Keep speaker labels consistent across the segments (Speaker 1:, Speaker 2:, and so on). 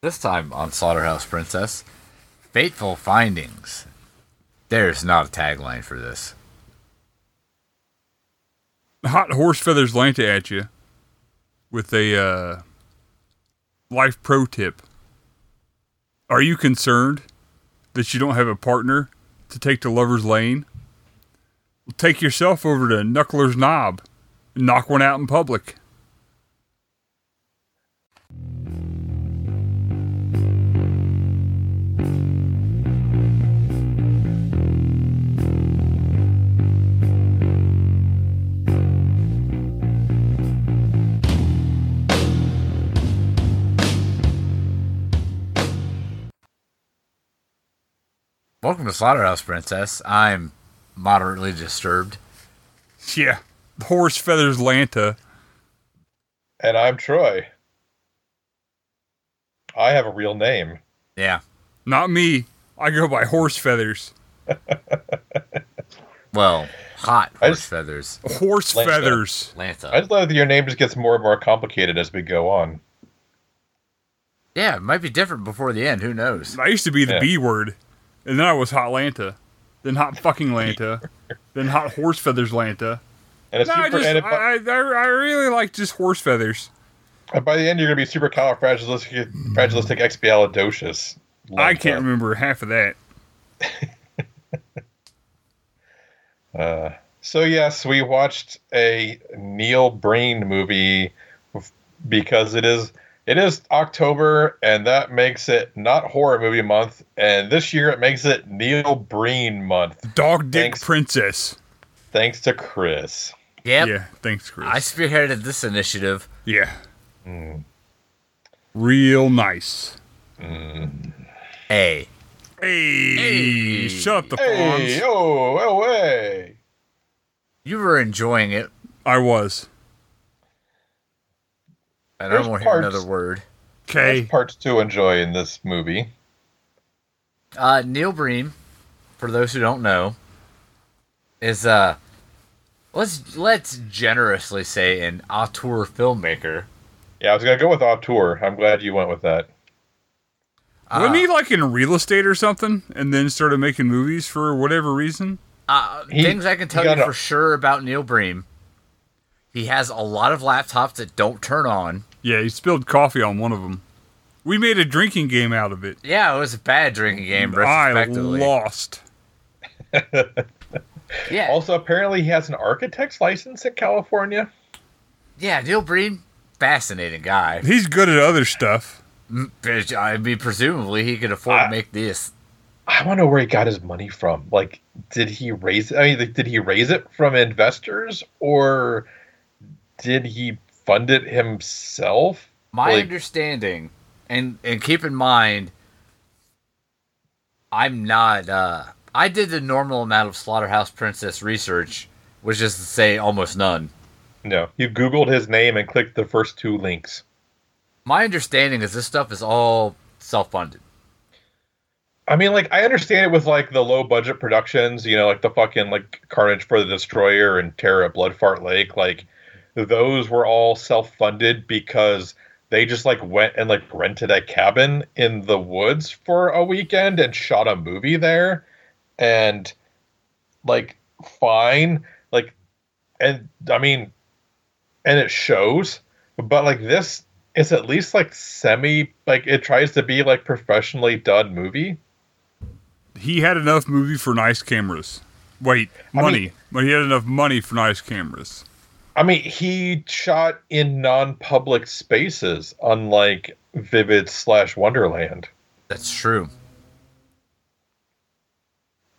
Speaker 1: This time on Slaughterhouse Princess, Fateful Findings. There's not a tagline for this.
Speaker 2: Hot horse feathers lanta at you with a uh, life pro tip. Are you concerned that you don't have a partner to take to Lover's Lane? Well, take yourself over to Knuckler's Knob and knock one out in public.
Speaker 1: Welcome to Slaughterhouse Princess. I'm moderately disturbed.
Speaker 2: Yeah. Horse feathers lanta.
Speaker 3: And I'm Troy. I have a real name.
Speaker 1: Yeah.
Speaker 2: Not me. I go by horse feathers.
Speaker 1: Well, hot
Speaker 3: I
Speaker 1: horse
Speaker 3: just-
Speaker 1: feathers.
Speaker 2: Horse
Speaker 3: Lanta.
Speaker 2: feathers.
Speaker 3: I
Speaker 1: Lanta.
Speaker 3: just love that your name just gets more and more complicated as we go on.
Speaker 1: Yeah, it might be different before the end. Who knows?
Speaker 2: I used to be the
Speaker 3: Yeah.
Speaker 2: B word, and then I was hot lanta, then hot fucking lanta, then hot horse feathers lanta.
Speaker 3: And it's
Speaker 2: No, I
Speaker 3: super.
Speaker 2: just
Speaker 3: and
Speaker 2: I,
Speaker 3: it-
Speaker 2: I, I I really like just horse feathers.
Speaker 3: and by the end, you're gonna be super califragilistic, fragilistic expialidocious.
Speaker 2: I can't remember half of that.
Speaker 3: Uh, so yes, we watched a Neil Breen movie f- because it is it is October, and that makes it not horror movie month. And this year, it makes it Neil Breen month,
Speaker 2: Dog Dick
Speaker 3: Thanks.
Speaker 2: Princess.
Speaker 3: thanks to Chris.
Speaker 1: Yep.
Speaker 2: Yeah, thanks, Chris.
Speaker 1: I spearheaded this initiative.
Speaker 2: yeah.
Speaker 3: Mm.
Speaker 2: Real nice.
Speaker 1: A.
Speaker 2: Hey,
Speaker 1: Hey.
Speaker 2: shut up the
Speaker 3: Hey,
Speaker 2: fawns.
Speaker 3: oh, oh, hey.
Speaker 1: You were enjoying it.
Speaker 2: I was.
Speaker 1: And I don't
Speaker 3: There's
Speaker 1: want to hear
Speaker 3: parts-
Speaker 1: another word.
Speaker 2: Okay.
Speaker 3: Parts to enjoy in this movie.
Speaker 1: Uh, Neil Breen, for those who don't know, is uh, let's let's generously say an auteur filmmaker.
Speaker 3: Yeah, I was gonna go with auteur. I'm glad you went with that.
Speaker 2: Wasn't
Speaker 1: Uh.
Speaker 2: he like in real estate or something, and then started making movies for whatever reason?
Speaker 1: Uh,
Speaker 3: He-
Speaker 1: things I can
Speaker 3: he
Speaker 1: tell you
Speaker 3: got a-
Speaker 1: for sure about Neil Breen. He has a lot of laptops that don't turn on.
Speaker 2: Yeah, he spilled coffee on one of them. We made a drinking game out of it.
Speaker 1: Yeah, it was a bad drinking game
Speaker 2: I
Speaker 1: retrospectively.
Speaker 2: lost.
Speaker 1: yeah,
Speaker 3: Also, apparently, he has an architect's license in California.
Speaker 1: yeah, Neil Breen, fascinating guy.
Speaker 2: He's good at other stuff.
Speaker 1: M- bitch, I mean, presumably he could afford to
Speaker 3: I-
Speaker 1: make this.
Speaker 3: I want to know where he got his money from. Like, did he raise? I mean, like, did he raise it from investors or did he fund it himself?
Speaker 1: My
Speaker 3: Like-
Speaker 1: understanding, and and keep in mind, I'm not. Uh, I did the normal amount of Slaughterhouse Princess research, which is to say almost none.
Speaker 3: No, you Googled his name and clicked the first two links.
Speaker 1: My understanding is this stuff is all self-funded.
Speaker 3: I mean, like, I understand it with like the low budget productions, you know, like the fucking like Carnage for the Destroyer and Terror at Bloodfart Lake. Like, those were all self funded because they just like went and like rented a cabin in the woods for a weekend and shot a movie there. And like, fine. Like, and I mean, and it shows, but like, this is at least like semi, like, it tries to be like professionally done movie.
Speaker 2: He had enough movie for nice cameras. Wait,
Speaker 3: mean-
Speaker 2: money. but he had enough money for nice cameras.
Speaker 3: I mean, he shot in non-public spaces, unlike Vivid slash Wonderland.
Speaker 1: That's true.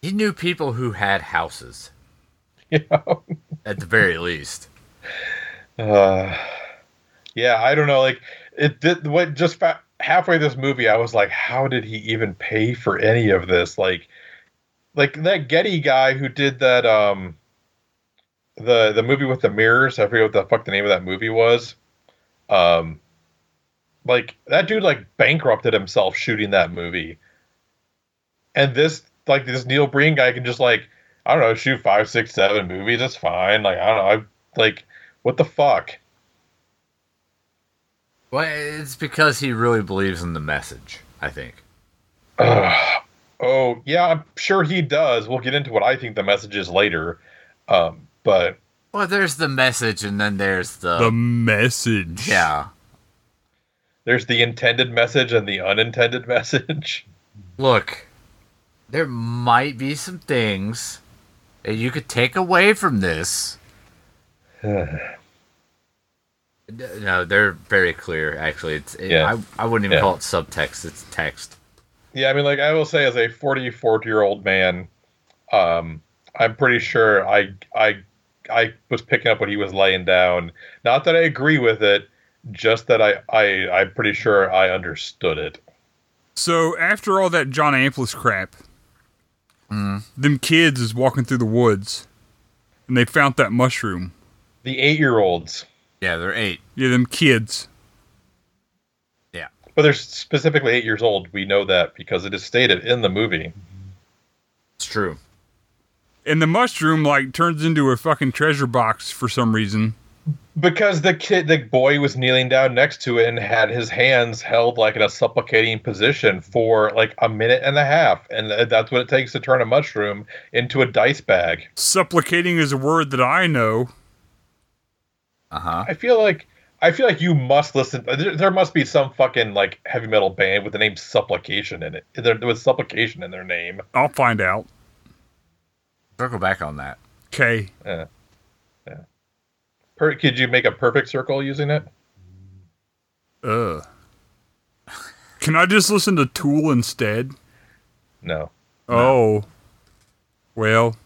Speaker 1: He knew people who had houses,
Speaker 3: You know?
Speaker 1: at the very least.
Speaker 3: Uh, yeah, I don't know. Like it did. What just fa- halfway this movie, I was like, how did he even pay for any of this? Like, like that Getty guy who did that. Um, the the movie with the mirrors. I forget what the fuck the name of that movie was. Um, like that dude like bankrupted himself shooting that movie. And this like this Neil Breen guy can just like I don't know shoot five six seven movies. That's fine. Like I don't know. I like what the fuck?
Speaker 1: Well, it's because he really believes in the message, I think.
Speaker 3: Ugh. oh, yeah, I'm sure he does. We'll get into what I think the message is later. Um, but
Speaker 1: Well, there's the message, and then there's the.
Speaker 2: the
Speaker 1: Uh.
Speaker 2: message.
Speaker 1: yeah.
Speaker 3: there's the intended message and the unintended message.
Speaker 1: Look, there might be some things that you could take away from this. D- No, they're very clear. Actually, it's it,
Speaker 3: Yeah.
Speaker 1: I, I wouldn't even
Speaker 3: Yeah.
Speaker 1: call it subtext. It's text.
Speaker 3: Yeah, I mean, like I will say, as a 44 year old man, um, I'm pretty sure I I I was picking up what he was laying down. Not that I agree with it, just that I I I'm pretty sure I understood it.
Speaker 2: So after all that John Amplis crap,
Speaker 1: Mm-hmm.
Speaker 2: them kids is walking through the woods, and they found that mushroom.
Speaker 3: The eight year olds,
Speaker 1: Yeah, they're eight.
Speaker 2: Yeah, them kids.
Speaker 1: Yeah,
Speaker 3: but they're specifically eight years old. We know that because it is stated in the movie.
Speaker 1: it's true.
Speaker 2: And the mushroom like turns into a fucking treasure box for some reason.
Speaker 3: Because the kid, the boy, was kneeling down next to it and had his hands held like in a supplicating position for like a minute and a half, and th- that's what it takes to turn a mushroom into a dice bag.
Speaker 2: Supplicating is a word that I know.
Speaker 1: Uh huh.
Speaker 3: I feel like I feel like you must listen. uh, There, there must be some fucking like heavy metal band with the name Supplication in it. There, there was Supplication in their name.
Speaker 2: I'll find out.
Speaker 1: Circle back on that.
Speaker 2: Okay.
Speaker 3: Per, could you make a perfect circle using it?
Speaker 2: Uh. Can I just listen to Tool instead?
Speaker 3: No,
Speaker 2: Oh. Well,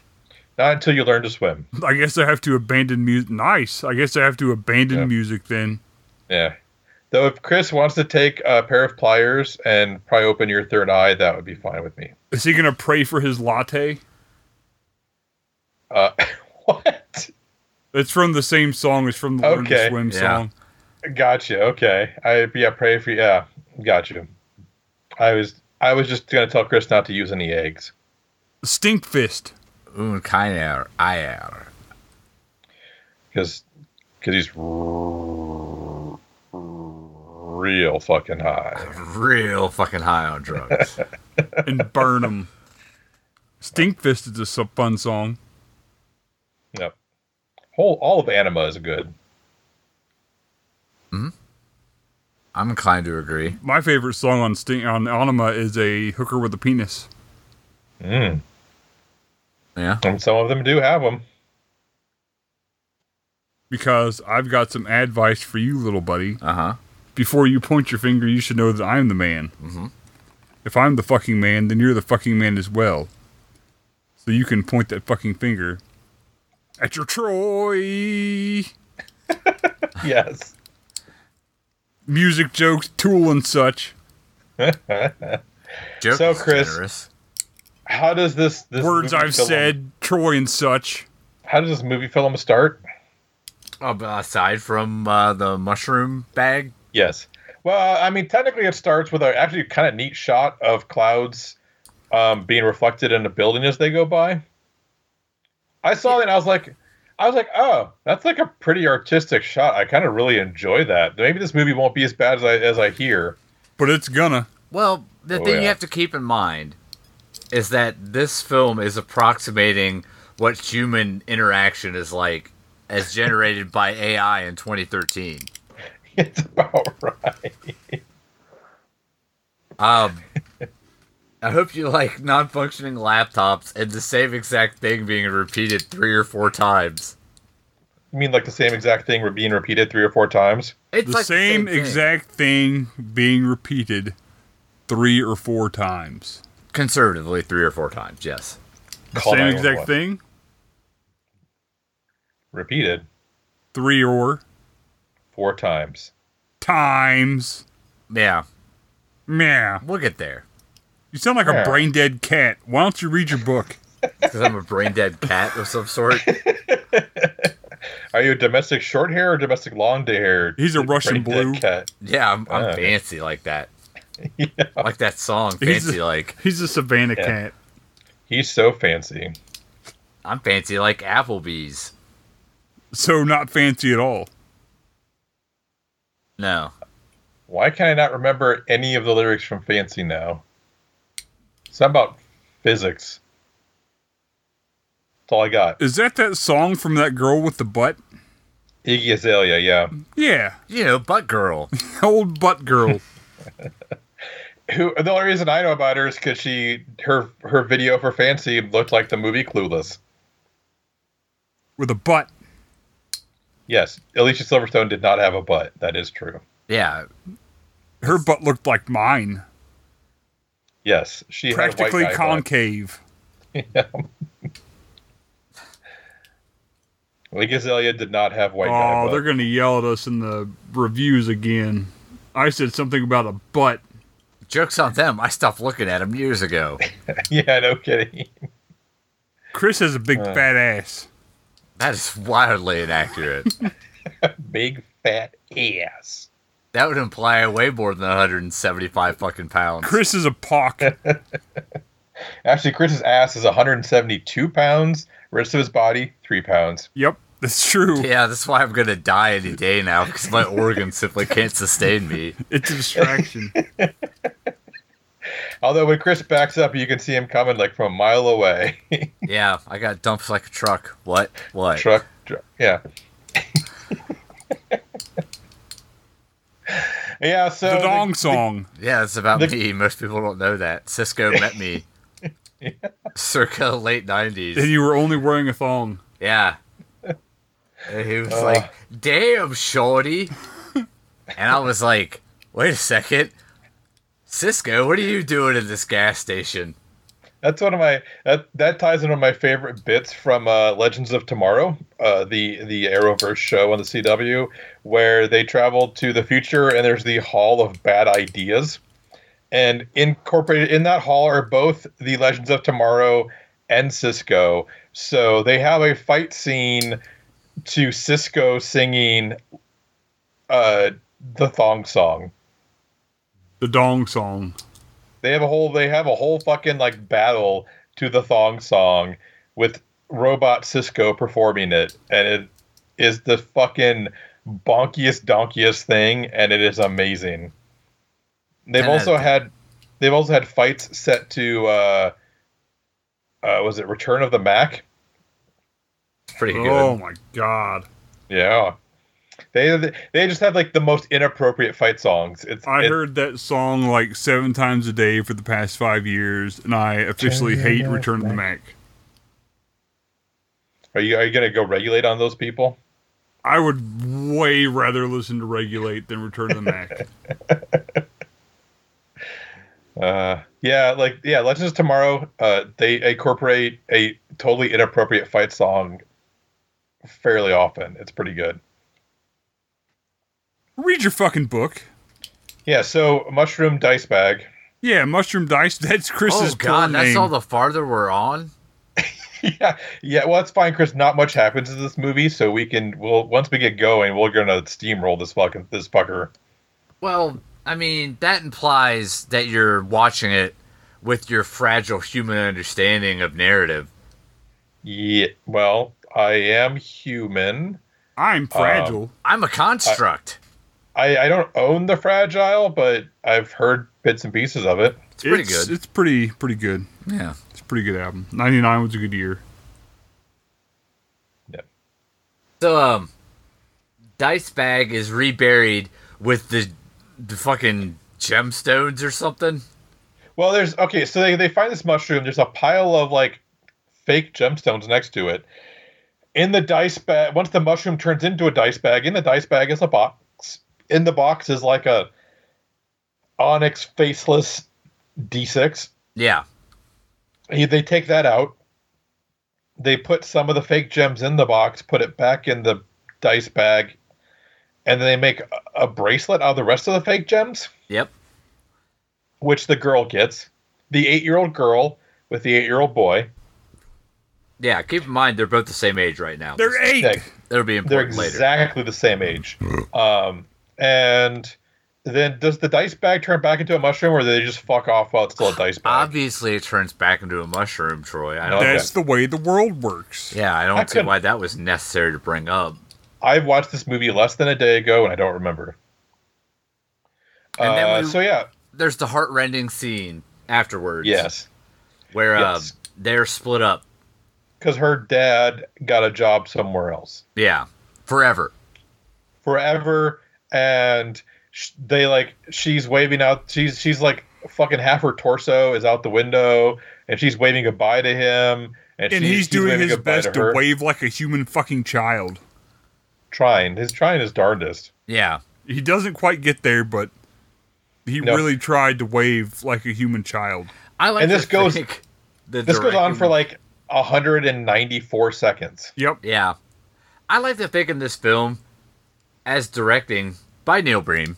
Speaker 3: not until you learn to swim.
Speaker 2: I guess I have to abandon music. Nice. I guess I have to abandon
Speaker 3: Yeah.
Speaker 2: music then.
Speaker 3: Yeah. Though if Chris wants to take a pair of pliers and pry open your third eye, that would be fine with me.
Speaker 2: Is he gonna pray for his latte?
Speaker 3: Uh, what?
Speaker 2: It's from the same song. It's from the Learn
Speaker 3: Okay.
Speaker 2: to Swim
Speaker 1: Yeah.
Speaker 2: song.
Speaker 3: Gotcha. Okay. I yeah. Pray for yeah. Gotcha. I was I was just gonna tell Chris not to use any eggs.
Speaker 2: Stink fist.
Speaker 1: Un kainer ayar.
Speaker 3: because because he's r- real fucking high.
Speaker 1: Real fucking high on drugs.
Speaker 2: and burn 'em. Stinkfist is a su- fun song.
Speaker 3: Yep. Whole all of Anima is good.
Speaker 1: I'm inclined to agree.
Speaker 2: My favorite song on Stink on Anima is a hooker with a penis.
Speaker 3: Mm.
Speaker 1: Yeah.
Speaker 3: And some of them do have them.
Speaker 2: Because I've got some advice for you, little buddy.
Speaker 1: Uh huh.
Speaker 2: Before you point your finger, you should know that I'm the man.
Speaker 1: Mhm.
Speaker 2: If I'm the fucking man, then you're the fucking man as well. So you can point that fucking finger at your Troy.
Speaker 3: Yes.
Speaker 2: Music jokes, tool and such.
Speaker 1: Joke
Speaker 3: So,
Speaker 1: is
Speaker 3: Chris-
Speaker 1: generous.
Speaker 3: How does this, this
Speaker 2: Words
Speaker 3: movie
Speaker 2: I've
Speaker 3: film-
Speaker 2: said, Troy and such.
Speaker 3: How does this movie film start?
Speaker 1: Oh, but aside from uh, the mushroom bag
Speaker 3: Yes. Well, I mean, technically, it starts with a actually kind of neat shot of clouds um, being reflected in a building as they go by. I saw that and I was like, I was like, oh, that's like a pretty artistic shot. I kind of really enjoy that. Maybe this movie won't be as bad as I as I hear.
Speaker 2: But it's gonna.
Speaker 1: Well, the
Speaker 3: Oh,
Speaker 1: thing you
Speaker 3: yeah.
Speaker 1: have to keep in mind is that this film is approximating what human interaction is like as generated by AI in 2013.
Speaker 3: It's about right.
Speaker 1: Um, I hope you like non functioning laptops and the same exact thing being repeated three or four times.
Speaker 3: You mean like the same exact thing were being repeated three or four times?
Speaker 1: It's
Speaker 2: the
Speaker 1: like
Speaker 2: same,
Speaker 1: thing.
Speaker 2: exact thing being repeated three or four times.
Speaker 1: Conservatively, three or four times, yes.
Speaker 2: The
Speaker 3: Call
Speaker 2: same
Speaker 3: 911.
Speaker 2: exact thing,
Speaker 3: Repeated
Speaker 2: three or
Speaker 3: four times.
Speaker 2: times.
Speaker 1: Yeah,
Speaker 2: Meh.
Speaker 1: we'll get there.
Speaker 2: You sound like
Speaker 3: Yeah.
Speaker 2: a brain dead cat. Why don't you read your book?
Speaker 1: Because I'm a brain dead cat of some sort.
Speaker 3: Are you a domestic short hair or domestic long hair?
Speaker 2: He's a Russian blue.
Speaker 3: cat.
Speaker 1: Yeah, I'm, I'm
Speaker 3: Uh.
Speaker 1: fancy like that. Like that song,
Speaker 2: He's-
Speaker 1: fancy like.
Speaker 2: He's a Savannah
Speaker 3: Yeah.
Speaker 2: cat.
Speaker 3: He's so fancy.
Speaker 1: I'm fancy like Applebee's.
Speaker 2: So not fancy at all.
Speaker 1: No.
Speaker 3: Why can I not remember any of the lyrics from Fancy now? Something about physics. That's all I got.
Speaker 2: Is that that song from that girl with the butt?
Speaker 3: Iggy Azalea, yeah.
Speaker 2: Yeah,
Speaker 1: You know, butt girl.
Speaker 2: old butt girl.
Speaker 3: Who the only reason I know about her is because she her her video for Fancy looked like the movie Clueless.
Speaker 2: with a butt.
Speaker 3: Yes, Alicia Silverstone did not have a butt. That is true.
Speaker 1: Yeah,
Speaker 2: Her butt looked like mine,
Speaker 3: Yes, she had a white
Speaker 2: practically
Speaker 3: guy butt.
Speaker 2: concave.
Speaker 3: Iggy Azalea did not have white guy
Speaker 2: Oh,
Speaker 3: butt.
Speaker 2: they're gonna yell at us in the reviews again. I said something about a butt.
Speaker 1: jokes on them. I stopped looking at them years ago.
Speaker 3: yeah, no kidding.
Speaker 2: Chris has a big fat ass.
Speaker 1: That is wildly inaccurate.
Speaker 3: Big fat ass.
Speaker 1: that would imply I weigh more than 175 fucking pounds.
Speaker 2: Chris is a pock.
Speaker 3: Actually, Chris's ass is 172 pounds. Rest of his body, three pounds.
Speaker 2: yep, that's true.
Speaker 1: Yeah, that's why I'm gonna die any day now because my organs simply can't sustain me.
Speaker 2: It's a distraction.
Speaker 3: Although when Chris backs up, you can see him coming like from a mile away.
Speaker 1: Yeah, I got dumped like a truck. What? What?
Speaker 3: truck, truck, yeah. yeah. So
Speaker 2: the
Speaker 3: the-
Speaker 2: dong song.
Speaker 1: Yeah, it's about
Speaker 3: The-
Speaker 1: me. Most people don't know that. Cisco met me circa late 90s.
Speaker 2: and you were only wearing a thong.
Speaker 1: Yeah. And he was like,
Speaker 2: Uh.
Speaker 1: damn, shorty. and I was like, wait a second. Cisco, what are you doing in this gas station?
Speaker 3: That's one of my that that ties into one of my favorite bits from uh, Legends of Tomorrow, uh, the the Arrowverse show on the CW, where they travel to the future and there's the Hall of Bad Ideas, and incorporated in that hall are both the Legends of Tomorrow and Cisco. So they have a fight scene to Cisco singing uh, the thong song.
Speaker 2: The dong song.
Speaker 3: They have a whole they have a whole fucking like battle to the thong song with robot Cisco performing it and it is the fucking bonkiest donkiest thing and it is amazing. They've
Speaker 1: Ten out
Speaker 3: also
Speaker 1: of ten.
Speaker 3: had they've also had fights set to uh uh was it Return of the Mac?
Speaker 1: Pretty good.
Speaker 2: Oh my god.
Speaker 3: Yeah. They they just had like the most inappropriate fight songs. It's
Speaker 2: I
Speaker 3: it's-
Speaker 2: heard that song like seven times a day for the past five years, and I officially
Speaker 3: Turn
Speaker 2: hate
Speaker 3: your
Speaker 2: Return of the Mac.
Speaker 3: Are you are you gonna go regulate on those people?
Speaker 2: I would way rather listen to Regulate than Return of the Mac.
Speaker 3: Uh, yeah, like yeah, Legends of Tomorrow. Uh, they incorporate a totally inappropriate fight song fairly often. It's pretty good.
Speaker 2: Read your fucking book.
Speaker 3: Yeah. So mushroom dice bag.
Speaker 2: Yeah, Mushroom Dice. That's Chris's
Speaker 1: Oh, God,
Speaker 2: porn
Speaker 1: that's
Speaker 2: name.
Speaker 1: all the farther we're on?
Speaker 3: yeah, yeah. Well, it's fine, Chris. Not much happens in this movie, so we can. We'll once we get going, we're gonna steamroll this fucking this fucker.
Speaker 1: Well, I mean, that implies that you're watching it with your fragile human understanding of narrative.
Speaker 3: Yeah. Well, I am human.
Speaker 2: I'm
Speaker 1: uh,
Speaker 2: fragile.
Speaker 1: I'm a construct.
Speaker 3: I I don't own the fragile, but I've heard bits and pieces of it.
Speaker 1: it's pretty
Speaker 2: it's,
Speaker 1: good.
Speaker 2: It's pretty pretty good.
Speaker 1: yeah.
Speaker 2: It's a pretty good album. Ninety nine was a good year.
Speaker 1: So, um, Dice Bag is reburied with the, the fucking gemstones or something.
Speaker 3: Well, there's okay. So they, they find this mushroom. There's a pile of like fake gemstones next to it. In the dice bag, once the mushroom turns into a dice bag, in the dice bag is a box. In the box is like a onyx faceless d6.
Speaker 1: Yeah.
Speaker 3: He- They take that out. They put some of the fake gems in the box, put it back in the dice bag, and then they make a- a bracelet out of the rest of the fake gems
Speaker 1: Yep.
Speaker 3: which the girl gets, the eight year old girl with the eight year old boy.
Speaker 1: Yeah. Keep in mind they're both the same age right now.
Speaker 2: They're eight.
Speaker 3: They,
Speaker 1: That'll be
Speaker 3: they're
Speaker 1: important later.
Speaker 3: exactly the same age. Um, and then does the dice bag turn back into a mushroom or do they just fuck off while it's still a dice bag?
Speaker 1: Obviously, it turns back into a mushroom, Troy. I don't.
Speaker 3: Okay.
Speaker 2: That's the way the world works.
Speaker 1: Yeah, I don't
Speaker 3: I
Speaker 1: see
Speaker 3: couldn't-
Speaker 1: why that was necessary to bring up.
Speaker 3: I've watched this movie less than a day ago and I don't remember.
Speaker 1: And then
Speaker 3: Uh,
Speaker 1: we-
Speaker 3: so yeah,
Speaker 1: There's the heartrending scene afterwards.
Speaker 3: yes,
Speaker 1: Where
Speaker 3: Yes.
Speaker 1: Uh, they're split up.
Speaker 3: because her dad got a job somewhere else
Speaker 1: Yeah. Forever.
Speaker 3: forever, and sh- they like she's waving out. She's she's like fucking half her torso is out the window, and she's waving goodbye to him, and,
Speaker 2: And
Speaker 3: she-
Speaker 2: he's
Speaker 3: she's
Speaker 2: doing
Speaker 3: waving
Speaker 2: his
Speaker 3: goodbye
Speaker 2: best
Speaker 3: to
Speaker 2: to
Speaker 3: her.
Speaker 2: wave like a human fucking child.
Speaker 3: Trying, he's trying his darndest.
Speaker 1: Yeah.
Speaker 2: He doesn't quite get there, but he
Speaker 3: No.
Speaker 2: really tried to wave like a human child.
Speaker 1: I like
Speaker 3: And
Speaker 1: to
Speaker 3: this goes-
Speaker 1: think the
Speaker 3: This goes on
Speaker 1: directing-
Speaker 3: for like 194 seconds.
Speaker 2: Yep.
Speaker 1: Yeah. I like to think in this film, as directing by Neil Bream,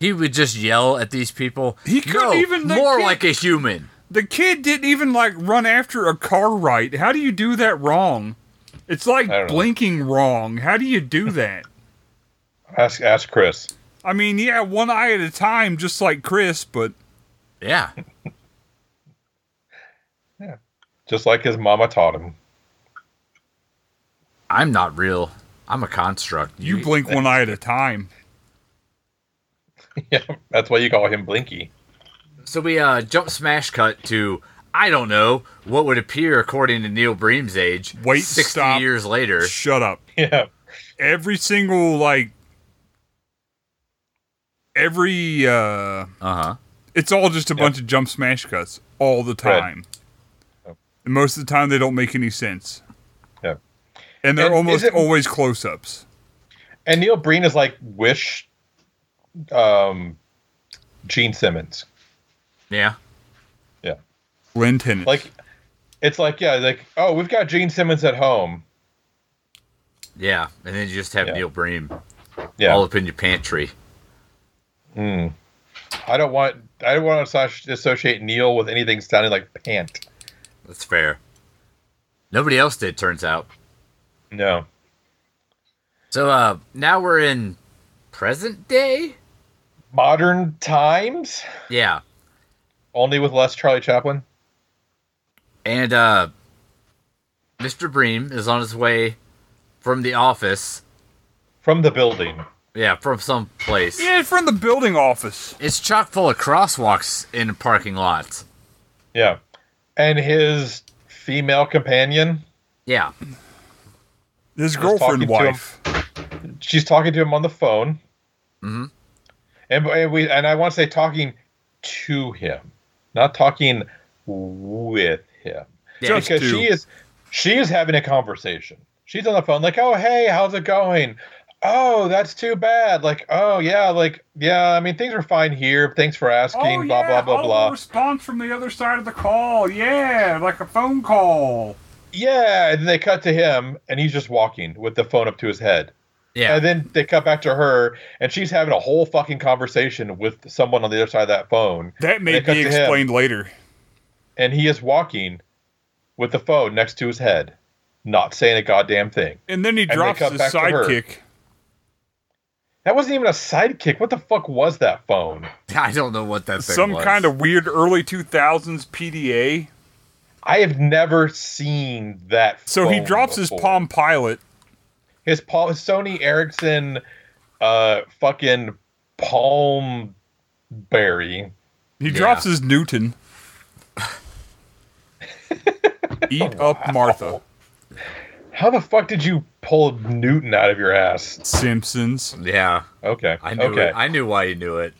Speaker 1: he would just yell at these people.
Speaker 2: He couldn't
Speaker 1: "No,
Speaker 2: even- they
Speaker 1: more
Speaker 2: can't-
Speaker 1: like a human.
Speaker 2: The kid didn't even like run after a car right. How do you do that wrong? It's like
Speaker 3: I don't know.
Speaker 2: blinking wrong. How do you do that?
Speaker 3: Ask ask Chris.
Speaker 2: I mean, yeah, one eye at a time, just like Chris, but
Speaker 1: Yeah.
Speaker 3: Just like his mama taught him.
Speaker 1: I'm not real. I'm a construct.
Speaker 2: you blink one eye at a time.
Speaker 3: yeah, that's why you call him Blinky.
Speaker 1: So we uh, jump smash cut to I don't know what would appear according to Neil Bream's age.
Speaker 2: Wait,
Speaker 1: sixty
Speaker 2: stop.
Speaker 1: years later.
Speaker 2: Shut up.
Speaker 3: Yeah.
Speaker 2: Every single, like, every, uh,
Speaker 1: Uh huh.
Speaker 2: it's all just a bunch of jump smash cuts all the
Speaker 3: Right.
Speaker 2: time. And most of the time, they don't make any sense.
Speaker 3: Yeah.
Speaker 2: And they're
Speaker 3: And is
Speaker 2: almost
Speaker 3: it-
Speaker 2: always close ups.
Speaker 3: And Neil Breen is like Wish um Gene Simmons.
Speaker 1: Yeah.
Speaker 3: Yeah.
Speaker 2: Lynn Tennis.
Speaker 3: Like it's like, yeah, like, oh, we've got Gene Simmons at home.
Speaker 1: Yeah. And then you just have
Speaker 3: Yeah.
Speaker 1: Neil Bream
Speaker 3: Yeah.
Speaker 1: all up in your pantry.
Speaker 3: Mm. I don't want I don't want to associ- associate Neil with anything sounding like pant.
Speaker 1: That's fair. Nobody else did, turns out.
Speaker 3: No.
Speaker 1: So uh now we're in present day?
Speaker 3: Modern times?
Speaker 1: Yeah.
Speaker 3: Only with less Charlie Chaplin?
Speaker 1: And uh Mr. Bream is on his way from the office.
Speaker 3: From the building.
Speaker 1: Yeah, from some place.
Speaker 2: yeah, from the building office.
Speaker 1: It's chock full of crosswalks in parking lots.
Speaker 3: Yeah. And his female companion,
Speaker 1: Yeah.
Speaker 2: His
Speaker 3: talking to
Speaker 2: girlfriend
Speaker 3: him.
Speaker 2: wife.
Speaker 3: she's talking to him on the phone.
Speaker 1: Mhm.
Speaker 3: And, and we and I want to say talking to him, not talking with him,
Speaker 1: Yeah,
Speaker 2: Just
Speaker 3: because
Speaker 2: to-
Speaker 3: she is she is having a conversation. She's on the phone, like, "Oh hey, how's it going? Oh, that's too bad. Like, oh yeah, like yeah. I mean, things are fine here. Thanks for asking.
Speaker 2: Oh,
Speaker 3: blah blah blah blah.
Speaker 2: response from the other side of the call. Yeah, like a phone call.
Speaker 3: Yeah. And then they cut to him, and he's just walking with the phone up to his head.
Speaker 1: Yeah.
Speaker 3: And then they cut back to her, and she's having a whole fucking conversation with someone on the other side of that phone.
Speaker 2: That may
Speaker 3: They cut
Speaker 2: be
Speaker 3: to him.
Speaker 2: explained later.
Speaker 3: and he is walking with the phone next to his head, not saying a goddamn thing.
Speaker 2: And then he
Speaker 3: they
Speaker 2: drops
Speaker 3: cut
Speaker 2: his
Speaker 3: back to her.
Speaker 2: sidekick.
Speaker 3: That wasn't even a sidekick. What the fuck was that phone?
Speaker 1: I don't know what that thing
Speaker 2: Some
Speaker 1: was.
Speaker 2: kind of weird early 2000s PDA.
Speaker 3: I have never seen that.
Speaker 2: So he
Speaker 3: phone
Speaker 2: drops
Speaker 3: before.
Speaker 2: his Palm Pilot.
Speaker 3: His Palm, his Sony Ericsson, uh, fucking Palm Berry.
Speaker 2: He
Speaker 1: Yeah.
Speaker 2: drops his Newton. Eat up Martha.
Speaker 3: How the fuck did you pull Newton out of your ass?
Speaker 2: Simpsons.
Speaker 1: Yeah.
Speaker 3: Okay,
Speaker 1: I knew
Speaker 3: okay,
Speaker 1: it. I knew why you knew it.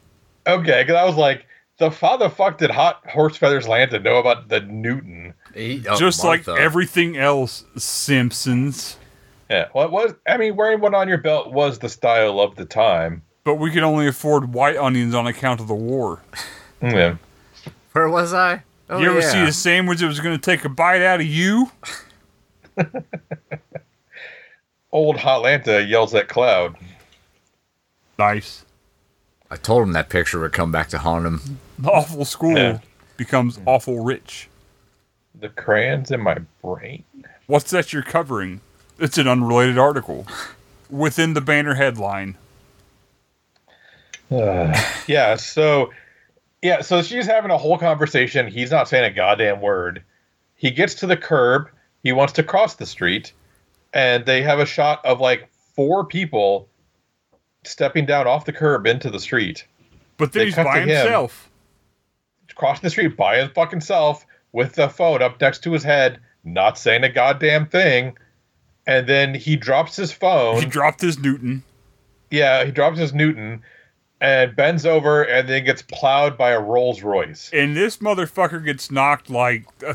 Speaker 3: okay. Because I was like, the how the fuck did Hot Horse Feathers Lanta know about the Newton?
Speaker 1: Eat up
Speaker 2: Just like
Speaker 1: Martha.
Speaker 2: everything else, Simpsons.
Speaker 3: Yeah, well, it was. I mean, wearing one on your belt was the style of the time.
Speaker 2: But we can only afford white onions on account of the war.
Speaker 3: Yeah.
Speaker 1: Where was I? Oh,
Speaker 2: you ever
Speaker 1: yeah.
Speaker 2: see a sandwich that was going to take a bite out of you?
Speaker 3: Old Hotlanta yells at Cloud.
Speaker 2: Nice.
Speaker 1: I told him that picture would come back to haunt him.
Speaker 2: Awful school
Speaker 3: Yeah.
Speaker 2: becomes awful rich.
Speaker 3: The crayons in my brain.
Speaker 2: What's that you're covering? It's an unrelated article within the banner headline.
Speaker 3: Yeah. So, yeah. So she's having a whole conversation. He's not saying a goddamn word. He gets to the curb. He wants to cross the street, and they have a shot of like four people stepping down off the curb into the street,
Speaker 2: But then
Speaker 3: They
Speaker 2: he's
Speaker 3: cut to
Speaker 2: by
Speaker 3: him.
Speaker 2: himself.
Speaker 3: crossing the street by his fucking self with the phone up next to his head, not saying a goddamn thing. And then he drops his phone.
Speaker 2: He dropped his Newton.
Speaker 3: yeah, he drops his Newton and bends over and then gets plowed by a Rolls Royce.
Speaker 2: and this motherfucker gets knocked like a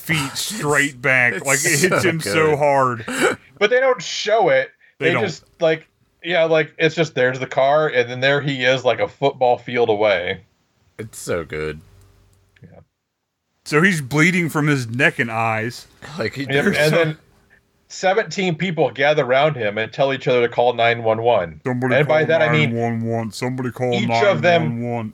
Speaker 2: feet straight back.
Speaker 1: it's
Speaker 2: like it hits
Speaker 1: so
Speaker 2: him so
Speaker 1: good.
Speaker 2: hard.
Speaker 3: But they don't show it.
Speaker 2: They
Speaker 3: They,
Speaker 2: don't.
Speaker 3: just like yeah, like it's just there's the car and then there he is like a football field away.
Speaker 1: It's so good.
Speaker 2: So he's bleeding from his neck and eyes.
Speaker 1: Like he,
Speaker 3: Yep,
Speaker 1: there's
Speaker 3: and
Speaker 1: so-
Speaker 3: then 17 people gather around him and tell each other to call 911.
Speaker 2: Somebody
Speaker 3: and by
Speaker 2: call
Speaker 3: that I mean
Speaker 2: 911. Somebody call
Speaker 3: each
Speaker 2: nine
Speaker 3: of them-
Speaker 2: one one.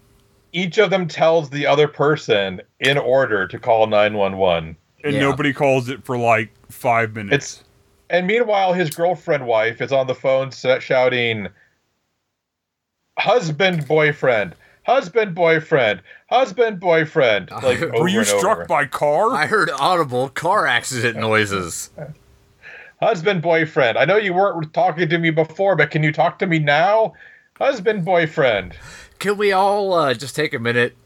Speaker 3: each of them tells the other person in order to call 911.
Speaker 2: And
Speaker 1: Yeah.
Speaker 2: nobody calls it for like five minutes.
Speaker 3: It's and meanwhile his girlfriend wife is on the phone sa- shouting husband boyfriend husband boyfriend husband boyfriend like over
Speaker 2: Were you
Speaker 3: and over.
Speaker 2: struck by car?
Speaker 1: I heard audible car accident noises.
Speaker 3: husband boyfriend I know you weren't talking to me before but can you talk to me now husband boyfriend
Speaker 1: Can we all uh, just take a minute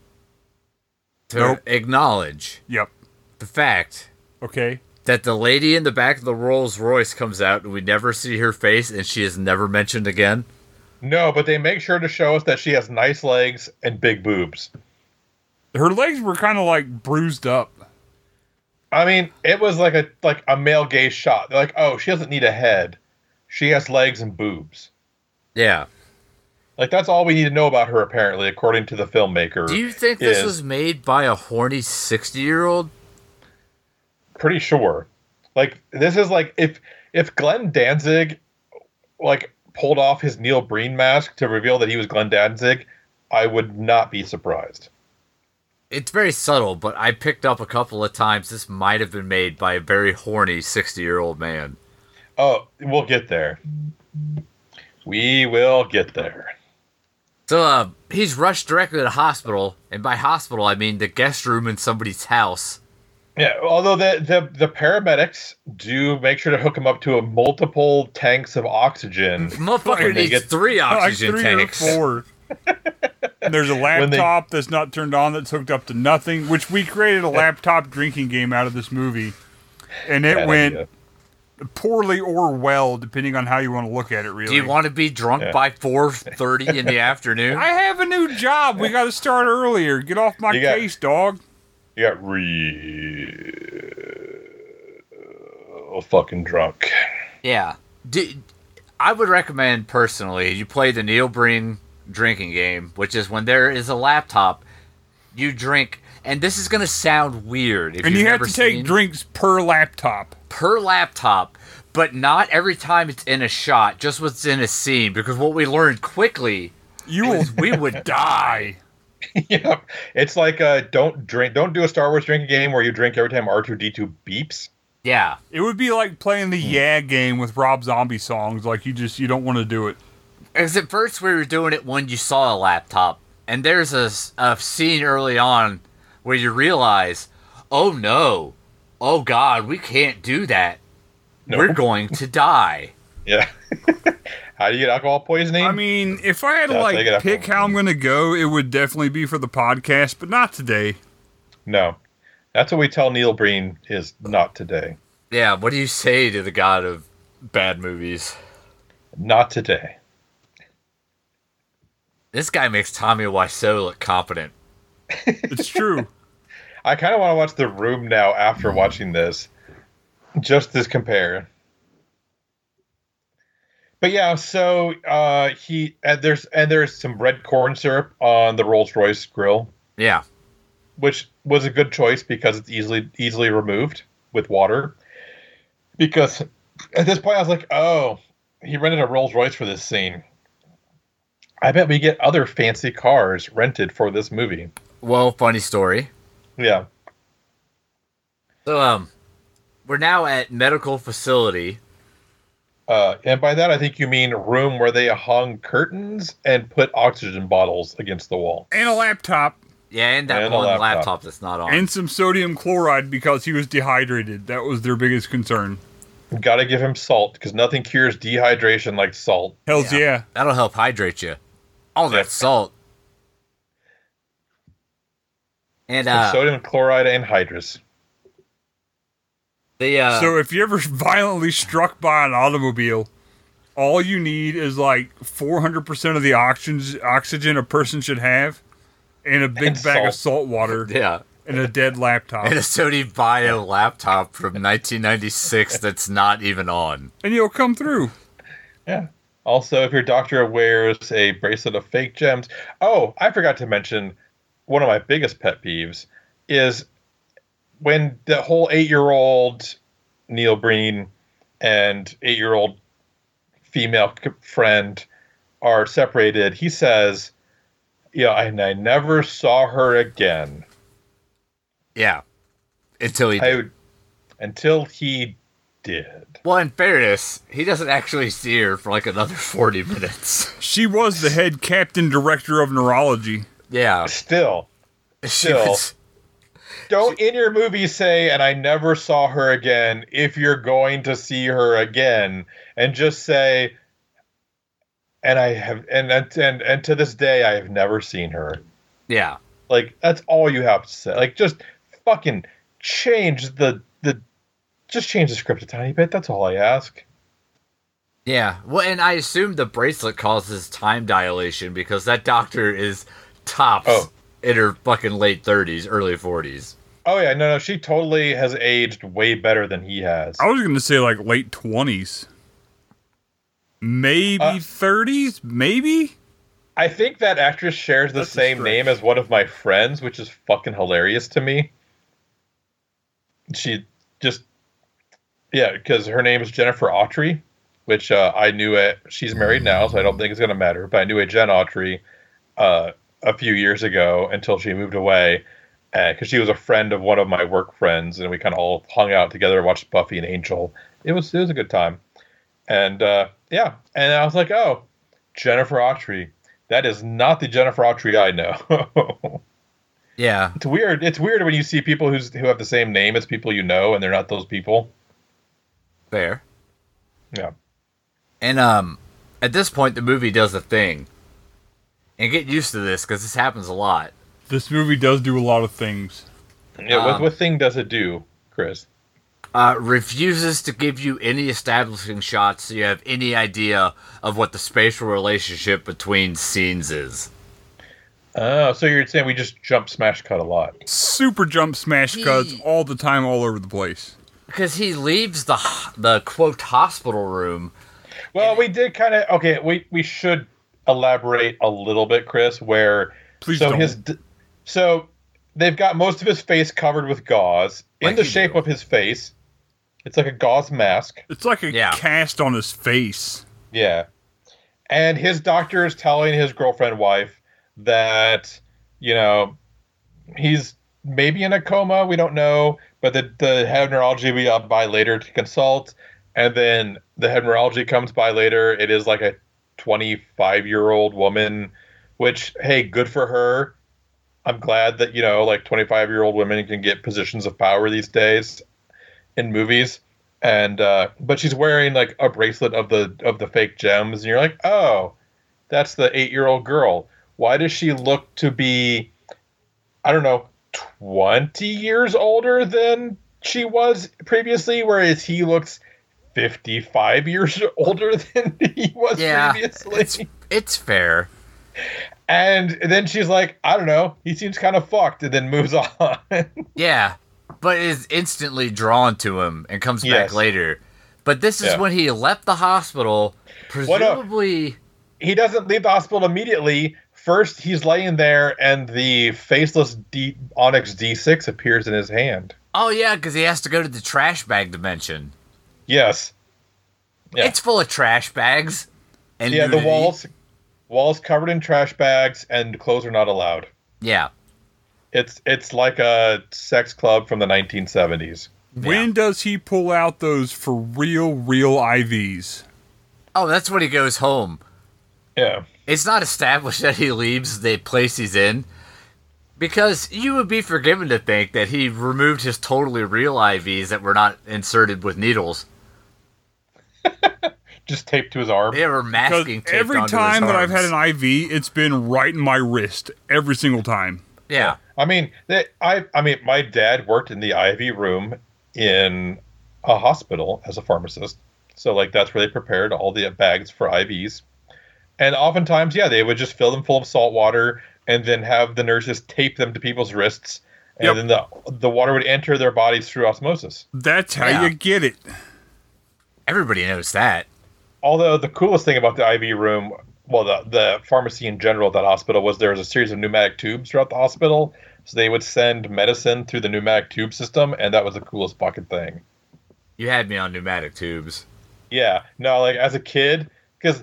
Speaker 1: to
Speaker 2: Nope.
Speaker 1: acknowledge
Speaker 2: yep.
Speaker 1: the fact
Speaker 2: Okay.
Speaker 1: that the lady in the back of the Rolls Royce comes out and we never see her face and she is never mentioned again?
Speaker 3: no but they make sure to show us that she has nice legs and big boobs
Speaker 2: Her legs were kind of like bruised up.
Speaker 3: I mean, it was like a like a male gaze shot. They're like, oh, she doesn't need a head. She has legs and boobs.
Speaker 1: Yeah.
Speaker 3: Like that's all we need to know about her, apparently, according to the filmmaker.
Speaker 1: Do you think this
Speaker 3: is-
Speaker 1: was made by a horny 60 year old?
Speaker 3: Pretty sure. Like this is like if if Glenn Danzig like pulled off his Neil Breen mask to reveal that he was Glenn Danzig, I would not be surprised.
Speaker 1: It's very subtle, but I picked up a couple of times this might have been made by a very horny 60 year old man.
Speaker 3: Oh, we'll get there. We will get there.
Speaker 1: So uh, he's rushed directly to the hospital, and by hospital, I mean the guest room in somebody's house.
Speaker 3: Yeah, although the, the the paramedics do make sure to hook him up to a multiple tanks of oxygen.
Speaker 1: Motherfucker
Speaker 3: they
Speaker 1: needs
Speaker 3: get-
Speaker 1: three oxygen
Speaker 2: like three
Speaker 1: tanks.
Speaker 2: or four. And there's a
Speaker 3: they-
Speaker 2: laptop that's not turned on that's hooked up to nothing, which we created a laptop drinking game out of this movie. And it
Speaker 3: Bad
Speaker 2: went
Speaker 3: idea.
Speaker 2: poorly or well, depending on how you want to look at it, really.
Speaker 1: Do you want to be drunk by 4:30 in the afternoon?
Speaker 2: I have a new job. We got to start earlier. Get off my
Speaker 3: You got-
Speaker 2: case, dog.
Speaker 3: You got real uh, fucking drunk.
Speaker 1: Yeah. Do, I would recommend personally you play the Neil Breen drinking game, which is when there is a laptop, you drink, and this is going to sound weird. If
Speaker 2: And
Speaker 1: you've
Speaker 2: you have
Speaker 1: never
Speaker 2: to take
Speaker 1: seen-
Speaker 2: drinks per laptop.
Speaker 1: per laptop, but not every time it's in a shot, just what's in a scene, because what we learned quickly
Speaker 2: You will
Speaker 1: is we would die.
Speaker 2: die.
Speaker 3: yep, it's like uh, don't drink, don't do a Star Wars drinking game where you drink every time R two D two beeps.
Speaker 1: Yeah.
Speaker 2: It would be like playing
Speaker 3: Hmm.
Speaker 2: the Yeah game with Rob Zombie songs. Like you just you don't want to do it.
Speaker 1: Because at first we were doing it when you saw a laptop, and there's a, s- a scene early on where you realize, oh no, oh god, we can't do that.
Speaker 3: No.
Speaker 1: We're going to die.
Speaker 3: Yeah, how do you get alcohol poisoning?
Speaker 2: I mean, if I had to
Speaker 3: Yeah, take it
Speaker 2: like
Speaker 3: up
Speaker 2: pick
Speaker 3: on
Speaker 2: how I'm gonna go, it would definitely be for the podcast, but not today.
Speaker 3: no, that's what we tell Neil Breen is not today,
Speaker 1: Yeah, what do you say to the god of bad movies?
Speaker 3: not today.
Speaker 1: This guy makes Tommy Wiseau look competent.
Speaker 2: It's true.
Speaker 3: I kind of want to watch The Room now after watching this, just to compare. But yeah, so uh, he and there's and there's some red corn syrup on the Rolls Royce grill,
Speaker 1: Yeah.
Speaker 3: which was a good choice because it's easily easily removed with water. Because at this point, I was like, oh, he rented a Rolls Royce for this scene. I bet we get other fancy cars rented for this movie.
Speaker 1: Well, funny story.
Speaker 3: Yeah.
Speaker 1: So, um, we're now at medical facility.
Speaker 3: Uh, and by that, I think you mean room where they hung curtains and put oxygen bottles against the wall.
Speaker 2: And a laptop
Speaker 1: Yeah, and that
Speaker 3: And a
Speaker 1: one laptop.
Speaker 3: laptop.
Speaker 1: that's not on.
Speaker 2: and some sodium chloride because he was dehydrated. That was their biggest concern.
Speaker 3: Got to give him salt because nothing cures dehydration like salt.
Speaker 2: Hell's yeah.
Speaker 1: That'll help hydrate you. All that salt. And
Speaker 3: And
Speaker 1: uh,
Speaker 3: sodium chloride anhydrous.
Speaker 1: the uh,
Speaker 2: So if you're ever violently struck by an automobile, all you need is like 400% of the oxygen oxygen a person should have and a big
Speaker 3: And
Speaker 2: bag
Speaker 3: salt.
Speaker 2: of salt water
Speaker 1: yeah,
Speaker 2: and a dead laptop.
Speaker 1: and a Sony Bio laptop from 1996 that's not even on.
Speaker 2: and you'll come through.
Speaker 3: Yeah. Also, if your doctor wears a bracelet of fake gems. Oh, I forgot to mention one of my biggest pet peeves is when the whole eight year old Neil Breen and eight year old female c- friend are separated, he says, Yeah, and I never saw her again.
Speaker 1: Yeah, until he.
Speaker 3: I, until he did.
Speaker 1: well, in fairness, he doesn't actually see her for like another 40 minutes.
Speaker 2: She was the head captain director of neurology.
Speaker 1: yeah,
Speaker 3: Still,
Speaker 1: she
Speaker 3: Still.
Speaker 1: was.
Speaker 3: Don't in your movie say, and I never saw her again, if you're going to see her again. And just say, and I have, and, and, and, and to this day, I have never seen her.
Speaker 1: Yeah,
Speaker 3: Like, that's all you have to say. Like, just fucking change the, the, just change the script a tiny bit. That's all I ask.
Speaker 1: yeah. Well, and I assume the bracelet causes time dilation because that doctor is tops
Speaker 3: Oh.
Speaker 1: in her fucking late 30s, early 40s.
Speaker 3: Oh, yeah. No, no. She totally has aged way better than he has.
Speaker 2: I was going to say like late 20s. Maybe
Speaker 3: Uh,
Speaker 2: 30s, maybe?
Speaker 3: I think that actress shares the
Speaker 2: That's a
Speaker 3: same
Speaker 2: stretch.
Speaker 3: name as one of my friends, which is fucking hilarious to me. She just, yeah, because her name is Jennifer Autry, which uh, I knew at, she's married now, so I don't think it's going to matter, but I knew a Jen Autry uh, a few years ago until she moved away because she was a friend of one of my work friends, and we kind of all hung out together, watched Buffy and Angel. It was, it was a good time. And uh, yeah, and I was like, oh, Jennifer Autry. That is not the Jennifer Autry I know.
Speaker 1: Yeah,
Speaker 3: it's weird. It's weird when you see people who's, who have the same name as people you know, and they're not those people.
Speaker 1: fair.
Speaker 3: Yeah.
Speaker 1: And um, at this point, the movie does a thing. And get used to this because this happens a lot.
Speaker 2: This movie does do a lot of things.
Speaker 3: yeah what,
Speaker 1: Um,
Speaker 3: what thing does it do, Chris?
Speaker 1: Uh, refuses to give you any establishing shots so you have any idea of what the spatial relationship between scenes is.
Speaker 3: Oh, so you're saying we just jump smash cut a lot?
Speaker 2: Super jump smash cuts all the time, all over the place.
Speaker 1: Because he leaves the h- the quote hospital room.
Speaker 3: Well, we did kind of. Okay, we we should elaborate a little bit, Chris. Where
Speaker 2: Please
Speaker 3: so
Speaker 2: don't.
Speaker 3: his d- so they've got most of his face covered with gauze in
Speaker 1: Like
Speaker 3: the
Speaker 1: you
Speaker 3: shape
Speaker 1: do.
Speaker 3: of his face. It's like a gauze mask.
Speaker 2: It's like a
Speaker 1: Yeah.
Speaker 2: cast on his face.
Speaker 3: Yeah. And his doctor is telling his girlfriend wife that, you know, he's maybe in a coma, we don't know, but the, the head of neurology will be up by later to consult. And then the head of neurology comes by later. It is like a 25 year old woman, which, hey, good for her. I'm glad that, you know, like 25 year old women can get positions of power these days in movies and uh, but she's wearing like a bracelet of the of the fake gems, and you're like, oh, that's the eight year old girl. Why does she look to be, I don't know, twenty years older than she was previously? Whereas he looks fifty five years older than he was
Speaker 1: Yeah,
Speaker 3: previously.
Speaker 1: it's it's fair.
Speaker 3: And then she's like, I don't know, he seems kind of fucked, and then moves on.
Speaker 1: Yeah, but is instantly drawn to him and comes
Speaker 3: Yes.
Speaker 1: back later. But this is
Speaker 3: Yeah.
Speaker 1: when he left the hospital,
Speaker 3: What a-
Speaker 1: presumably.
Speaker 3: he doesn't leave the hospital immediately. First, he's laying there, and the faceless D- Onyx D6 appears in his hand.
Speaker 1: Oh yeah, because he has to go to the trash bag dimension.
Speaker 3: Yes. Yeah.
Speaker 1: It's full of trash bags. And
Speaker 3: yeah, the
Speaker 1: nudity.
Speaker 3: walls, walls covered in trash bags, and clothes are not allowed.
Speaker 1: Yeah,
Speaker 3: It's it's like a sex club from the 1970s.
Speaker 2: When does he pull out those for real, real IVs?
Speaker 1: Oh, that's when he goes home.
Speaker 3: Yeah.
Speaker 1: It's not established that he leaves the place he's in because you would be forgiven to think that he removed his totally real IVs that were not inserted with needles.
Speaker 3: Just taped to his arm.
Speaker 1: They were
Speaker 2: Because
Speaker 1: masking tape
Speaker 2: every
Speaker 1: onto
Speaker 2: time
Speaker 1: his
Speaker 2: that I've had
Speaker 1: arms.
Speaker 2: an IV, it's been right in my wrist every single time.
Speaker 1: yeah,
Speaker 3: I mean, they, I I mean, my dad worked in the IV room in a hospital as a pharmacist, so like that's where they prepared all the bags for IVs, and oftentimes, yeah, they would just fill them full of salt water and then have the nurses tape them to people's wrists, and
Speaker 2: Yep.
Speaker 3: then the the water would enter their bodies through osmosis.
Speaker 2: That's how
Speaker 1: Yeah.
Speaker 2: you get it.
Speaker 1: everybody knows that.
Speaker 3: Although the coolest thing about the IV room, well, the, the pharmacy in general at that hospital was there was a series of pneumatic tubes throughout the hospital. So they would send medicine through the pneumatic tube system, and that was the coolest fucking thing.
Speaker 1: You had me on pneumatic tubes.
Speaker 3: Yeah, no, like as a kid, because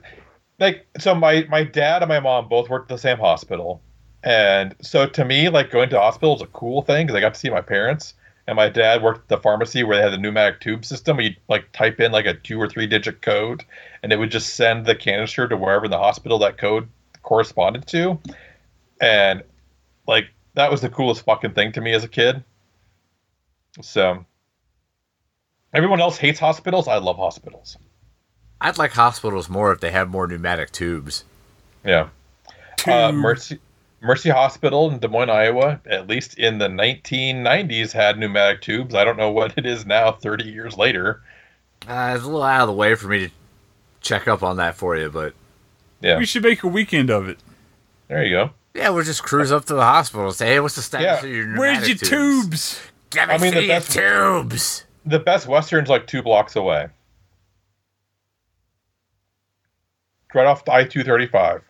Speaker 3: like so my my dad and my mom both worked at the same hospital, and so to me, like going to hospital is a cool thing because I got to see my parents. And my dad worked at the pharmacy where they had the pneumatic tube system. Where you like type in like a two or three digit code, and it would just send the canister to wherever in the hospital that code corresponded to. And like that was the coolest fucking thing to me as a kid. So everyone else hates hospitals. I love hospitals.
Speaker 1: I'd like hospitals more if they had more pneumatic tubes.
Speaker 3: Yeah. Uh, Mercy Mercy Hospital in Des Moines, Iowa, at least in the 1990s, had pneumatic tubes. I don't know what it is now, 30 years later.
Speaker 1: Uh, it's a little out of the way for me to check up on that for you, but
Speaker 3: Yeah,
Speaker 2: We should make a weekend of it.
Speaker 3: there you go.
Speaker 1: yeah, we'll just cruise up to the hospital and say, "Hey, what's the status
Speaker 3: Yeah.
Speaker 1: of your pneumatic
Speaker 2: Where's your
Speaker 1: tubes?
Speaker 2: tubes?
Speaker 1: Let me
Speaker 3: I mean, the
Speaker 1: see your
Speaker 3: best-
Speaker 1: tubes."
Speaker 3: The Best Western's like two blocks away, right off the I-235.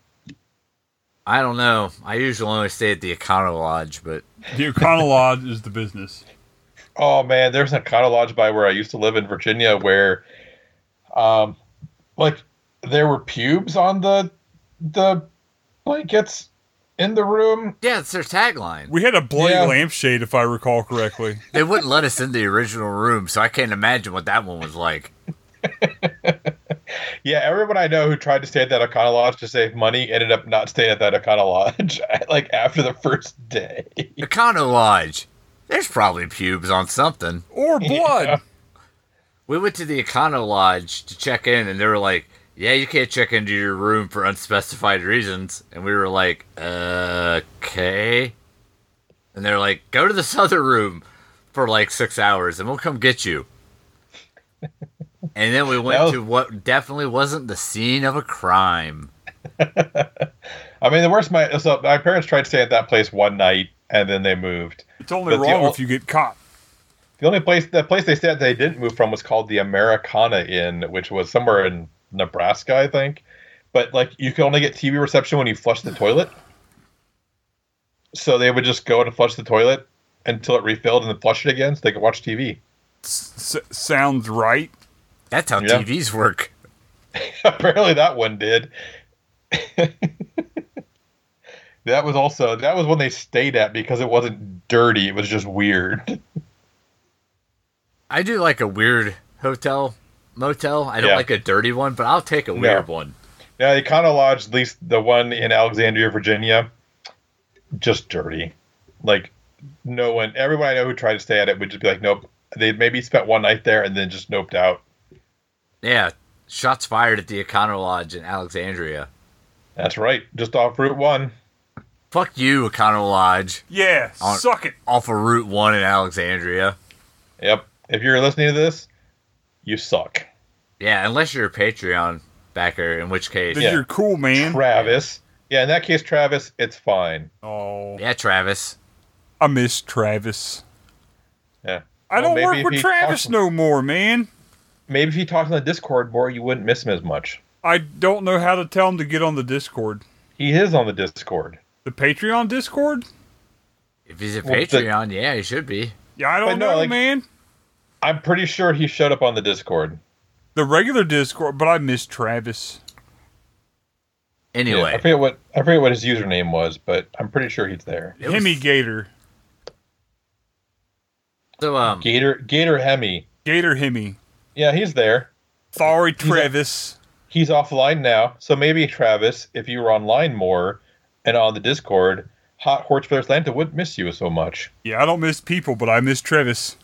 Speaker 1: I don't know. I usually only stay at the Econo Lodge, but
Speaker 2: The O'Connell Lodge is the business.
Speaker 3: Oh man, there's a condo lodge by where I used to live in Virginia where, um, like there were pubes on the the blankets in the room.
Speaker 1: yeah, it's their tagline.
Speaker 2: We had a bloody
Speaker 3: Yeah.
Speaker 2: lampshade, if I recall correctly.
Speaker 1: They wouldn't let us in the original room, so I can't imagine what that one was like.
Speaker 3: Yeah, everyone I know who tried to stay at that Akana Lodge to save money ended up not staying at that Akana Lodge like after the first day.
Speaker 1: Econo Lodge. There's probably pubes on something.
Speaker 2: Or blood.
Speaker 1: We went to the Econo Lodge to check in, and they were like, "Yeah, you can't check into your room for unspecified reasons." And we were like, uh, "Okay." And they're like, "Go to this other room for like six hours, and we'll come get you." and then we went
Speaker 3: No.
Speaker 1: to what definitely wasn't the scene of a crime.
Speaker 3: I mean, the worst my so my parents tried to stay at that place one night and then they moved.
Speaker 2: It's only
Speaker 3: But the
Speaker 2: wrong
Speaker 3: ol-
Speaker 2: if you get caught.
Speaker 3: The only place the place they stayed that they didn't move from was called the Americana Inn, which was somewhere in Nebraska, I think. But like you could only get TV reception when you flush the toilet. So they would just go and flush the toilet until it refilled and then flush it again so they could watch TV.
Speaker 2: S- s- sounds right.
Speaker 1: That's how
Speaker 3: Yeah.
Speaker 1: TVs work.
Speaker 3: apparently that one did that was also that was when they stayed at because it wasn't dirty it was just weird
Speaker 1: I do like a weird hotel motel. I don't
Speaker 3: Yeah.
Speaker 1: like a dirty one, but I'll take a weird one.
Speaker 3: yeah the econo lodge at least the one in alexandria virginia just dirty like no one everyone i know who tried to stay at it would just be like nope they maybe spent one night there and then just noped out
Speaker 1: Yeah, shots fired at the Econo Lodge in Alexandria.
Speaker 3: that's right just off route one
Speaker 1: Fuck you, Econo Lodge,
Speaker 2: Yeah,
Speaker 1: On-
Speaker 2: suck it.
Speaker 1: off of Route 1 in Alexandria.
Speaker 3: yep if you're listening to this you suck
Speaker 1: Yeah, unless you're a Patreon backer, in which case.
Speaker 2: Then
Speaker 1: Yeah,
Speaker 3: Yeah.
Speaker 2: you're cool, man.
Speaker 3: travis yeah in that case travis it's fine
Speaker 2: oh,
Speaker 1: Travis.
Speaker 2: I miss Travis.
Speaker 3: Yeah.
Speaker 2: I don't
Speaker 3: Well, maybe
Speaker 2: work
Speaker 3: if
Speaker 2: with
Speaker 3: he
Speaker 2: Travis
Speaker 3: talks-
Speaker 2: no more, man.
Speaker 3: Maybe if he talked on the Discord more, you wouldn't miss him as much.
Speaker 2: I don't know how to tell him to get on the Discord.
Speaker 3: He is on the Discord.
Speaker 2: The Patreon Discord?
Speaker 1: If he's a
Speaker 3: Well, the-
Speaker 1: Patreon, yeah, he should be.
Speaker 2: Yeah, I don't
Speaker 3: But no,
Speaker 2: know,
Speaker 3: like-
Speaker 2: man.
Speaker 3: I'm pretty sure he showed up on the Discord.
Speaker 2: The regular Discord, but I miss Travis.
Speaker 3: Yeah,
Speaker 1: Anyway,
Speaker 3: I forget what I forget what his username was, but I'm pretty sure he's there.
Speaker 1: It was-
Speaker 2: Hemi Gator.
Speaker 1: so, um,
Speaker 3: Gator Gator Hemi.
Speaker 2: Gator Hemi.
Speaker 3: Yeah, he's there.
Speaker 2: Sorry, Travis.
Speaker 3: He's offline now, so maybe Travis, if you were online more and on the Discord, Hot Horse for Atlanta would miss you so much.
Speaker 2: yeah, I don't miss people, but I miss Travis.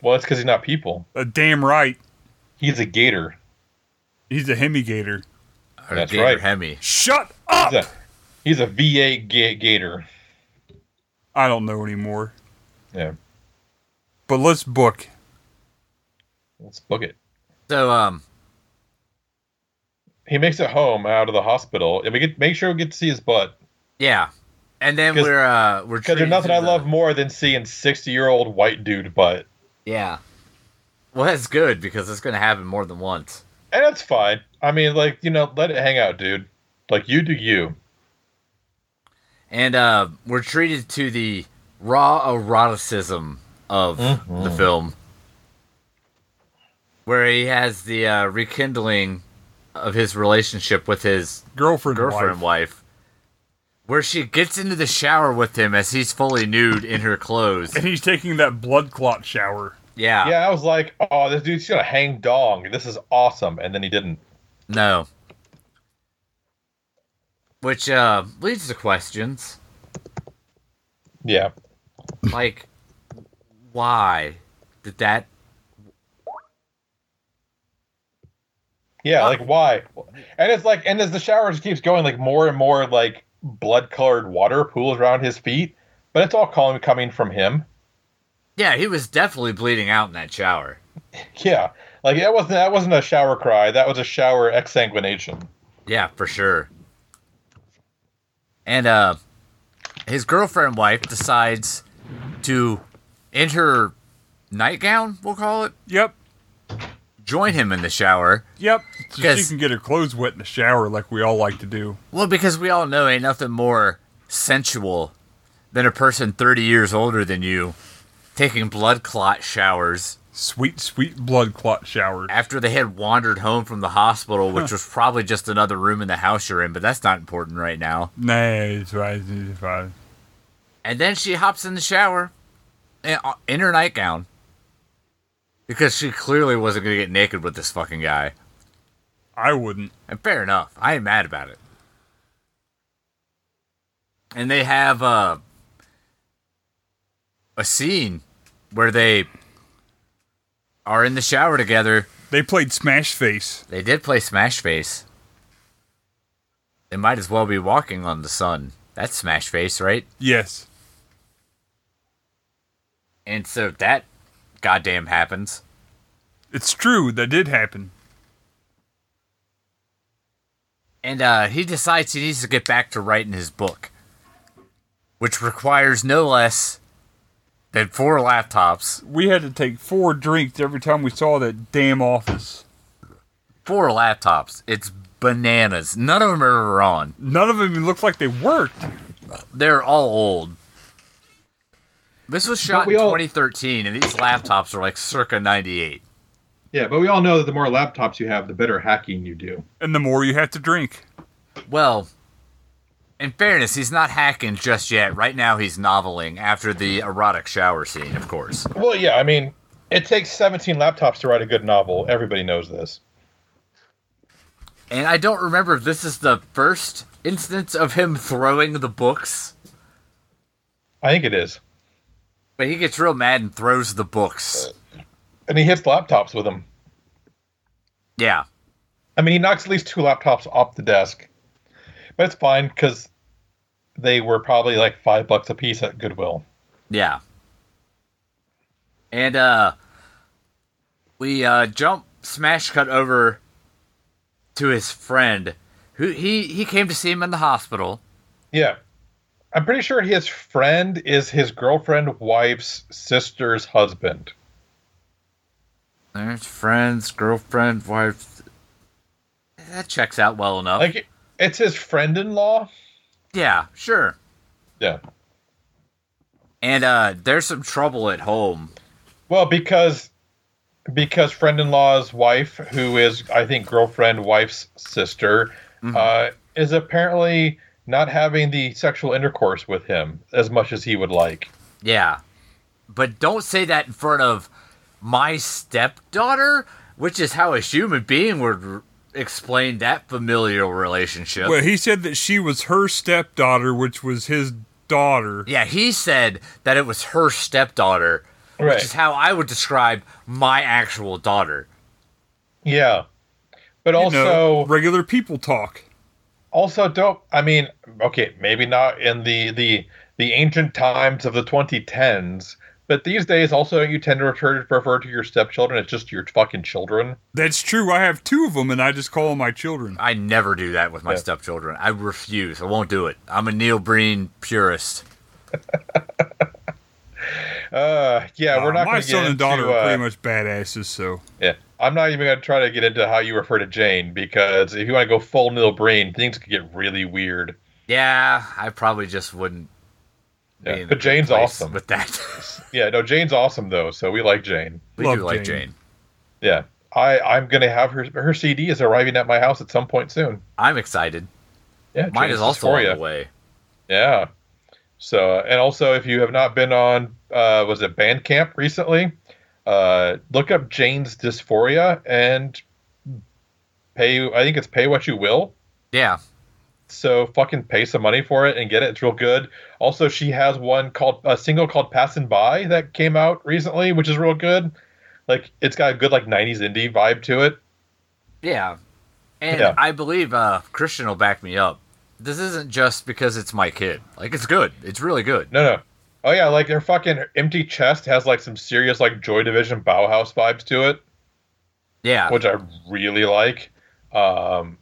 Speaker 3: Well, it's because he's not people.
Speaker 2: Uh, damn right.
Speaker 3: He's a gator.
Speaker 2: He's a hemigator.
Speaker 1: Or
Speaker 3: That's
Speaker 1: Gator
Speaker 3: right.
Speaker 1: Hemi.
Speaker 2: Shut up!
Speaker 3: He's a, he's a VA ga- gator.
Speaker 2: I don't know anymore.
Speaker 3: Yeah,
Speaker 2: But let's book.
Speaker 3: let's book it.
Speaker 1: So um,
Speaker 3: He makes it home out of the hospital, and we get make sure we get to see his butt.
Speaker 1: yeah, and then
Speaker 3: 'Cause-
Speaker 1: we're uh we're treated
Speaker 3: Because there's nothing
Speaker 1: to
Speaker 3: I
Speaker 1: the-
Speaker 3: love more than seeing 60 year old white dude butt.
Speaker 1: Yeah. Well, that's good because it's going to happen more than once.
Speaker 3: And it's fine. I mean, like, you know, let it hang out, dude. Like, you do you.
Speaker 1: And uh, we're treated to the raw eroticism of the film, where he has the uh, rekindling of his relationship with his
Speaker 2: Girlfriend,
Speaker 1: girlfriend
Speaker 2: wife.
Speaker 1: wife. where she gets into the shower with him as he's fully nude in her clothes.
Speaker 2: And he's taking that blood clot shower.
Speaker 1: Yeah.
Speaker 3: Yeah, I was like, oh, this dude's going to hang dong. This is awesome. And then he didn't.
Speaker 1: No. Which uh, leads to questions
Speaker 3: Yeah.
Speaker 1: like, why did that
Speaker 3: Yeah, like, why? And it's like, and as the shower just keeps going, like, more and more, like, blood colored water pools around his feet. But it's all calm, coming from him.
Speaker 1: Yeah, he was definitely bleeding out in that shower.
Speaker 3: Yeah. Like, that wasn't, that wasn't a shower cry. That was a shower exsanguination.
Speaker 1: Yeah, for sure. And uh his girlfriend wife decides to in her nightgown, we'll call it,
Speaker 2: Yep.
Speaker 1: join him in the shower.
Speaker 2: Yep. So she
Speaker 1: Because-
Speaker 2: can get her clothes wet in the shower like we all like to do.
Speaker 1: Well, because we all know ain't nothing more sensual than a person 30 years older than you taking blood clot showers
Speaker 2: Sweet, sweet blood clot shower.
Speaker 1: after they had wandered home from the hospital, which was probably just another room in the house you're in, but that's not important right now.
Speaker 2: Nah, it's fine. It's fine.
Speaker 1: And then she hops in the shower in, uh, in her nightgown because she clearly wasn't going to get naked with this fucking guy.
Speaker 2: I wouldn't.
Speaker 1: And fair enough. I ain't mad about it. And they have uh, a scene where they are in the shower together.
Speaker 2: They played Smash Face.
Speaker 1: They did play Smash Face. They might as well be walking on the sun. That's Smash Face, right?
Speaker 2: Yes.
Speaker 1: And so that goddamn happens.
Speaker 2: It's true. That did happen.
Speaker 1: And uh, he decides he needs to get back to writing his book, which requires no less than four laptops.
Speaker 2: We had to take four drinks every time we saw that damn office.
Speaker 1: Four laptops. It's bananas. None of them are ever on.
Speaker 2: None of them even looked like they worked.
Speaker 1: They're all old. This was shot
Speaker 3: we
Speaker 1: in
Speaker 3: all-
Speaker 1: 2013, and these laptops are like circa 98.
Speaker 3: Yeah, but we all know that the more laptops you have, the better hacking you do.
Speaker 2: And the more you have to drink.
Speaker 1: Well, in fairness, he's not hacking just yet. Right now, he's noveling after the erotic shower scene, of course.
Speaker 3: Well, yeah, I mean, it takes 17 laptops to write a good novel. Everybody knows this.
Speaker 1: And I don't remember if this is the first instance of him throwing the books,
Speaker 3: I think it is.
Speaker 1: but he gets real mad and throws the books.
Speaker 3: And he hits laptops with them.
Speaker 1: Yeah.
Speaker 3: I mean, he knocks at least two laptops off the desk. But it's fine because they were probably like five bucks a piece at Goodwill.
Speaker 1: Yeah. And uh we uh jump smash cut over to his friend who he he came to see him in the hospital.
Speaker 3: Yeah. I'm pretty sure his friend is his girlfriend wife's sister's husband.
Speaker 1: There's friends, girlfriend, wife. That checks out well enough.
Speaker 3: Like, it's his friend in law.
Speaker 1: yeah, sure.
Speaker 3: Yeah.
Speaker 1: And uh there's some trouble at home
Speaker 3: Well, because because friend in law's wife, who is I think girlfriend wife's sister,
Speaker 2: Mm-hmm.
Speaker 3: uh, is apparently not having the sexual intercourse with him as much as he would like.
Speaker 1: Yeah. But don't say that in front of my stepdaughter, which is how a human being would r- explain that familial relationship.
Speaker 2: Well, he said that she was her stepdaughter, which was his daughter.
Speaker 1: Yeah, he said that it was her stepdaughter,
Speaker 3: Right.
Speaker 1: which is how I would describe my actual daughter.
Speaker 3: Yeah. But
Speaker 2: You
Speaker 3: also,
Speaker 2: know, regular people talk.
Speaker 3: also don't i mean okay maybe not in the the the ancient times of the 2010s but these days also don't you tend to refer, refer to your stepchildren as just your fucking children
Speaker 2: That's true. I have two of them, and I just call them my children.
Speaker 1: I never do that with my
Speaker 3: Yeah.
Speaker 1: stepchildren. I refuse. I won't do it. I'm a Neil Breen purist.
Speaker 3: uh yeah we're
Speaker 2: Uh,
Speaker 3: not
Speaker 2: my
Speaker 3: gonna
Speaker 2: son
Speaker 3: get
Speaker 2: and daughter
Speaker 3: into,
Speaker 2: are
Speaker 3: uh,
Speaker 2: pretty much badasses. So
Speaker 3: yeah i'm not even gonna try to get into how you refer to jane because if you want to go full nil brain things could get really weird
Speaker 1: Yeah, I probably just wouldn't. be
Speaker 3: Yeah,
Speaker 1: in
Speaker 3: but
Speaker 1: the
Speaker 3: Jane's
Speaker 1: place
Speaker 3: awesome.
Speaker 1: with that.
Speaker 3: yeah no jane's awesome though so we like jane
Speaker 1: we
Speaker 2: Love
Speaker 1: do like
Speaker 2: Jane.
Speaker 1: Jane.
Speaker 3: yeah i i'm gonna have her her cd is arriving at my house at some point soon
Speaker 1: I'm excited.
Speaker 3: yeah
Speaker 1: Mine
Speaker 3: Jane's
Speaker 1: is also on
Speaker 3: Dysphoria.
Speaker 1: the way.
Speaker 3: Yeah. So, uh, and also, if you have not been on, uh, was it Bandcamp recently? Uh, look up Jane's Dysphoria and pay. I think it's pay what you will.
Speaker 1: Yeah,
Speaker 3: So fucking pay some money for it and get it. It's real good. Also, she has one called a single called "Passing By" that came out recently, which is real good. Like it's got a good like '90s indie vibe to it.
Speaker 1: yeah, and
Speaker 3: Yeah.
Speaker 1: I believe uh, Christian will back me up. This isn't just because it's my kid. Like it's good. It's really good.
Speaker 3: No, no. Oh yeah, like her fucking empty chest has like some serious like Joy Division Bauhaus vibes to it.
Speaker 1: Yeah,
Speaker 3: which I really like. Um,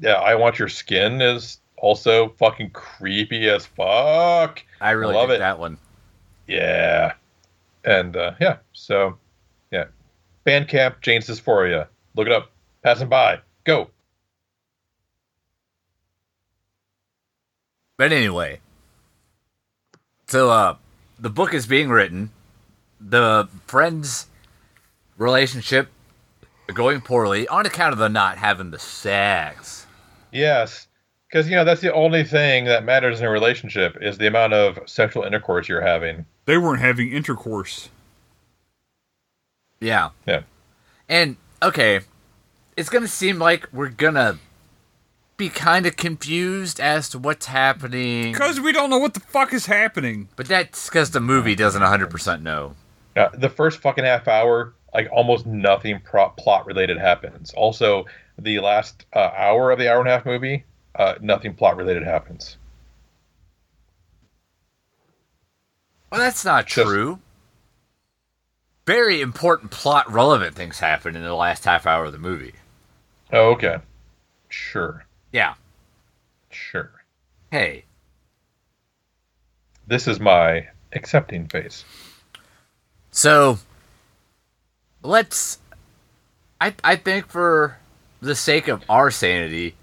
Speaker 3: yeah, I want your skin is also fucking creepy as fuck.
Speaker 1: I really
Speaker 3: love
Speaker 1: like
Speaker 3: it.
Speaker 1: that one.
Speaker 3: Yeah, and uh, yeah, so yeah, Bandcamp Jane's Dysphoria. Look it up. Passing by. Go.
Speaker 1: But anyway, so uh, the book is being written. The friends' relationship going poorly on account of the not having the sex.
Speaker 3: Yes, because you know that's the only thing that matters in a relationship is the amount of sexual intercourse you're having.
Speaker 2: they weren't having intercourse.
Speaker 1: Yeah,
Speaker 3: Yeah.
Speaker 1: and okay, it's gonna seem like we're gonna be kind of confused as to what's happening.
Speaker 2: Because we don't know what the fuck is happening.
Speaker 1: But that's because the movie doesn't 100% know.
Speaker 3: Now, Uh, the first fucking half hour, like almost nothing pro- plot related happens. Also, the last uh, hour of the hour and a half movie, uh, nothing plot related happens.
Speaker 1: Well, that's not
Speaker 3: Just-
Speaker 1: true. Very important plot relevant things happen in the last half hour of the movie.
Speaker 3: Oh, okay. Sure.
Speaker 1: Yeah.
Speaker 3: Sure.
Speaker 1: Hey,
Speaker 3: This is my accepting face.
Speaker 1: so let's. I, I think for the sake of our sanity,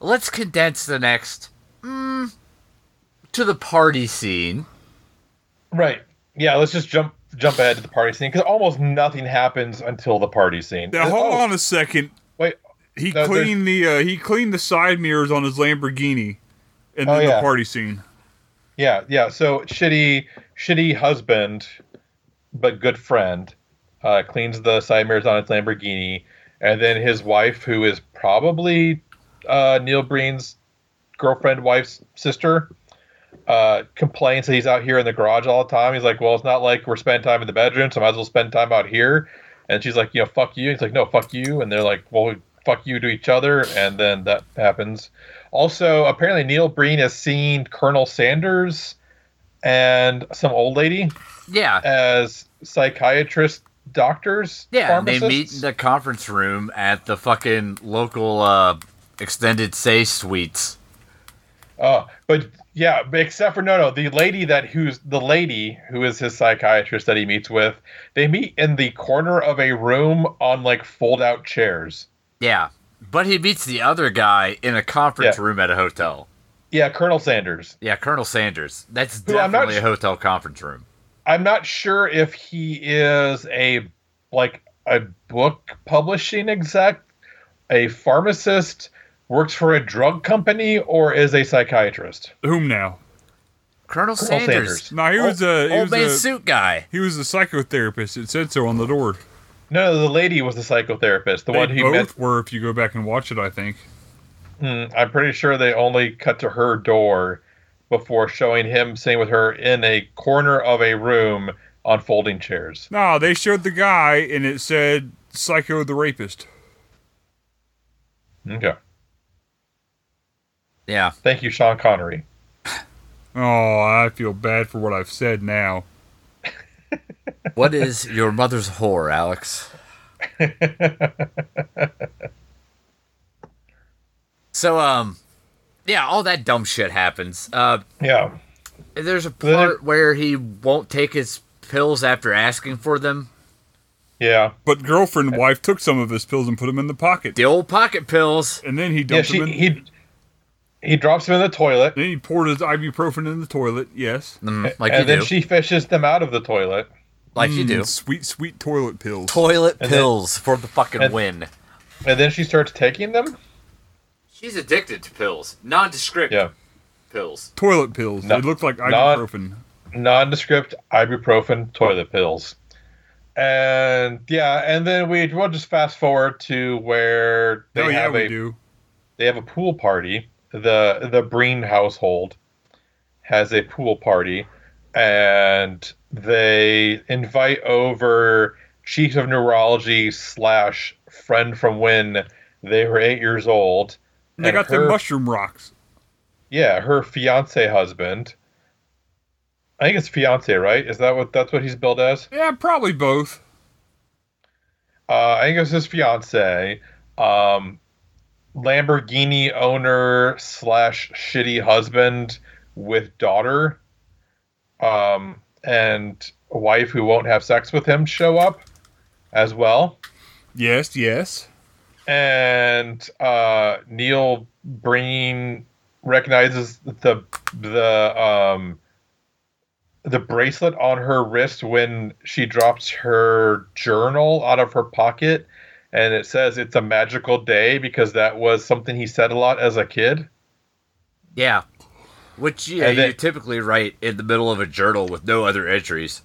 Speaker 1: let's condense the next mm, to the party scene.
Speaker 3: Right. Yeah, let's just jump jump ahead to the party scene because almost nothing happens until the party scene.
Speaker 2: Now
Speaker 3: Oh,
Speaker 2: hold on a second.
Speaker 3: Wait.
Speaker 2: He
Speaker 3: No, there's-
Speaker 2: cleaned the uh, he cleaned the side mirrors on his Lamborghini, and
Speaker 3: Oh,
Speaker 2: then
Speaker 3: yeah.
Speaker 2: the party scene.
Speaker 3: Yeah, yeah. So shitty, shitty husband, but good friend, uh, cleans the side mirrors on his Lamborghini, and then his wife, who is probably uh, Neil Breen's girlfriend, wife's sister, uh, complains that he's out here in the garage all the time. He's like, "Well, it's not like we're spending time in the bedroom, so might as well spend time out here." And she's like, "You know, fuck you." He's like, "No, fuck you." And they're like, "Well, fuck you to each other," and then that happens. Also, apparently Neil Breen has seen Colonel Sanders and some old lady
Speaker 1: Yeah.
Speaker 3: as psychiatrist doctors.
Speaker 1: Yeah, and they meet
Speaker 3: pharmacists.
Speaker 1: in the conference room at the fucking local uh, extended stay suites.
Speaker 3: Oh, but yeah, but except for no, no, the lady that who's the lady who is his psychiatrist that he meets with, they meet in the corner of a room on like fold out chairs.
Speaker 1: Yeah, but he meets the other guy in a conference
Speaker 3: Yeah.
Speaker 1: room at a hotel.
Speaker 3: Yeah, Colonel Sanders.
Speaker 1: Yeah, Colonel Sanders. That's
Speaker 3: Who I'm not
Speaker 1: definitely a
Speaker 3: sh-
Speaker 1: hotel conference room.
Speaker 3: I'm not sure if he is a like a book publishing exec, a pharmacist, works for a drug company, or is a psychiatrist.
Speaker 2: Whom now?
Speaker 1: Colonel,
Speaker 3: Colonel
Speaker 1: Sanders,
Speaker 2: No, he was a he
Speaker 1: old
Speaker 2: was
Speaker 1: man
Speaker 2: a,
Speaker 1: suit guy.
Speaker 2: he was a psychotherapist. It said so on the door.
Speaker 3: No, no, the lady was the psychotherapist. The
Speaker 2: They
Speaker 3: one who
Speaker 2: both
Speaker 3: met.
Speaker 2: were, if you go back and watch it. I think.
Speaker 3: Hmm, I'm pretty sure they only cut to her door before showing him sitting with her in a corner of a room on folding chairs.
Speaker 2: No, they showed the guy, and it said "Psycho the Rapist."
Speaker 3: Okay.
Speaker 1: Yeah.
Speaker 3: Thank you, Sean Connery.
Speaker 2: Oh, I feel bad for what I've said now.
Speaker 1: What is your mother's whore, Alex? so, um, yeah, all that dumb shit happens. Uh,
Speaker 3: Yeah.
Speaker 1: there's a
Speaker 3: Then-
Speaker 1: part where he won't take his pills after asking for them.
Speaker 3: Yeah.
Speaker 2: But girlfriend and wife took some of his pills and put them in the pocket.
Speaker 1: The old pocket pills.
Speaker 2: And then he
Speaker 3: Yeah,
Speaker 2: dumped
Speaker 3: she,
Speaker 2: them in.
Speaker 3: he he drops him in the toilet,
Speaker 2: then he poured his ibuprofen in the toilet. Yes.
Speaker 1: Mm, like you
Speaker 3: and then
Speaker 1: do.
Speaker 3: she fishes them out of the toilet.
Speaker 1: like you
Speaker 2: Mm,
Speaker 1: do.
Speaker 2: Sweet, sweet toilet pills.
Speaker 1: Toilet
Speaker 3: then-
Speaker 1: pills for the fucking
Speaker 3: and-
Speaker 1: win.
Speaker 3: And then she starts taking them.
Speaker 1: She's addicted to pills, nondescript
Speaker 3: Yeah.
Speaker 1: pills.
Speaker 2: toilet pills.
Speaker 3: No-
Speaker 2: they looked like
Speaker 3: not-
Speaker 2: ibuprofen.
Speaker 3: Nondescript ibuprofen toilet pills. And yeah, and then we we'll just fast forward to where they
Speaker 2: oh yeah,
Speaker 3: have
Speaker 2: we
Speaker 3: a
Speaker 2: do.
Speaker 3: they have a pool party. The the Breen household has a pool party and they invite over chief of neurology slash friend from when they were eight years old.
Speaker 2: They
Speaker 3: and
Speaker 2: got their
Speaker 3: her-
Speaker 2: mushroom rocks.
Speaker 3: Yeah, her fiance husband. I think it's fiance, right? Is that what that's what he's billed as?
Speaker 2: Yeah, probably both.
Speaker 3: Uh, I think it was his fiance, um, Lamborghini owner slash shitty husband with daughter, um, and a wife who won't have sex with him show up as well.
Speaker 2: Yes, yes.
Speaker 3: And uh, Neil Breen recognizes the the um, the bracelet on her wrist when she drops her journal out of her pocket and it says it's a magical day because that was something he said a lot as a kid
Speaker 1: Yeah. Which yeah,
Speaker 3: And then-
Speaker 1: you typically write in the middle of a journal with no other entries.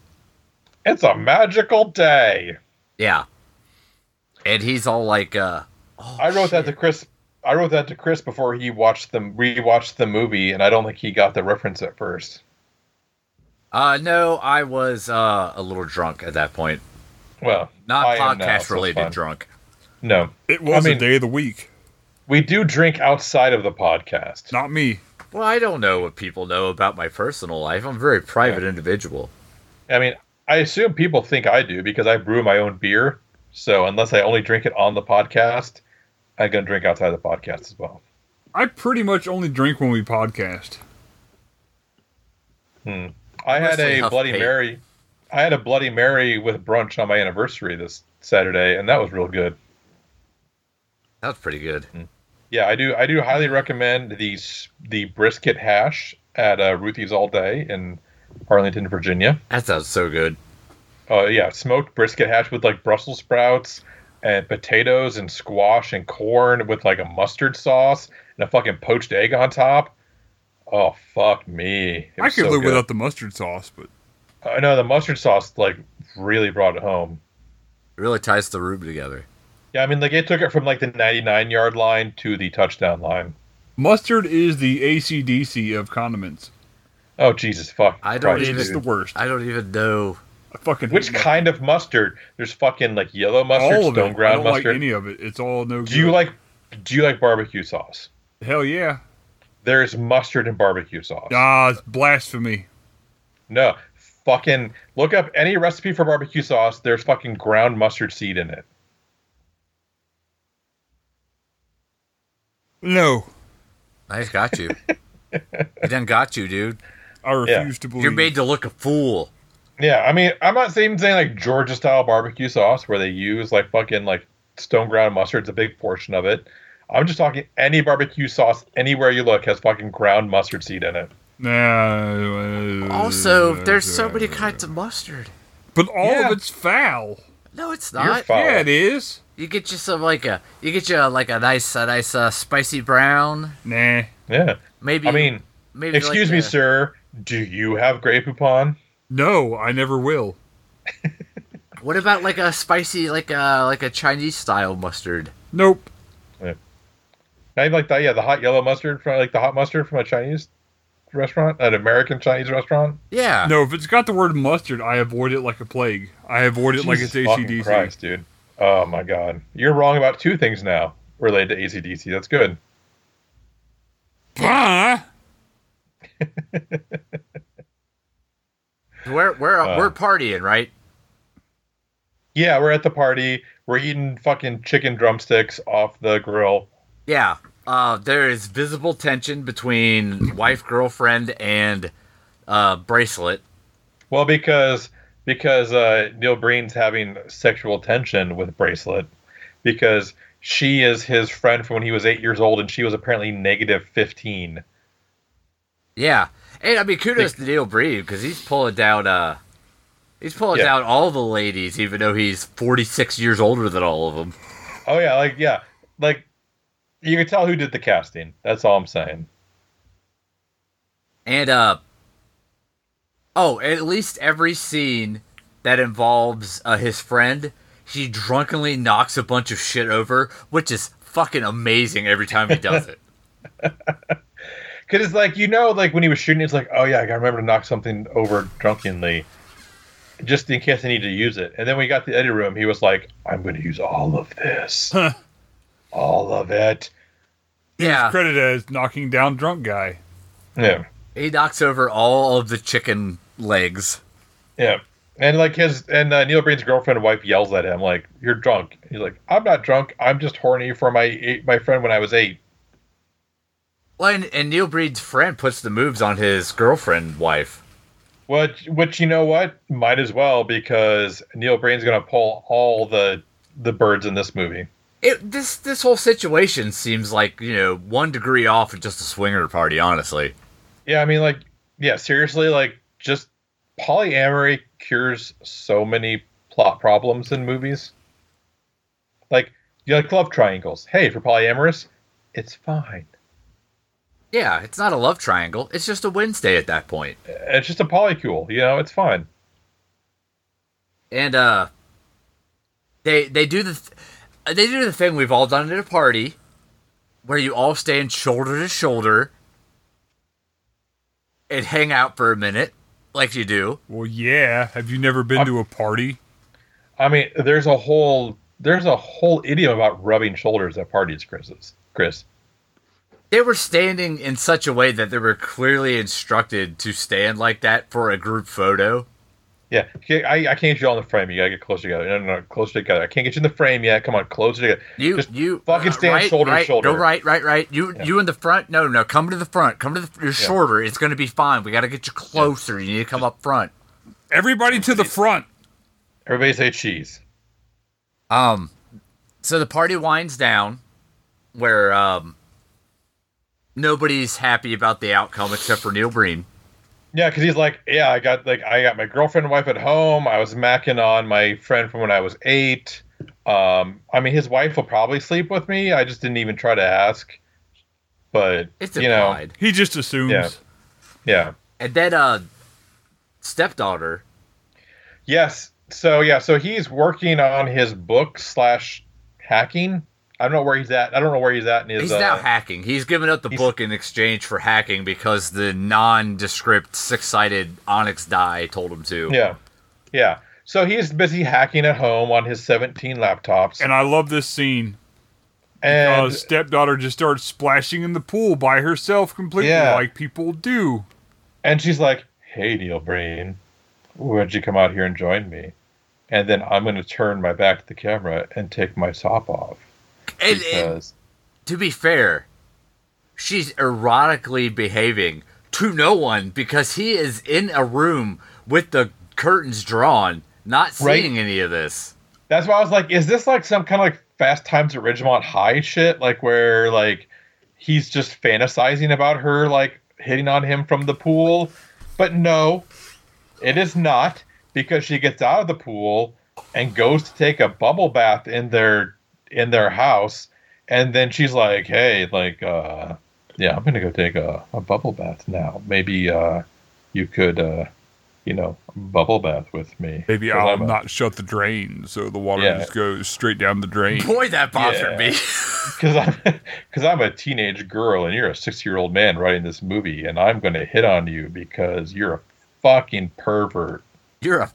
Speaker 3: it's a magical day
Speaker 1: Yeah. And he's all like, uh, oh,
Speaker 3: i wrote
Speaker 1: shit.
Speaker 3: that to chris i wrote that to chris before he watched the rewatched the movie and i don't think he got the reference at first
Speaker 1: Uh, no, I was uh, a little drunk at that point.
Speaker 3: well I
Speaker 1: Not
Speaker 3: am now, so
Speaker 1: podcast
Speaker 3: it's
Speaker 1: related
Speaker 3: fine.
Speaker 1: drunk.
Speaker 3: no
Speaker 2: It was
Speaker 3: mean-
Speaker 2: a day of the week.
Speaker 3: we do drink outside of the podcast
Speaker 2: Not me.
Speaker 1: Well, I don't know what people know about my personal life. I'm a very private individual.
Speaker 3: I mean, I assume people think I do because I brew my own beer. So unless I only drink it on the podcast, I'm gonna drink outside the podcast as well.
Speaker 2: I pretty much only drink when we podcast.
Speaker 3: I had
Speaker 1: Mostly
Speaker 3: a
Speaker 1: Huff
Speaker 3: Bloody
Speaker 1: Pate.
Speaker 3: Mary. I had a Bloody Mary with brunch on my anniversary this Saturday, and that was real good.
Speaker 1: That was pretty good.
Speaker 3: Mm. Yeah, I do. I do highly recommend the s- the brisket hash at uh, Ruthie's All Day in Arlington, Virginia.
Speaker 1: That sounds so good.
Speaker 3: Uh, yeah, smoked brisket hash with like Brussels sprouts and potatoes and squash and corn with like a mustard sauce and a fucking poached egg on top. Oh fuck me! It
Speaker 2: I
Speaker 3: was
Speaker 2: could
Speaker 3: so
Speaker 2: live
Speaker 3: good.
Speaker 2: without the mustard sauce, but
Speaker 3: I know the mustard sauce like really brought it home.
Speaker 1: It really ties the room together.
Speaker 3: Yeah, I mean like it took it from like the 99 yard line to the touchdown line.
Speaker 2: mustard is the ACDC of condiments.
Speaker 3: Oh Jesus fuck!
Speaker 1: I don't
Speaker 3: Christ,
Speaker 1: even-
Speaker 2: It's
Speaker 3: dude.
Speaker 2: the worst. I,
Speaker 1: I don't even know.
Speaker 2: fucking hate
Speaker 3: Which
Speaker 2: mustard.
Speaker 3: kind of mustard? There's fucking like yellow mustard,
Speaker 2: all of
Speaker 3: stone
Speaker 2: it. I
Speaker 3: ground
Speaker 2: don't
Speaker 3: mustard.
Speaker 2: like any of it. It's all no good.
Speaker 3: do you like do you like barbecue sauce?
Speaker 2: Hell yeah.
Speaker 3: There's mustard in barbecue sauce.
Speaker 2: Ah, it's blasphemy.
Speaker 3: No, fucking look up any recipe for barbecue sauce. There's fucking ground mustard seed in it.
Speaker 2: No,
Speaker 1: I just got you. I done got you, dude.
Speaker 2: I refuse to believe.
Speaker 1: You're made to look a fool.
Speaker 3: Yeah, I mean, I'm not even saying like Georgia style barbecue sauce where they use like fucking like stone ground mustard's a big portion of it. I'm just talking any barbecue sauce anywhere you look has fucking ground mustard seed in it.
Speaker 2: Nah. uh,
Speaker 1: Also, there's so many kinds of mustard.
Speaker 2: But all
Speaker 3: Yeah.
Speaker 2: of it's foul.
Speaker 1: No, it's
Speaker 3: You're
Speaker 1: not.
Speaker 3: fu- Foul.
Speaker 2: Yeah, it is.
Speaker 1: You get you some like a you get you like a nice a nice uh, spicy brown.
Speaker 2: Nah.
Speaker 3: Yeah,
Speaker 1: Maybe
Speaker 3: I mean,
Speaker 1: maybe like
Speaker 3: excuse me,
Speaker 1: a-
Speaker 3: sir. Do you have Grey Poupon?
Speaker 2: No, I never will.
Speaker 1: What about like a spicy like a like a Chinese style mustard?
Speaker 2: Nope.
Speaker 3: Not even like that. Yeah, the hot yellow mustard from like the hot mustard from a Chinese restaurant, an American Chinese restaurant.
Speaker 1: Yeah.
Speaker 2: No, if it's got the word mustard, I avoid it like a plague. I avoid it like it's
Speaker 3: Jesus fucking
Speaker 2: ACDC.
Speaker 3: Christ, dude. Oh my god, you're wrong about two things now. related to ACDC. That's good.
Speaker 2: Bah!
Speaker 1: We're we're
Speaker 3: Uh.
Speaker 1: we're partying, right?
Speaker 3: Yeah, we're at the party. We're eating fucking chicken drumsticks off the grill.
Speaker 1: Yeah. Uh, there is visible tension between wife, girlfriend, and uh, bracelet.
Speaker 3: Well, because because uh, Neil Breen's having sexual tension with Bracelet because she is his friend from when he was eight years old, and she was apparently negative fifteen.
Speaker 1: Yeah, and I mean kudos to Neil Breen because he's pulling down. Uh, he's pulling
Speaker 3: Yeah.
Speaker 1: down all the ladies, even though he's forty six years older than all of them.
Speaker 3: Oh yeah, like yeah, like you can tell who did the casting. That's all I'm saying.
Speaker 1: And uh oh, at least every scene that involves uh, his friend, he drunkenly knocks a bunch of shit over, which is fucking amazing every time he does it.
Speaker 3: Because it's like you know, like when he was shooting, it's like, oh yeah, I gotta remember to knock something over drunkenly, just in case I need to use it. And then we got the edit room. He was like, I'm gonna use all of this,
Speaker 2: Huh.
Speaker 3: all of it.
Speaker 1: yeah,
Speaker 2: Credited as knocking down drunk guy.
Speaker 3: Yeah,
Speaker 1: he knocks over all of the chicken legs.
Speaker 3: yeah. And like his and uh, Neil Breen's girlfriend and wife yells at him like, "You're drunk." He's like, "I'm not drunk. I'm just horny for my eight, my friend when I was eight.
Speaker 1: Well, and, and Neil Breed's friend puts the moves on his girlfriend wife.
Speaker 3: Which, which you know what, might as well because Neil Breen's gonna pull all the the birds in this movie.
Speaker 1: It, this this whole situation seems like you know one degree off of just a swinger party. Honestly,
Speaker 3: Yeah, I mean, like, yeah, seriously, like, just polyamory cures so many plot problems in movies. Like, you like love triangles. Hey, if you're polyamorous, it's fine.
Speaker 1: yeah, it's not a love triangle. It's just a Wednesday at that point.
Speaker 3: It's just a polycule, you know, it's fine.
Speaker 1: and uh they they do the th- they do the thing we've all done at a party where you all stand shoulder to shoulder and hang out for a minute like you do
Speaker 2: Well, yeah. Have you never been to a party?
Speaker 3: I mean, there's a whole there's a whole idiom about rubbing shoulders at parties, Chris's. Chris.
Speaker 1: they were standing in such a way that they were clearly instructed to stand like that for a group photo
Speaker 3: Yeah, okay, I, I can't get you all in the frame. You gotta get closer together. No, no, no, closer together. I can't get you in the frame yet. Come on, closer together.
Speaker 1: you
Speaker 3: Just
Speaker 1: you
Speaker 3: fucking
Speaker 1: uh,
Speaker 3: stand
Speaker 1: right,
Speaker 3: shoulder to
Speaker 1: right,
Speaker 3: shoulder.
Speaker 1: no right right right you you in the front no no come to the front come to the you're
Speaker 3: Yeah.
Speaker 1: shorter it's gonna be fine we gotta get you closer you need to come up front
Speaker 2: Everybody to the front.
Speaker 3: Everybody say cheese.
Speaker 1: Um, so the party winds down, where um, nobody's happy about the outcome except for Neil Breen.
Speaker 3: Yeah, because he's like, yeah, I got like I got my girlfriend and wife at home. I was macking on my friend from when I was eight. Um, I mean, his wife will probably sleep with me. I just didn't even try to ask. But
Speaker 1: It's
Speaker 3: you know,
Speaker 1: implied,
Speaker 2: He just assumes.
Speaker 3: Yeah. yeah,
Speaker 1: and then uh, stepdaughter.
Speaker 3: yes. So yeah, so he's working on his book slash hacking. I don't know where he's at. I don't know where he's at in his.
Speaker 1: He's
Speaker 3: uh,
Speaker 1: now hacking. He's given up the
Speaker 3: he's-
Speaker 1: book in exchange for hacking because the nondescript six-sided onyx die told him to.
Speaker 3: yeah, yeah. So he's busy hacking at home on his 17 laptops.
Speaker 2: And I love this scene.
Speaker 3: And
Speaker 2: uh, stepdaughter just starts splashing in the pool by herself completely,
Speaker 3: Yeah.
Speaker 2: like people do.
Speaker 3: And she's like, Hey, Neil Breen, would you come out here and join me? And then I'm going to turn my back to the camera and take my top off.
Speaker 1: and, and
Speaker 3: Because,
Speaker 1: to be fair, she's erotically behaving to no one because he is in a room with the curtains drawn, not
Speaker 3: Right.
Speaker 1: seeing any of this.
Speaker 3: that's why I was like, Is this like some kind of like Fast Times at Ridgemont High shit? Like, where like he's just fantasizing about her, like hitting on him from the pool? But no, it is not because she gets out of the pool and goes to take a bubble bath in their in their house and then she's like hey like uh yeah i'm gonna go take a, a bubble bath now maybe uh you could uh you know bubble bath with me
Speaker 2: Maybe
Speaker 3: 'Cause
Speaker 2: I'll
Speaker 3: I'm a-
Speaker 2: not shut the drain, so the water
Speaker 3: Yeah.
Speaker 2: just goes straight down the drain.
Speaker 1: Boy, that bothered
Speaker 3: Yeah.
Speaker 1: me.
Speaker 3: because I'm because I'm a teenage girl and you're a six year old man writing this movie and I'm gonna hit on you because you're a fucking pervert.
Speaker 1: you're a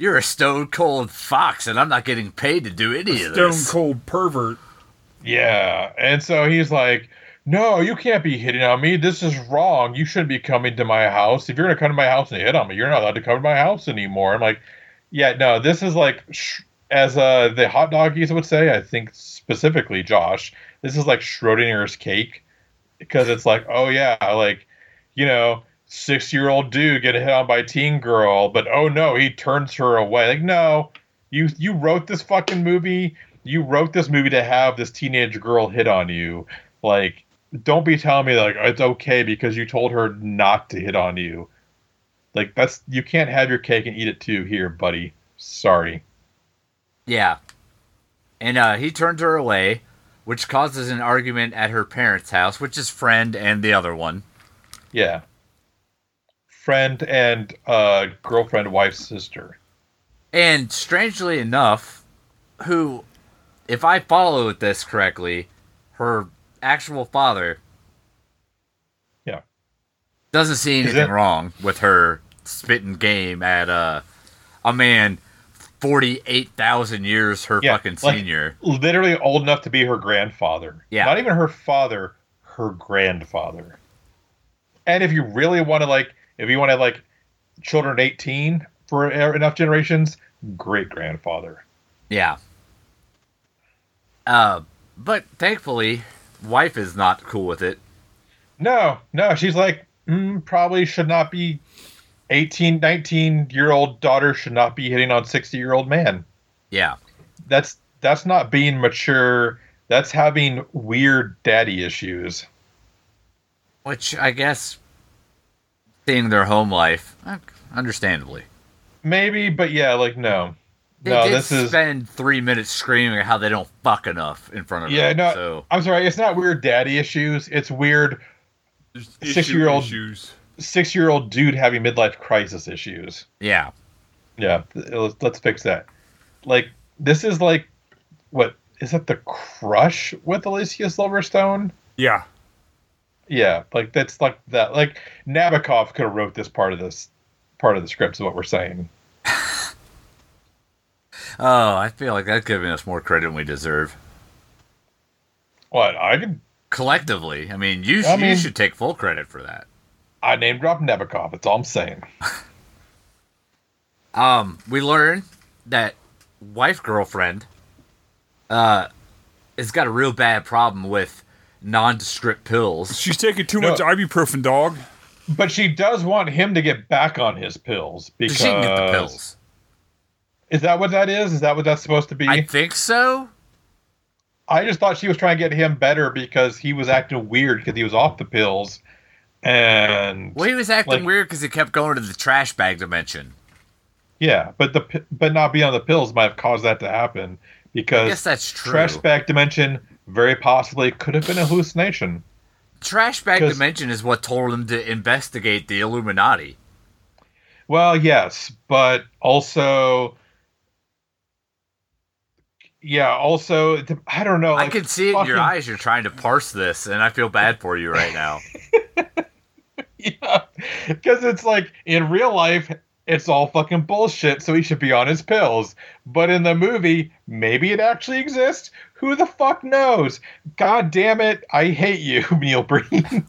Speaker 1: you're a stone cold fox, and I'm not getting paid to do any of
Speaker 2: Stone
Speaker 1: this.
Speaker 2: cold pervert.
Speaker 3: Yeah. And so he's like, No, you can't be hitting on me. This is wrong. You shouldn't be coming to my house. If you're going to come to my house and hit on me, you're not allowed to come to my house anymore. I'm like, Yeah, no, this is like, sh- as uh, the hot doggies would say, I think specifically Josh, this is like Schrodinger's cake because it's like, Oh, yeah, like, you know, six year old dude get hit on by a teen girl, but oh no, he turns her away. Like, no, you you wrote this fucking movie. You wrote this movie to have this teenage girl hit on you. Like, don't be telling me like it's okay because you told her not to hit on you. Like that's you can't have your cake and eat it too here, buddy. Sorry.
Speaker 1: Yeah. And uh, he turns her away, which causes an argument at her parents' house, which is friend and the other one.
Speaker 3: Yeah. Friend and uh, girlfriend, wife's sister.
Speaker 1: And strangely enough, who, if I followed this correctly, her actual father
Speaker 3: Yeah.
Speaker 1: doesn't see anything
Speaker 3: that-
Speaker 1: wrong with her spitting game at uh, a man 48,000 years her
Speaker 3: Yeah,
Speaker 1: fucking
Speaker 3: like-
Speaker 1: senior.
Speaker 3: literally old enough to be her grandfather.
Speaker 1: Yeah.
Speaker 3: Not even her father, her grandfather. And if you really want to like, if you want to like, children eighteen for e, enough generations, great grandfather.
Speaker 1: Yeah. Uh, but thankfully, wife is not cool with it.
Speaker 3: No, no, she's like mm, probably should not be. 18, 19 year old daughter should not be hitting on 60 year old man.
Speaker 1: Yeah.
Speaker 3: That's that's not being mature. That's having weird daddy issues.
Speaker 1: Which I guess, seeing their home life, uh, understandably.
Speaker 3: Maybe, but yeah, like no.
Speaker 1: They
Speaker 3: no,
Speaker 1: did
Speaker 3: this is
Speaker 1: spend three minutes screaming how they don't fuck enough in front of
Speaker 3: Yeah,
Speaker 1: her,
Speaker 3: no,
Speaker 1: So
Speaker 3: I'm sorry. It's not weird daddy issues. It's weird
Speaker 2: Just
Speaker 3: Six-year-old-
Speaker 2: issues.
Speaker 3: six year old dude having midlife crisis issues.
Speaker 1: yeah,
Speaker 3: Yeah, th- let's, let's fix that. Like this is like what is that? The crush with Alicia Silverstone.
Speaker 2: Yeah.
Speaker 3: Yeah, like that's like that. Like Nabokov could have wrote this part of this part of the script. Is what we're saying.
Speaker 1: oh, I feel like that's giving us more credit than we deserve
Speaker 3: What I could
Speaker 1: collectively. I mean, you sh-
Speaker 3: I
Speaker 1: you
Speaker 3: mean-
Speaker 1: should take full credit for that.
Speaker 3: I name drop Nabokov. That's all I'm saying.
Speaker 1: Um, we learn that wife girlfriend uh has got a real bad problem with nondescript pills.
Speaker 2: She's taking too
Speaker 3: No.
Speaker 2: much ibuprofen, dog.
Speaker 3: But she does want him to get back on his pills because
Speaker 1: She can get
Speaker 3: Uh,
Speaker 1: the pills.
Speaker 3: Is that what that is? Is that what that's supposed to be?
Speaker 1: I think so.
Speaker 3: I just thought she was trying to get him better because he was acting weird because he was off the pills. And
Speaker 1: Well, he was acting weird 'cause
Speaker 3: Like-
Speaker 1: weird because he kept going to the trash bag dimension.
Speaker 3: yeah, but the pi- but not being on the pills might have caused that to happen
Speaker 1: I
Speaker 3: because
Speaker 1: guess that's true.
Speaker 3: trash bag dimension very possibly could have been a hallucination.
Speaker 1: Trash bag
Speaker 3: 'Cause-
Speaker 1: dimension is what told him to investigate the Illuminati.
Speaker 3: Well, yes, but also yeah, also I don't know.
Speaker 1: I
Speaker 3: like,
Speaker 1: can see it in your
Speaker 3: fucking-
Speaker 1: eyes. You're trying to parse this, and I feel bad for you right now.
Speaker 3: Yeah, because it's like in real life, it's all fucking bullshit. So he should be on his pills. But in the movie, maybe it actually exists. Who the fuck knows? God damn it! I hate you, Neil Breen.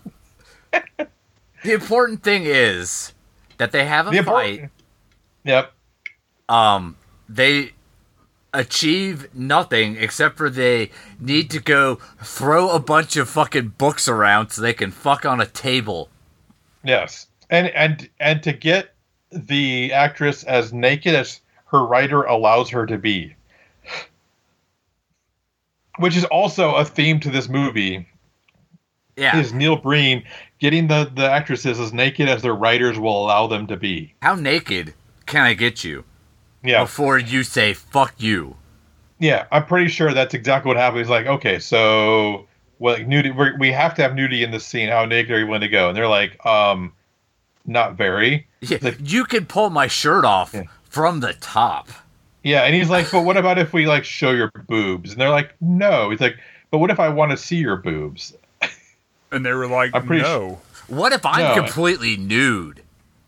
Speaker 1: the important thing is that they have a
Speaker 3: The
Speaker 1: fight.
Speaker 3: important- Yep.
Speaker 1: Um, they achieve nothing except for they need to go throw a bunch of fucking books around so they can fuck on a table.
Speaker 3: Yes. And and and to get the actress as naked as her writer allows her to be, which is also a theme to this movie.
Speaker 1: Yeah.
Speaker 3: is Neil Breen getting the, the actresses as naked as their writers will allow them to be.
Speaker 1: How naked can I get you
Speaker 3: Yeah.
Speaker 1: before you say fuck you?
Speaker 3: Yeah. I'm pretty sure that's exactly what happened. He's like, okay, so well, like, nudity, we're, we have to have nudity in this scene. How naked are you willing to go? And they're like, um, not very.
Speaker 1: Yeah,
Speaker 3: Like-
Speaker 1: you can pull my shirt off
Speaker 3: Yeah.
Speaker 1: from the top.
Speaker 3: Yeah. And he's like, but what about if we like show your boobs? And they're like, no. He's like, but what if I want to see your boobs?
Speaker 2: And they were like,
Speaker 3: I'm pretty
Speaker 2: no.
Speaker 1: What if I'm
Speaker 3: No.
Speaker 1: completely nude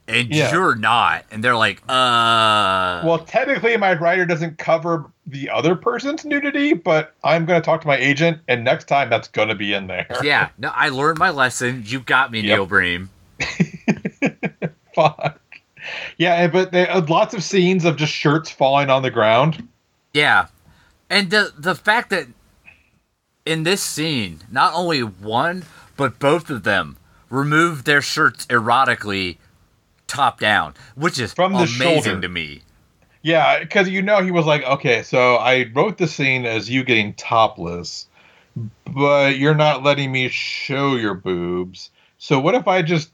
Speaker 1: and
Speaker 3: Yeah.
Speaker 1: you're not. And they're like, uh,
Speaker 3: Well, technically, my rider doesn't cover the other person's nudity, but I'm going to talk to my agent, and next time that's going to be in there.
Speaker 1: yeah, no, I learned my lesson. You got me,
Speaker 3: Yep.
Speaker 1: Neil Bream.
Speaker 3: Fuck. Yeah, but they, uh, lots of scenes of just shirts falling on the ground.
Speaker 1: Yeah, and the the fact that in this scene, not only one but both of them remove their shirts erotically, top down, which is
Speaker 3: From the
Speaker 1: amazing
Speaker 3: shoulder.
Speaker 1: to me.
Speaker 3: Yeah, because you know he was like, okay, so I wrote the scene as you getting topless, but you're not letting me show your boobs. So what if I just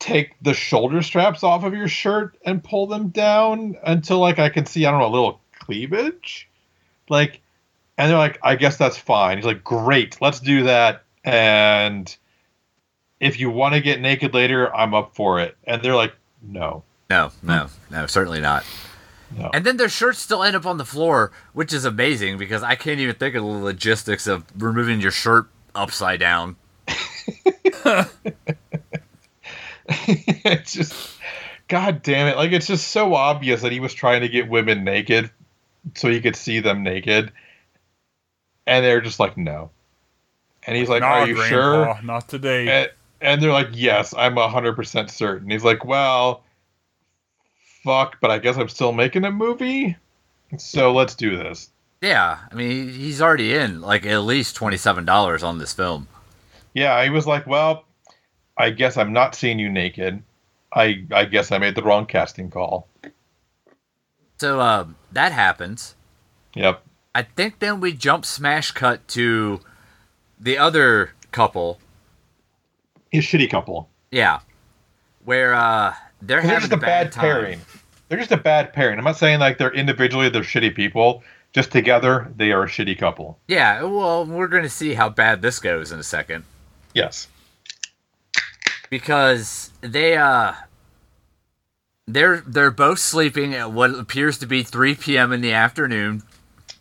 Speaker 3: take the shoulder straps off of your shirt and pull them down until like I can see, I don't know, a little cleavage? Like and they're like, I guess that's fine. He's like, Great, let's do that. And if you want to get naked later, I'm up for it. And they're like, No.
Speaker 1: No, no, no, certainly not.
Speaker 3: No.
Speaker 1: And then their shirts still end up on the floor, which is amazing because I can't even think of the logistics of removing your shirt upside down.
Speaker 3: it's just god damn it like it's just so obvious that he was trying to get women naked so he could see them naked and they're just like no and he's like
Speaker 2: Nah,
Speaker 3: are you
Speaker 2: Grandpa,
Speaker 3: sure Eh.
Speaker 2: Not today.
Speaker 3: and, and they're like yes i'm 100% certain he's like well fuck but i guess i'm still making a movie so let's do this
Speaker 1: Yeah, I mean he- he's already in like at least twenty seven dollars on this film.
Speaker 3: yeah he was like well i guess i'm not seeing you naked i i guess i made the wrong casting call
Speaker 1: So uh, that happens.
Speaker 3: yep
Speaker 1: I think then we jump smash cut to the other couple.
Speaker 3: he's a shitty couple
Speaker 1: Yeah, where uh, they're
Speaker 3: They're
Speaker 1: having
Speaker 3: just a bad,
Speaker 1: time.
Speaker 3: pairing. They're just a bad pairing. I'm not saying like they're individually they're shitty people. Just together they are a shitty couple.
Speaker 1: Yeah, well, we're gonna see how bad this goes in a second.
Speaker 3: Yes.
Speaker 1: because they uh they're they're both sleeping at what appears to be 3 p.m. in the afternoon.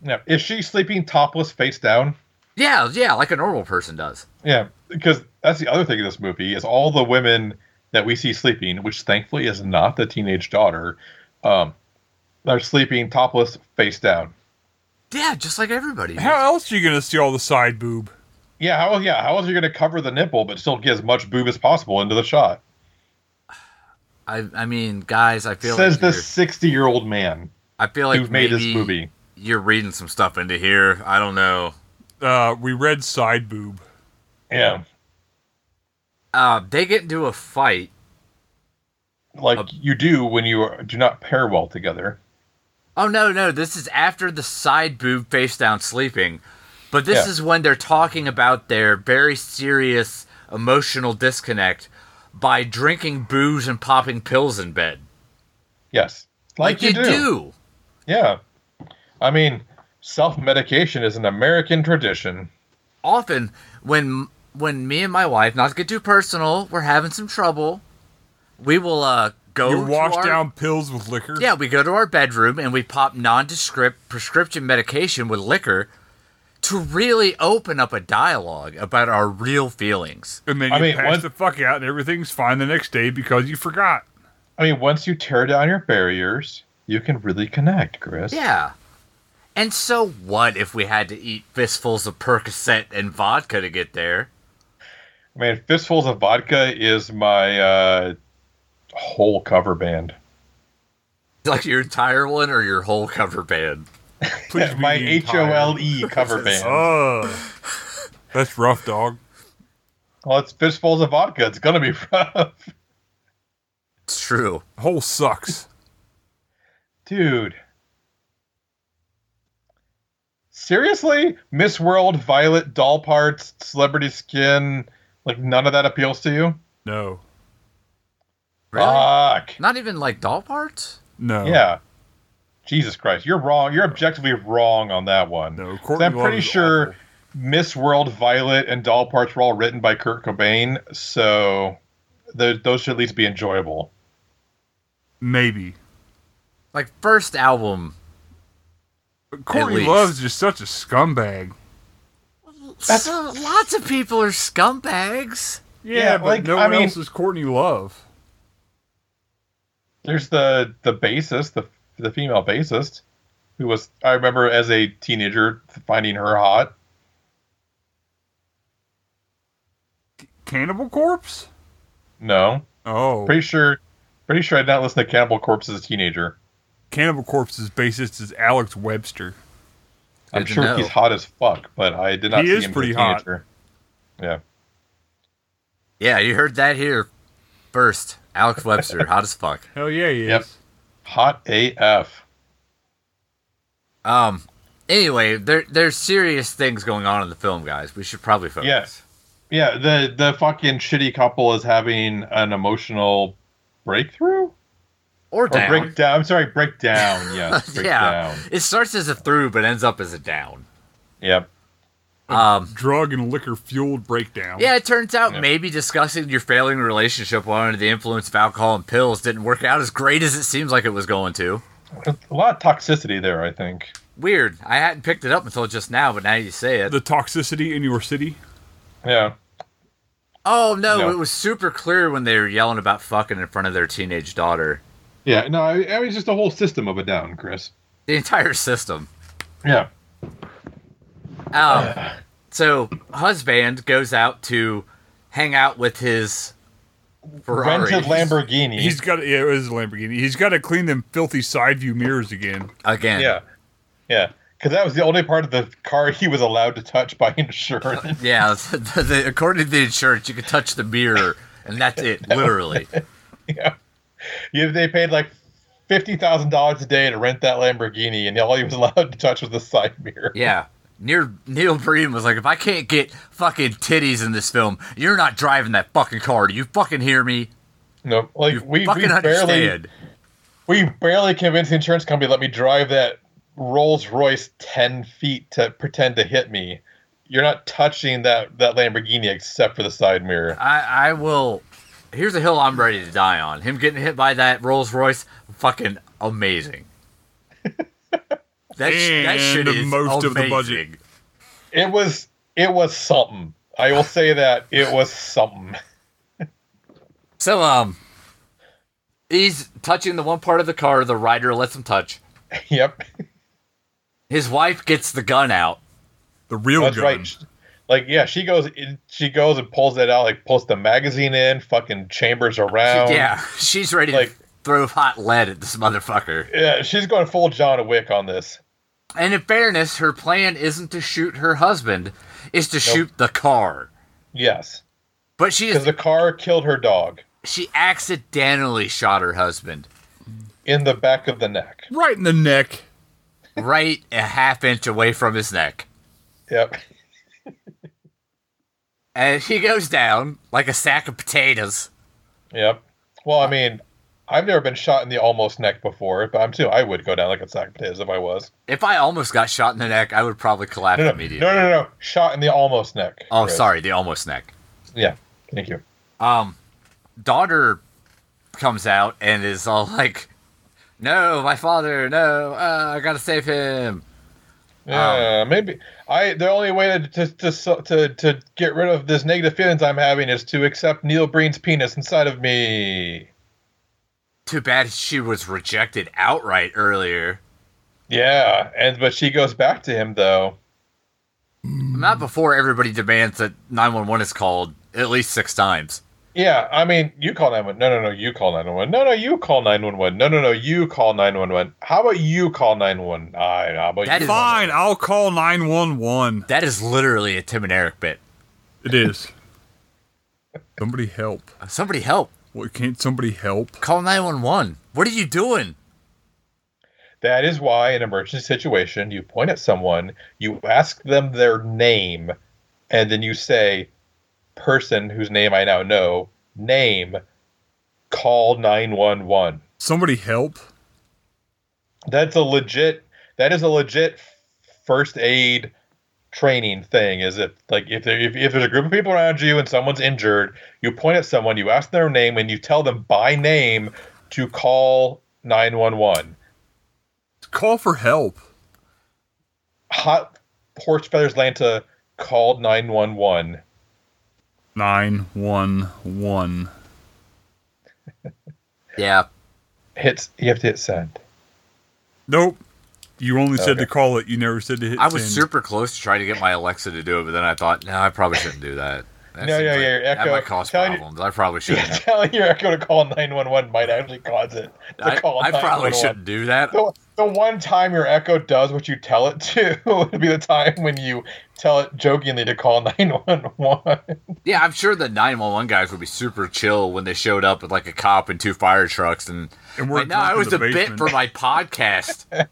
Speaker 3: Now, is she sleeping topless face down?
Speaker 1: Yeah, yeah, like a normal person does.
Speaker 3: Yeah, because that's the other thing in this movie is all the women that we see sleeping, which thankfully is not the teenage daughter, um, they're sleeping topless face down.
Speaker 1: Yeah, just like everybody.
Speaker 2: How else are you gonna see all the side boob?
Speaker 3: Yeah, how yeah, how else are you going to cover the nipple but still get as much boob as possible into the shot?
Speaker 1: I I mean, guys, I feel
Speaker 3: Says
Speaker 1: like
Speaker 3: the
Speaker 1: you're-
Speaker 3: 60 year old man
Speaker 1: I feel like
Speaker 3: who made this
Speaker 1: maybe
Speaker 3: movie.
Speaker 1: You're reading some stuff into here. I don't know.
Speaker 2: Uh, we read side boob.
Speaker 3: Yeah,
Speaker 1: Uh, they get into a fight.
Speaker 3: like you do when you are, do not pair well together.
Speaker 1: Oh no, no, this is after the side boob face down sleeping. But this
Speaker 3: Yeah.
Speaker 1: is when they're talking about their very serious emotional disconnect by drinking booze and popping pills in bed.
Speaker 3: Yes, like, you, do. Yeah, I mean, self-medication is an American tradition.
Speaker 1: Often when when me and my wife, not to get too personal, we're having some trouble, we will uh go
Speaker 2: You
Speaker 1: to
Speaker 2: wash
Speaker 1: our-
Speaker 2: down pills with liquor.
Speaker 1: Yeah, we go to our bedroom and we pop nondescript prescription medication with liquor to really open up a dialogue about our real feelings.
Speaker 2: And then you
Speaker 3: I mean,
Speaker 2: pass
Speaker 3: one-
Speaker 2: the fuck out, and everything's fine the next day because you forgot.
Speaker 3: I mean, once you tear down your barriers, you can really connect, Chris.
Speaker 1: Yeah. And so what if we had to eat fistfuls of Percocet and vodka to get there?
Speaker 3: I mean, fistfuls of vodka is my uh, whole cover band.
Speaker 1: Like your entire one or your whole cover band?
Speaker 2: Please be
Speaker 3: my
Speaker 2: the
Speaker 3: H O
Speaker 2: entire-
Speaker 3: L E cover band.
Speaker 2: Oh, that's rough, dog.
Speaker 3: Well, it's fistfuls of vodka. It's gonna be rough,
Speaker 1: It's true.
Speaker 2: Hole sucks.
Speaker 3: dude. Seriously? Miss World, Violet, doll parts, celebrity skin, like none of that appeals to you?
Speaker 2: No,
Speaker 1: Really?
Speaker 3: Fuck.
Speaker 1: Not even like doll parts?
Speaker 2: no,
Speaker 3: Yeah. Jesus Christ. You're wrong. You're objectively wrong on that one.
Speaker 2: no.
Speaker 3: 'Cause
Speaker 2: Courtney
Speaker 3: I'm
Speaker 2: Love
Speaker 3: pretty
Speaker 2: is
Speaker 3: sure
Speaker 2: awful.
Speaker 3: Miss World, Violet, and Doll Parts were all written by Kurt Cobain, so th- those should at least be enjoyable.
Speaker 2: maybe
Speaker 1: Like first album.
Speaker 2: But Courtney
Speaker 1: least.
Speaker 2: Love's just such a scumbag.
Speaker 1: So lots of people are scumbags.
Speaker 2: Yeah,
Speaker 3: Yeah,
Speaker 2: but
Speaker 3: like,
Speaker 2: no
Speaker 3: I
Speaker 2: one
Speaker 3: mean-
Speaker 2: else is Courtney Love.
Speaker 3: There's the the bassist, the the female bassist, who was I remember as a teenager finding her hot.
Speaker 2: Cannibal Corpse?
Speaker 3: No,
Speaker 2: Oh.
Speaker 3: pretty sure, pretty sure I did not listen to Cannibal Corpse as a teenager.
Speaker 2: Cannibal Corpse's bassist is Alex Webster.
Speaker 3: I'm
Speaker 1: Good to
Speaker 3: sure
Speaker 1: know.
Speaker 3: he's hot as fuck, but I did not.
Speaker 2: He
Speaker 3: see
Speaker 2: is
Speaker 3: him as a
Speaker 2: pretty hot.
Speaker 3: teenager. Yeah,
Speaker 1: Yeah, you heard that here first. Alex Webster, hot as fuck.
Speaker 2: Hell yeah, he is.
Speaker 3: Yep. hot AF.
Speaker 1: Um. Anyway, there there's serious things going on in the film, guys. We should probably focus.
Speaker 3: Yes. Yeah, the the fucking shitty couple is having an emotional breakthrough
Speaker 1: Or
Speaker 3: or
Speaker 1: down.
Speaker 3: breakdown. I'm sorry, breakdown. Yes,
Speaker 1: yeah.
Speaker 3: breakdown.
Speaker 1: It starts as a through, but ends up as a down.
Speaker 3: Yep.
Speaker 1: Um.
Speaker 2: Drug and liquor fueled breakdown.
Speaker 1: Yeah, it turns out
Speaker 3: Yeah.
Speaker 1: maybe discussing your failing relationship while under the influence of alcohol and pills didn't work out as great as it seems like it was going to.
Speaker 3: A lot of toxicity there, I think.
Speaker 1: Weird. I hadn't picked it up until just now, but now you say it.
Speaker 2: The toxicity in your city.
Speaker 3: Yeah.
Speaker 1: oh no,
Speaker 3: No.
Speaker 1: it was super clear when they were yelling about fucking in front of their teenage daughter.
Speaker 3: Yeah. No, I, I mean, just a whole system of a down, Chris.
Speaker 1: The entire system.
Speaker 3: Yeah.
Speaker 1: Um, so husband goes out to hang out with his Ferrari.
Speaker 3: Rented Lamborghini.
Speaker 2: He's got yeah, it was a Lamborghini. He's got to clean them filthy side view mirrors again.
Speaker 1: again.
Speaker 3: yeah. Yeah. Because that was the only part of the car he was allowed to touch by insurance.
Speaker 1: Yeah, the, the, according to the insurance, you could touch the mirror, and that's it, literally.
Speaker 3: yeah, they paid like fifty thousand dollars a day to rent that Lamborghini, and all he was allowed to touch was the side mirror.
Speaker 1: Yeah. Neil, Neil Breen was like, if I can't get fucking titties in this film, you're not driving that fucking car. Do you fucking hear me?
Speaker 3: No, like
Speaker 1: You
Speaker 3: we, we
Speaker 1: fucking
Speaker 3: barely
Speaker 1: understand.
Speaker 3: we barely convinced the insurance company to let me drive that Rolls Royce ten feet to pretend to hit me. You're not touching that that Lamborghini except for the side mirror.
Speaker 1: I, I will. Here's a hill I'm ready to die on. Him getting hit by that Rolls Royce, fucking amazing. That, sh- that
Speaker 2: And
Speaker 1: shit is
Speaker 2: most
Speaker 1: amazing.
Speaker 2: of the budget.
Speaker 3: It was it was something. I will say that it was something.
Speaker 1: So, um, he's touching the one part of the car the rider lets him touch.
Speaker 3: yep,
Speaker 1: His wife gets the gun out.
Speaker 2: The real
Speaker 3: that's
Speaker 2: gun.
Speaker 3: right. Like yeah, she goes she goes and pulls that out, like pulls the magazine in, fucking chambers around.
Speaker 1: yeah, she's ready to
Speaker 3: like-
Speaker 1: throw hot lead at this motherfucker.
Speaker 3: Yeah, she's going full John Wick on this.
Speaker 1: And in fairness, her plan isn't to shoot her husband, it's to shoot the car.
Speaker 3: Yes,
Speaker 1: But she
Speaker 3: because
Speaker 1: is,
Speaker 3: the car killed her dog
Speaker 1: she accidentally shot her husband
Speaker 3: in the back of the neck.
Speaker 2: Right in the neck.
Speaker 1: right a half inch away from his neck.
Speaker 3: Yep.
Speaker 1: And he goes down like a sack of potatoes.
Speaker 3: Yep. Well, I mean, I've never been shot in the almost neck before, but I'm too. I would go down like a sack of potatoes if I was.
Speaker 1: If I almost got shot in the neck, I would probably collapse
Speaker 3: No, no, no,
Speaker 1: immediately.
Speaker 3: no, no, no. Shot in the almost neck.
Speaker 1: Oh,
Speaker 3: Chris.
Speaker 1: sorry, the almost neck.
Speaker 3: Yeah. Thank you.
Speaker 1: Um, daughter comes out and is all like, "No, my father, no, uh, I gotta save him."
Speaker 3: Yeah, maybe I. The only way to to, to so- to to get rid of this negative feelings I'm having is to accept Neil Breen's penis inside of me.
Speaker 1: Too bad she was rejected outright earlier.
Speaker 3: Yeah, and but she goes back to him though.
Speaker 1: Not before everybody demands that 911 is called at least six times.
Speaker 3: Yeah, I mean, you call 911. No, no, no, you call 911. No, no, you call 911. No, no, no, you call 911. How about you call 911? I, how about
Speaker 1: That
Speaker 3: you
Speaker 1: is-
Speaker 3: call
Speaker 2: Fine, I'll call nine one one.
Speaker 1: That is literally a Tim and Eric bit.
Speaker 2: It is. somebody help.
Speaker 1: Somebody help.
Speaker 2: What can't somebody help?
Speaker 1: Call 911. What are you doing?
Speaker 3: That is why in emergency situation, you point at someone, you ask them their name, and then you say, person whose name I now know, name, call 911.
Speaker 2: Somebody help.
Speaker 3: That's a legit, that is a legit first aid training thing is if like if, there, if if there's a group of people around you and someone's injured you point at someone you ask their name and you tell them by name to call 911
Speaker 2: Call for help.
Speaker 3: hot porch feathers Lanta called 911.
Speaker 2: Nine one one.
Speaker 1: Yeah.
Speaker 3: hits. You have to hit send.
Speaker 2: Nope. You only said
Speaker 3: Okay.
Speaker 2: to call it. You never said to hit.
Speaker 1: I was
Speaker 2: send.
Speaker 1: super close to trying to get my Alexa to do it, but then I thought, no, I probably shouldn't do that. That
Speaker 3: No,
Speaker 1: seems
Speaker 3: yeah, yeah,
Speaker 1: That
Speaker 3: Echo,
Speaker 1: might cause
Speaker 3: telling you-
Speaker 1: problems. I probably shouldn't. have-
Speaker 3: Telling your Echo to call 911 might actually cause it to
Speaker 1: I,
Speaker 3: call
Speaker 1: I probably
Speaker 3: 911.
Speaker 1: shouldn't do that.
Speaker 3: The, the one time your Echo does what you tell it to would be the time when you tell it jokingly to call 911.
Speaker 1: Yeah, I'm sure the 911 guys would be super chill when they showed up with like a cop and two fire trucks, and,
Speaker 2: And we're
Speaker 1: like, no, it
Speaker 2: drunk in
Speaker 1: was
Speaker 2: the
Speaker 1: a bit
Speaker 2: basement."
Speaker 1: for my podcast. and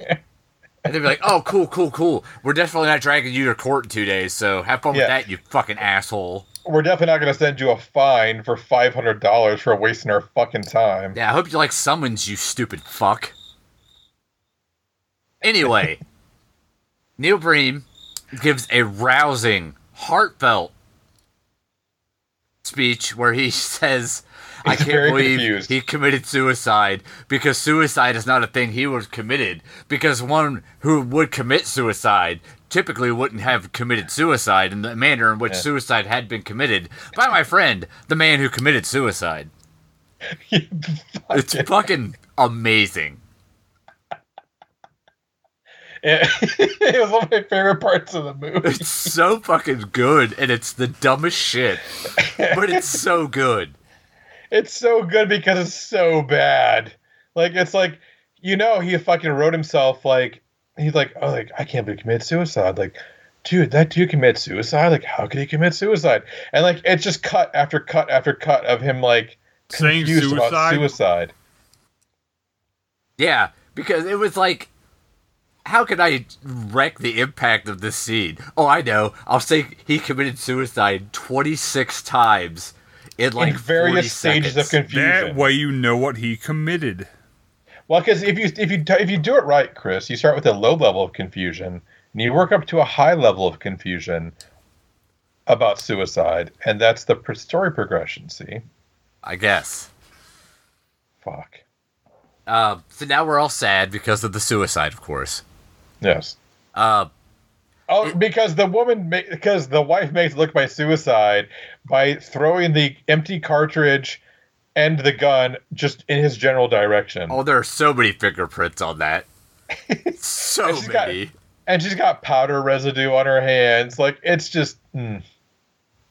Speaker 1: they'd be like, "Oh, cool, cool, cool. We're definitely not dragging you to court in two days, so have fun
Speaker 3: Yeah.
Speaker 1: with that, you fucking asshole."
Speaker 3: We're definitely not going to send you a fine for $500 for wasting our fucking time.
Speaker 1: Yeah, I hope you like summons, you stupid fuck. Anyway, Neil Bream gives a rousing, heartfelt speech where he says, I
Speaker 3: He's
Speaker 1: can't
Speaker 3: very
Speaker 1: believe
Speaker 3: confused.
Speaker 1: he committed suicide because suicide is not a thing he would have committed. Because one who would commit suicide typically wouldn't have committed suicide in the manner in which suicide had been committed by my friend, the man who committed suicide. It's fucking amazing.
Speaker 3: It, it was one of my favorite parts of the movie.
Speaker 1: It's so fucking good, and it's the dumbest shit, but it's so good.
Speaker 3: It's so good because it's so bad. Like it's like you know he fucking wrote himself like he's like oh like I can't believe he committed suicide like dude that dude committed suicide like how could he commit suicide and like it's just cut after cut after cut of him like
Speaker 2: Saying
Speaker 3: confused about
Speaker 2: suicide?
Speaker 3: suicide.
Speaker 1: Yeah, because it was like, how could I wreck the impact of this scene? Oh, I know. I'll say he committed suicide 26 times in like
Speaker 3: in various stages of
Speaker 1: confusion.
Speaker 3: confusion.
Speaker 2: That way, you know what he committed.
Speaker 3: Well, because if you if you if you do it right, Chris, you start with a low level of confusion, and you work up to a high level of confusion about suicide, and that's the pr- story progression. See,
Speaker 1: I guess.
Speaker 3: fuck.
Speaker 1: Uh, so now we're all sad because of the suicide, of course.
Speaker 3: Yes.
Speaker 1: Uh,
Speaker 3: Oh, because the woman, ma- because the wife makes it look by suicide by throwing the empty cartridge and the gun just in his general direction,
Speaker 1: oh, there are so many fingerprints on that. so
Speaker 3: She's got-
Speaker 1: many.
Speaker 3: and she's got powder residue on her hands. Like it's just. Mm.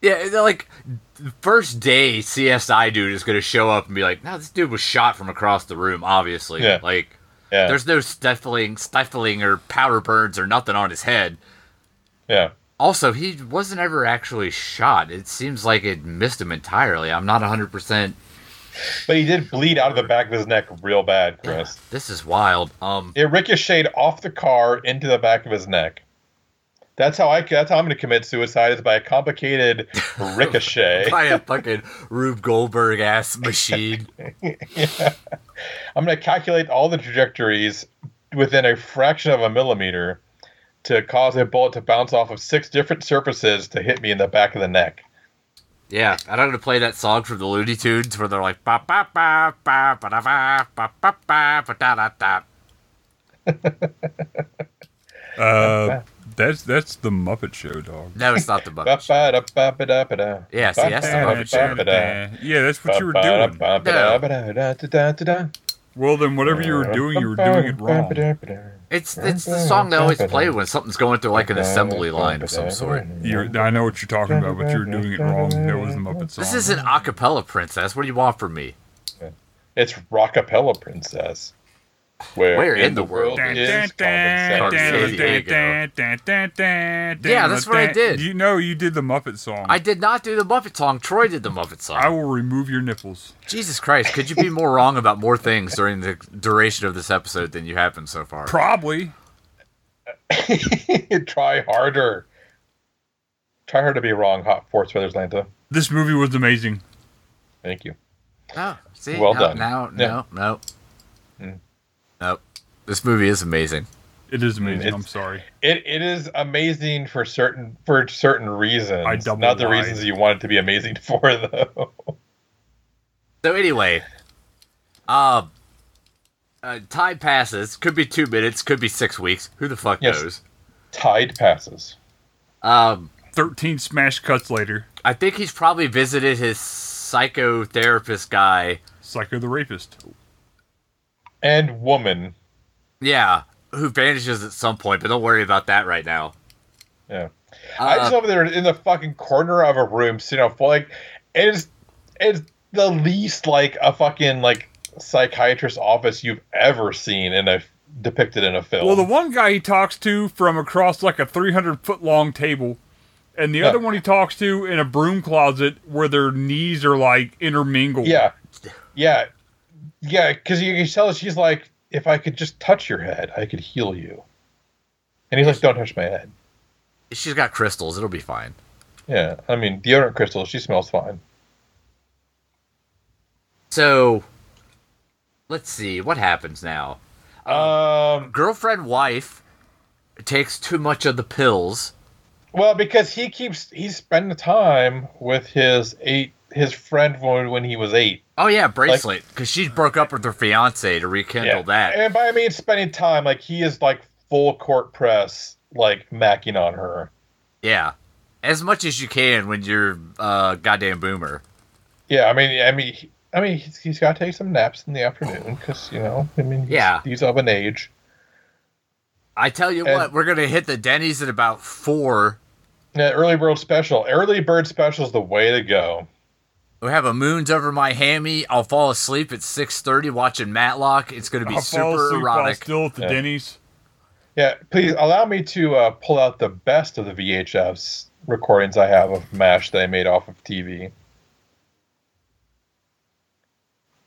Speaker 1: Yeah, they're like the first day CSI dude is gonna show up and be like, "No, this dude was shot from across the room." Obviously,
Speaker 3: Yeah.
Speaker 1: like
Speaker 3: Yeah.
Speaker 1: there's no stifling, stifling or powder burns or nothing on his head.
Speaker 3: yeah.
Speaker 1: Also, he wasn't ever actually shot. It seems like it missed him entirely. I'm not 100. percent
Speaker 3: But he did bleed out of the back of his neck real bad, Chris.
Speaker 1: This is wild. Um,
Speaker 3: It ricocheted off the car into the back of his neck. That's how I. That's how I'm going to commit suicide is by a complicated ricochet.
Speaker 1: by a fucking Rube Goldberg ass machine.
Speaker 3: I'm going to calculate all the trajectories within a fraction of a millimeter to cause a bullet to bounce off of six different surfaces to hit me in the back of the neck.
Speaker 1: Yeah, and I'm gonna play that song from the Looney Tunes where they're like ba ba ba ba ba da ba ba ba ba ba da da da.
Speaker 2: Uh, that's that's the Muppet Show, dog.
Speaker 1: No, it's not the Muppet. Show.
Speaker 3: Ba-ba-da-ba-ba-da-ba-da.
Speaker 1: Yeah, see, that's the Muppet Show.
Speaker 3: Ba-ba-da-ba-da.
Speaker 2: Yeah, that's what you were doing.
Speaker 3: Ba-ba-da-ba-ba-da-da-da-da-da.
Speaker 2: Well, then whatever you were doing, you were doing it wrong.
Speaker 1: It's it's the song they always play when something's going through like an assembly line of some sort.
Speaker 2: You're, I know what you're talking about, but you're doing it wrong. That was the Muppet song.
Speaker 1: This is an acapella princess. What do you want from me?
Speaker 3: It's Rockapella Princess. Where, in the world
Speaker 2: Dun,
Speaker 3: is
Speaker 2: dun, dun,
Speaker 3: common
Speaker 2: dun,
Speaker 1: There
Speaker 3: sense?
Speaker 1: you
Speaker 2: dun,
Speaker 1: go.
Speaker 2: dun, dun, dun, dun,
Speaker 1: Yeah, that's what I
Speaker 2: dun.
Speaker 1: did.
Speaker 2: You know, you did the Muppet song.
Speaker 1: I did not do the Muppet song. Troy did the Muppet
Speaker 2: I
Speaker 1: song.
Speaker 2: will remove your nipples.
Speaker 1: Jesus Christ, could you be more wrong about more things during the duration of this episode than you have been so far?
Speaker 2: Probably.
Speaker 3: Try harder. Try hard to be wrong, Hot Force Feathers Lanta.
Speaker 2: This movie was amazing.
Speaker 3: Thank you.
Speaker 1: Oh, see,
Speaker 3: Well
Speaker 1: no,
Speaker 3: done.
Speaker 1: No,
Speaker 3: Yeah. Mm.
Speaker 1: no, no, no. This movie is amazing.
Speaker 2: It is amazing.
Speaker 3: it's-
Speaker 2: I'm sorry.
Speaker 3: It it is amazing for certain for certain reasons.
Speaker 2: I double
Speaker 3: not the
Speaker 2: lied.
Speaker 3: reasons you want it to be amazing for though.
Speaker 1: So anyway, um, uh, time passes. Could be two minutes. Could be six weeks. Who the fuck
Speaker 3: Yes.
Speaker 1: knows?
Speaker 3: Tide passes.
Speaker 1: Um,
Speaker 2: 13 smash cuts later,
Speaker 1: I think he's probably visited his psychotherapist guy
Speaker 2: Psycho the Rapist.
Speaker 3: and woman.
Speaker 1: Yeah, who vanishes at some point, but don't worry about that right now.
Speaker 3: Yeah. I just love they're in the fucking corner of a room sitting on floor. Like, it's it's the least like a fucking like psychiatrist office you've ever seen in a depicted in a film.
Speaker 2: Well, the one guy he talks to from across like a 300 foot long table, and the
Speaker 3: Yeah.
Speaker 2: other one he talks to in a broom closet where their knees are like intermingled.
Speaker 3: yeah, yeah, yeah. Because you can tell she's like, if I could just touch your head, I could heal you. And he's like, don't touch my head.
Speaker 1: She's got crystals. It'll be fine.
Speaker 3: Yeah, I mean deodorant crystal. She smells fine.
Speaker 1: So, let's see what happens now.
Speaker 3: Um,
Speaker 1: Girlfriend, wife takes too much of the pills.
Speaker 3: well, because he keeps he's spending time with his eight his friend when when he was eight.
Speaker 1: Oh yeah, bracelet. Because she broke up with her fiance to rekindle that.
Speaker 3: And by I mean spending time, like he is like full court press, like macking on her.
Speaker 1: Yeah, as much as you can when you're uh, goddamn boomer.
Speaker 3: Yeah, I mean, I mean, he- I mean, he's, he's got to take some naps in the afternoon because you know, I mean, he's,
Speaker 1: Yeah.
Speaker 3: he's of an age.
Speaker 1: I tell you
Speaker 3: And-
Speaker 1: what, we're gonna hit the Denny's at about four.
Speaker 3: Yeah, early bird special, early bird special is the way to go.
Speaker 1: We have a moon's over my hammy. I'll fall asleep at six thirty watching Matlock. It's gonna be
Speaker 2: I fall
Speaker 1: super
Speaker 2: asleep while
Speaker 1: erotic.
Speaker 2: still at the
Speaker 3: Yeah.
Speaker 2: Denny's.
Speaker 3: Yeah, please allow me to uh, pull out the best of the VHS recordings I have of Mash that I made off of TV.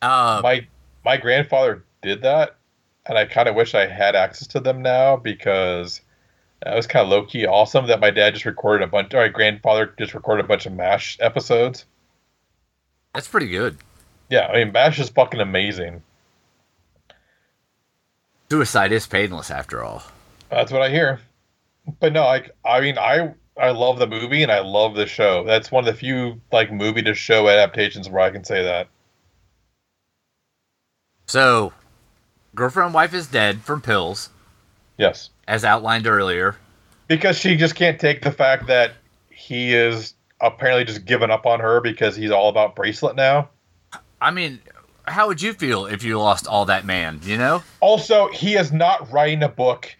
Speaker 1: Uh,
Speaker 3: my my grandfather did that, and I kind of wish I had access to them now because that was kind of low key awesome that my dad just recorded a bunch. Or my grandfather just recorded a bunch of Mash episodes.
Speaker 1: that's pretty good.
Speaker 3: Yeah, I mean Mash is fucking amazing.
Speaker 1: Suicide is painless after all.
Speaker 3: That's what I hear. But no, like I mean I I love the movie and I love the show. That's one of the few like movie to show adaptations where I can say that.
Speaker 1: So, girlfriend, and wife is dead from pills,
Speaker 3: Yes.
Speaker 1: as outlined earlier.
Speaker 3: Because she just can't take the fact that he is apparently just giving up on her because he's all about bracelet now.
Speaker 1: I mean, how would you feel if you lost all that man? You know?
Speaker 3: Also, he is not writing a book.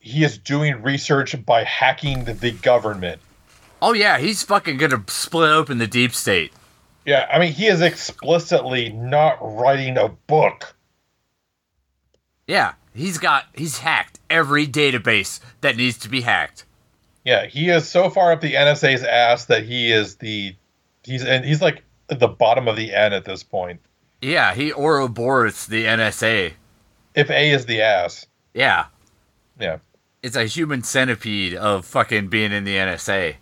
Speaker 3: He is doing research by hacking the, the government.
Speaker 1: Oh yeah, he's fucking gonna split open the deep state.
Speaker 3: Yeah, I mean, he is explicitly not writing a book.
Speaker 1: Yeah, he's got he's hacked every database that needs to be hacked.
Speaker 3: Yeah, he is so far up the NSA's ass that he is the he's and he's like at the bottom of the N at this point.
Speaker 1: Yeah, he Ouroboros the NSA.
Speaker 3: If A is the ass,
Speaker 1: Yeah,
Speaker 3: yeah,
Speaker 1: it's a human centipede of fucking being in the NSA.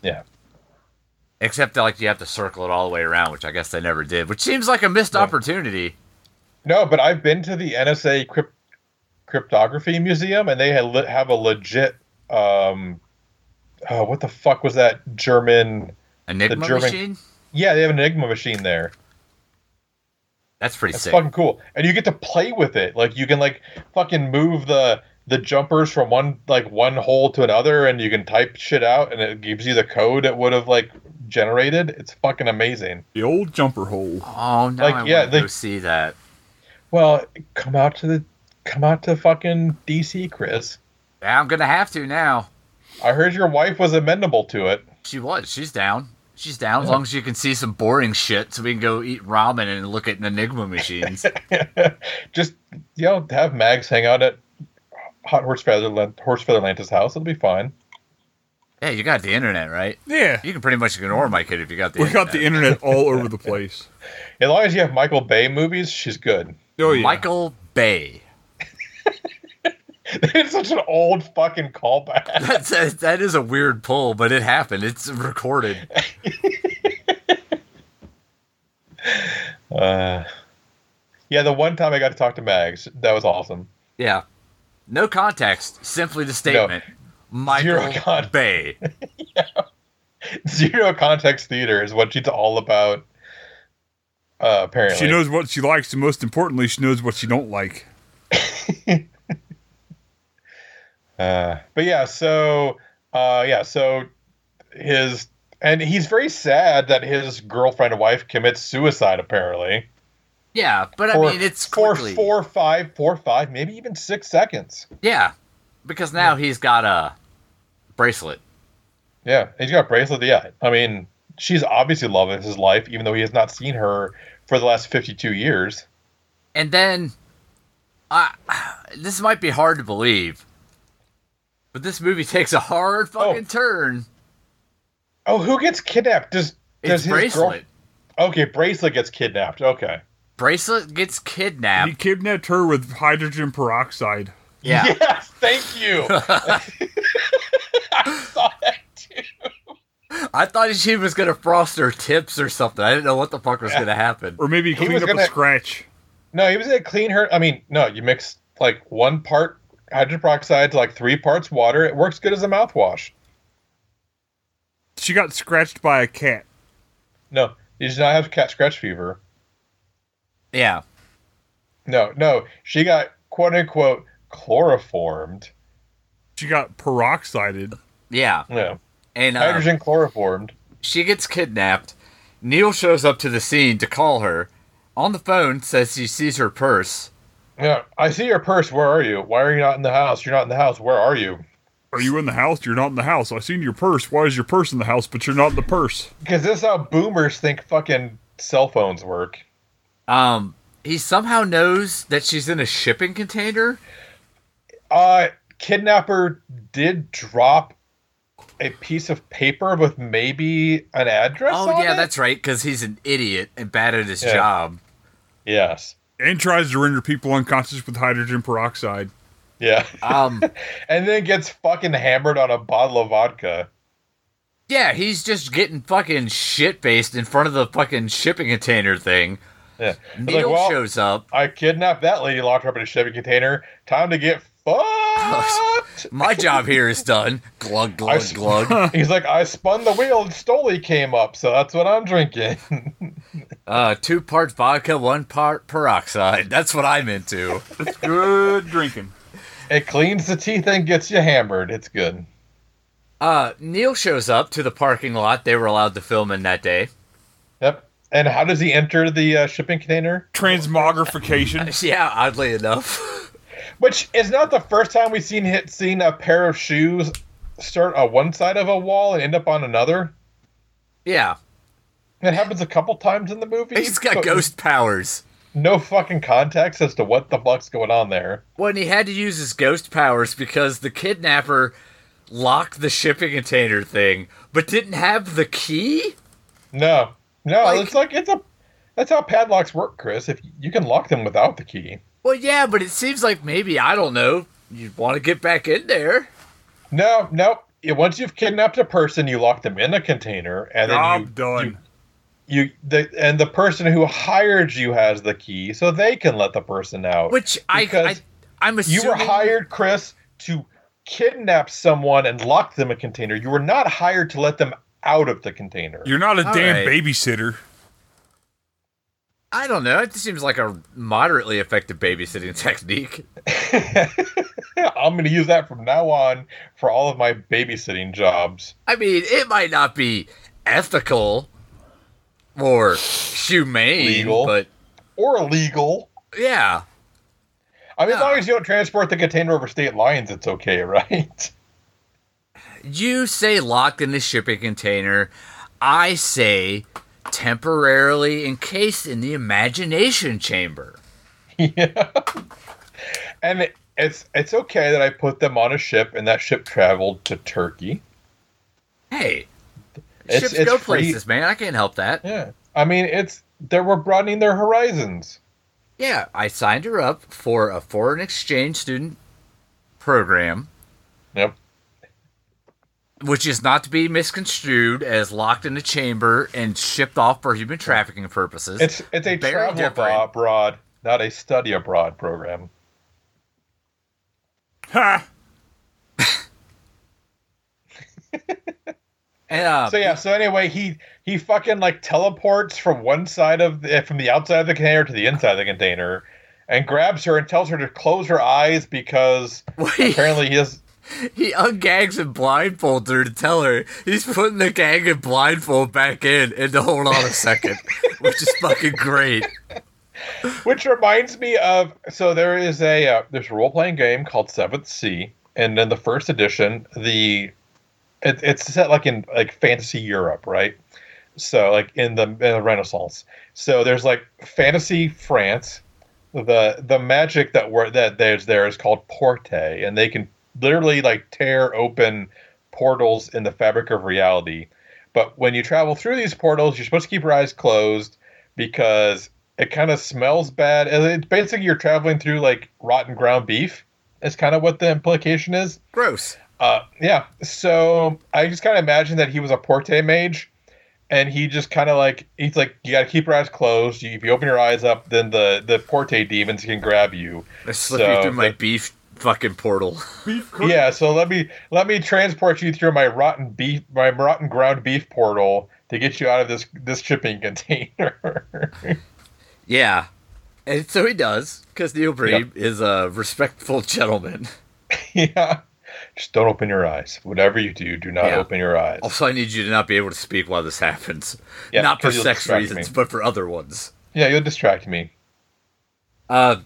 Speaker 3: yeah.
Speaker 1: Except that, like you have to circle it all the way around, which I guess they never did, which seems like a missed opportunity.
Speaker 3: No, but I've been to the NSA crypt, cryptography museum, and they ha- have a legit. Um, oh, what the fuck was that German?
Speaker 1: Enigma
Speaker 3: German-
Speaker 1: machine?
Speaker 3: Yeah, they have an Enigma machine there.
Speaker 1: That's pretty
Speaker 3: It's
Speaker 1: sick.
Speaker 3: fucking cool, and you get to play with it. Like you can like fucking move the the jumpers from one like one hole to another, and you can type shit out, and it gives you the code it would have like generated. It's fucking amazing.
Speaker 2: The old jumper hole.
Speaker 1: oh no,
Speaker 3: like,
Speaker 1: I
Speaker 3: yeah,
Speaker 1: want to
Speaker 3: they-
Speaker 1: go see that.
Speaker 3: Well, come out to the come out to fucking DC, Chris.
Speaker 1: Yeah, I'm gonna have to now.
Speaker 3: I heard your wife was amenable to it.
Speaker 1: She was. She's down. She's down as long as you can see some boring shit, so we can go eat ramen and look at Enigma machines.
Speaker 3: Just you know, have Mags hang out at Hot Horse Feather Lan- Horse Feather Lanta's house. It'll be fine.
Speaker 1: hey, you got the internet, right?
Speaker 2: Yeah.
Speaker 1: You can pretty much ignore my kid if you got the.
Speaker 2: We
Speaker 1: internet.
Speaker 2: got the internet all over the place.
Speaker 3: As long as you have Michael Bay movies, she's good.
Speaker 2: Oh, yeah.
Speaker 1: Michael Bay.
Speaker 3: it's such an old fucking callback.
Speaker 1: That's a, that is a weird pull, but it happened. It's recorded.
Speaker 3: Uh, yeah, the one time I got to talk to Mags, that was awesome.
Speaker 1: Yeah. No context. Simply the statement. Michael
Speaker 3: Zero con-
Speaker 1: Bay.
Speaker 3: Zero context theater is what she's all about. Uh, apparently,
Speaker 2: She knows what she likes, and most importantly, she knows what she don't like.
Speaker 3: Uh, but yeah, so uh, yeah, so his and he's very sad that his girlfriend and wife commits suicide. Apparently,
Speaker 1: Yeah, but
Speaker 3: for
Speaker 1: I mean, it's
Speaker 3: for
Speaker 1: quickly.
Speaker 3: four, five, four, five, maybe even six seconds.
Speaker 1: Yeah, because now he's got a bracelet.
Speaker 3: Yeah, and he's got a bracelet. Yeah, I mean, she's obviously loving his life, even though he has not seen her for the last fifty-two years.
Speaker 1: And then, I this might be hard to believe, but this movie takes a hard fucking turn.
Speaker 3: Oh, who gets kidnapped? Does does
Speaker 1: It's
Speaker 3: his
Speaker 1: bracelet.
Speaker 3: girl? Okay, bracelet gets kidnapped. Okay.
Speaker 1: bracelet gets
Speaker 2: He
Speaker 1: kidnapped.
Speaker 2: kidnapped her with hydrogen peroxide.
Speaker 1: Yeah.
Speaker 3: Yes, thank you. I saw that too.
Speaker 1: I thought she was gonna frost her tips or something. I didn't know what the fuck was gonna happen.
Speaker 2: Or maybe he
Speaker 3: He
Speaker 2: cleaned
Speaker 3: was
Speaker 2: up
Speaker 3: gonna-
Speaker 2: a scratch.
Speaker 3: No, he was gonna clean her. I mean, no, you mix like one part hydrogen peroxide to like three parts water. It works good as a mouthwash.
Speaker 2: She got scratched by a cat.
Speaker 3: No, you did not have cat scratch fever.
Speaker 1: Yeah,
Speaker 3: No, no, she got quote unquote chloroformed.
Speaker 2: She got peroxided.
Speaker 1: yeah.
Speaker 3: No,
Speaker 1: And uh,
Speaker 3: hydrogen chloroformed.
Speaker 1: she gets kidnapped. Neil shows up to the scene to call her. On the phone, says he sees her purse.
Speaker 3: Yeah, I see your purse. Where are you? Why are you not in the house? You're not in the house. Where are you?
Speaker 2: Are you in the house? You're not in the house. I seen your purse. Why is your purse in the house, but you're not in the purse?
Speaker 3: Because this is how boomers think fucking cell phones work.
Speaker 1: Um, he somehow knows that she's in a shipping container.
Speaker 3: Uh, kidnapper did drop a piece of paper with maybe an address.
Speaker 1: Oh
Speaker 3: on
Speaker 1: yeah,
Speaker 3: it?
Speaker 1: that's right, because he's an idiot and bad at his
Speaker 3: Yeah.
Speaker 1: job.
Speaker 3: yes,
Speaker 2: And tries to render people unconscious with hydrogen peroxide.
Speaker 3: yeah,
Speaker 1: Um,
Speaker 3: and then gets fucking hammered on a bottle of vodka.
Speaker 1: yeah, he's just getting fucking shit faced in front of the fucking shipping container thing.
Speaker 3: Yeah, It's like,
Speaker 1: Neil
Speaker 3: well,
Speaker 1: shows up.
Speaker 3: I kidnapped that lady, locked her up in a shipping container. Time to get fucked.
Speaker 1: My job here is done. Glug
Speaker 3: I
Speaker 1: glug
Speaker 3: s-
Speaker 1: glug.
Speaker 3: He's like, I spun the wheel and Stoli came up, so that's what I'm drinking.
Speaker 1: Uh, two parts vodka, one part peroxide. That's what I'm into.
Speaker 2: That's good drinking.
Speaker 3: it cleans the teeth and gets you hammered. It's good.
Speaker 1: Uh, Neil shows up to the parking lot they were allowed to film in that day.
Speaker 3: Yep. And how does he enter the uh, shipping container?
Speaker 2: Transmogrification.
Speaker 1: Yeah, oddly enough.
Speaker 3: Which is not the first time we've seen hit seen a pair of shoes start on one side of a wall and end up on another.
Speaker 1: yeah,
Speaker 3: It happens a couple times in the movie.
Speaker 1: he's got
Speaker 3: but
Speaker 1: ghost powers.
Speaker 3: No fucking context as to what the fuck's going on there.
Speaker 1: When he had to use his ghost powers because the kidnapper locked the shipping container thing, but didn't have the key.
Speaker 3: No, no,
Speaker 1: Like-
Speaker 3: it's like it's a. That's how padlocks work, Chris. If you can lock them without the key.
Speaker 1: Well, yeah, but it seems like maybe I don't know. You'd want to get back in there.
Speaker 3: No, no. Yeah, Once you've kidnapped a person, you lock them in a container, and then
Speaker 2: Job
Speaker 3: you,
Speaker 2: done.
Speaker 3: you you the and the person who hired you has the key, so they can let the person out.
Speaker 1: Which I, I
Speaker 3: Because
Speaker 1: I'm
Speaker 3: you
Speaker 1: assuming
Speaker 3: were hired, Chris, to kidnap someone and lock them in a container. You were not hired to let them out of the container.
Speaker 2: You're not a
Speaker 1: All right.
Speaker 2: damn babysitter.
Speaker 1: I don't know. It seems like a moderately effective babysitting technique.
Speaker 3: I'm going to use that from now on for all of my babysitting jobs.
Speaker 1: I mean, it might not be ethical or humane,
Speaker 3: Legal.
Speaker 1: but
Speaker 3: Or illegal.
Speaker 1: yeah,
Speaker 3: I mean, as
Speaker 1: Yeah.
Speaker 3: long as you don't transport the container over state lines, it's okay, right?
Speaker 1: you say locked in the shipping container. I say temporarily encased in the imagination chamber.
Speaker 3: yeah. And it- it's it's okay that I put them on a ship and that ship traveled to Turkey.
Speaker 1: Hey,
Speaker 3: It's-
Speaker 1: ships
Speaker 3: it's
Speaker 1: go
Speaker 3: free-
Speaker 1: places, man. I can't help that.
Speaker 3: Yeah. I mean, it's they were broadening their horizons.
Speaker 1: Yeah, I signed her up for a foreign exchange student program.
Speaker 3: Yep.
Speaker 1: which is not to be misconstrued as locked in a chamber and shipped off for human trafficking purposes.
Speaker 3: It's it's a
Speaker 1: Very
Speaker 3: travel
Speaker 1: different.
Speaker 3: abro- abroad, not a study abroad program.
Speaker 2: Ha!
Speaker 1: and, uh,
Speaker 3: So yeah. So anyway, he he fucking like teleports from one side of the, from the outside of the container to the inside of the container, and grabs her and tells her to close her eyes because
Speaker 1: he,
Speaker 3: apparently he is
Speaker 1: he ungags and blindfolds her to tell her he's putting the gag and blindfold back in and to hold on a second, which is fucking great.
Speaker 3: Which reminds me of so there is a uh, there's a role playing game called Seventh Sea, and in the first edition, the it, it's set like in like fantasy Europe, right? So like in the, in the Renaissance. So there's like fantasy France. The the magic that were that there's there is called porte, and they can literally like tear open portals in the fabric of reality. But when you travel through these portals, you're supposed to keep your eyes closed because it kind of smells bad. And It's basically you're traveling through like rotten ground beef. Is kind of what the implication is.
Speaker 1: Gross.
Speaker 3: Uh, yeah. So I just kind of imagine that he was a porte mage, and he just kind of like he's like you got to keep your eyes closed. You, if you open your eyes up, then the the porte demons can grab you.
Speaker 1: I slip
Speaker 3: So,
Speaker 1: you through my
Speaker 3: the-
Speaker 1: beef fucking portal.
Speaker 3: Yeah. So let me let me transport you through my rotten beef my rotten ground beef portal to get you out of this this shipping container.
Speaker 1: Yeah. And so he does, because Neil Bream is a respectful gentleman.
Speaker 3: yeah. Just don't open your eyes. Whatever you do, do not
Speaker 1: Yeah.
Speaker 3: open your eyes.
Speaker 1: Also, I need you to not be able to speak while this happens.
Speaker 3: Yeah,
Speaker 1: not for
Speaker 3: 'cause you'll
Speaker 1: sex
Speaker 3: distract
Speaker 1: reasons,
Speaker 3: me.
Speaker 1: but for other ones.
Speaker 3: Yeah, you'll distract me.
Speaker 1: Uh,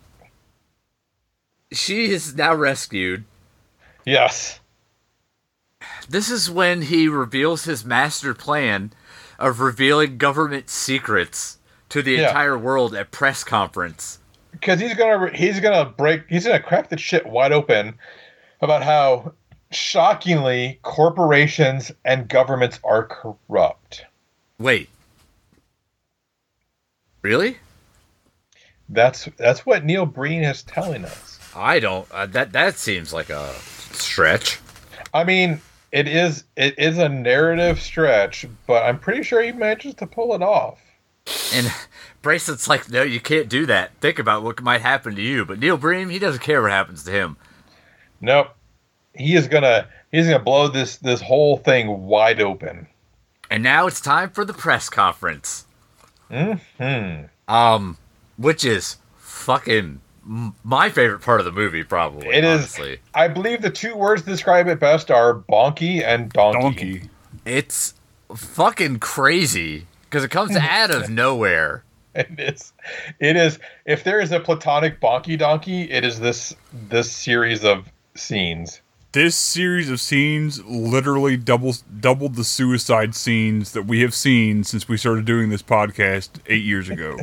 Speaker 1: she is now rescued.
Speaker 3: Yes.
Speaker 1: This is when he reveals his master plan of revealing government secrets to the
Speaker 3: Yeah.
Speaker 1: entire world at press conference.
Speaker 3: because he's gonna he's gonna break he's gonna crack the shit wide open about how shockingly corporations and governments are corrupt.
Speaker 1: Wait. Really?
Speaker 3: That's that's what Neil Breen is telling us.
Speaker 1: I don't. Uh, that that seems like a stretch.
Speaker 3: I mean, it is it is a narrative stretch, but I'm pretty sure he manages to pull it off.
Speaker 1: And Bracelet's like, no, you can't do that. Think about what might happen to you. But Neil Bream, he doesn't care what happens to him.
Speaker 3: Nope. He is gonna he's gonna blow this this whole thing wide open.
Speaker 1: And now it's time for the press conference.
Speaker 3: Mm-hmm.
Speaker 1: Hmm. Um, which is fucking m- my favorite part of the movie, probably.
Speaker 3: It is.
Speaker 1: honestly.
Speaker 3: I believe the two words to describe it best are bonky and donkey.
Speaker 2: Donkey.
Speaker 1: It's fucking crazy because it comes out of nowhere.
Speaker 3: it is it is if there is a platonic bonky donkey it is this this series of scenes
Speaker 2: This series of scenes literally doubles doubled the suicide scenes that we have seen since we started doing this podcast eight years ago.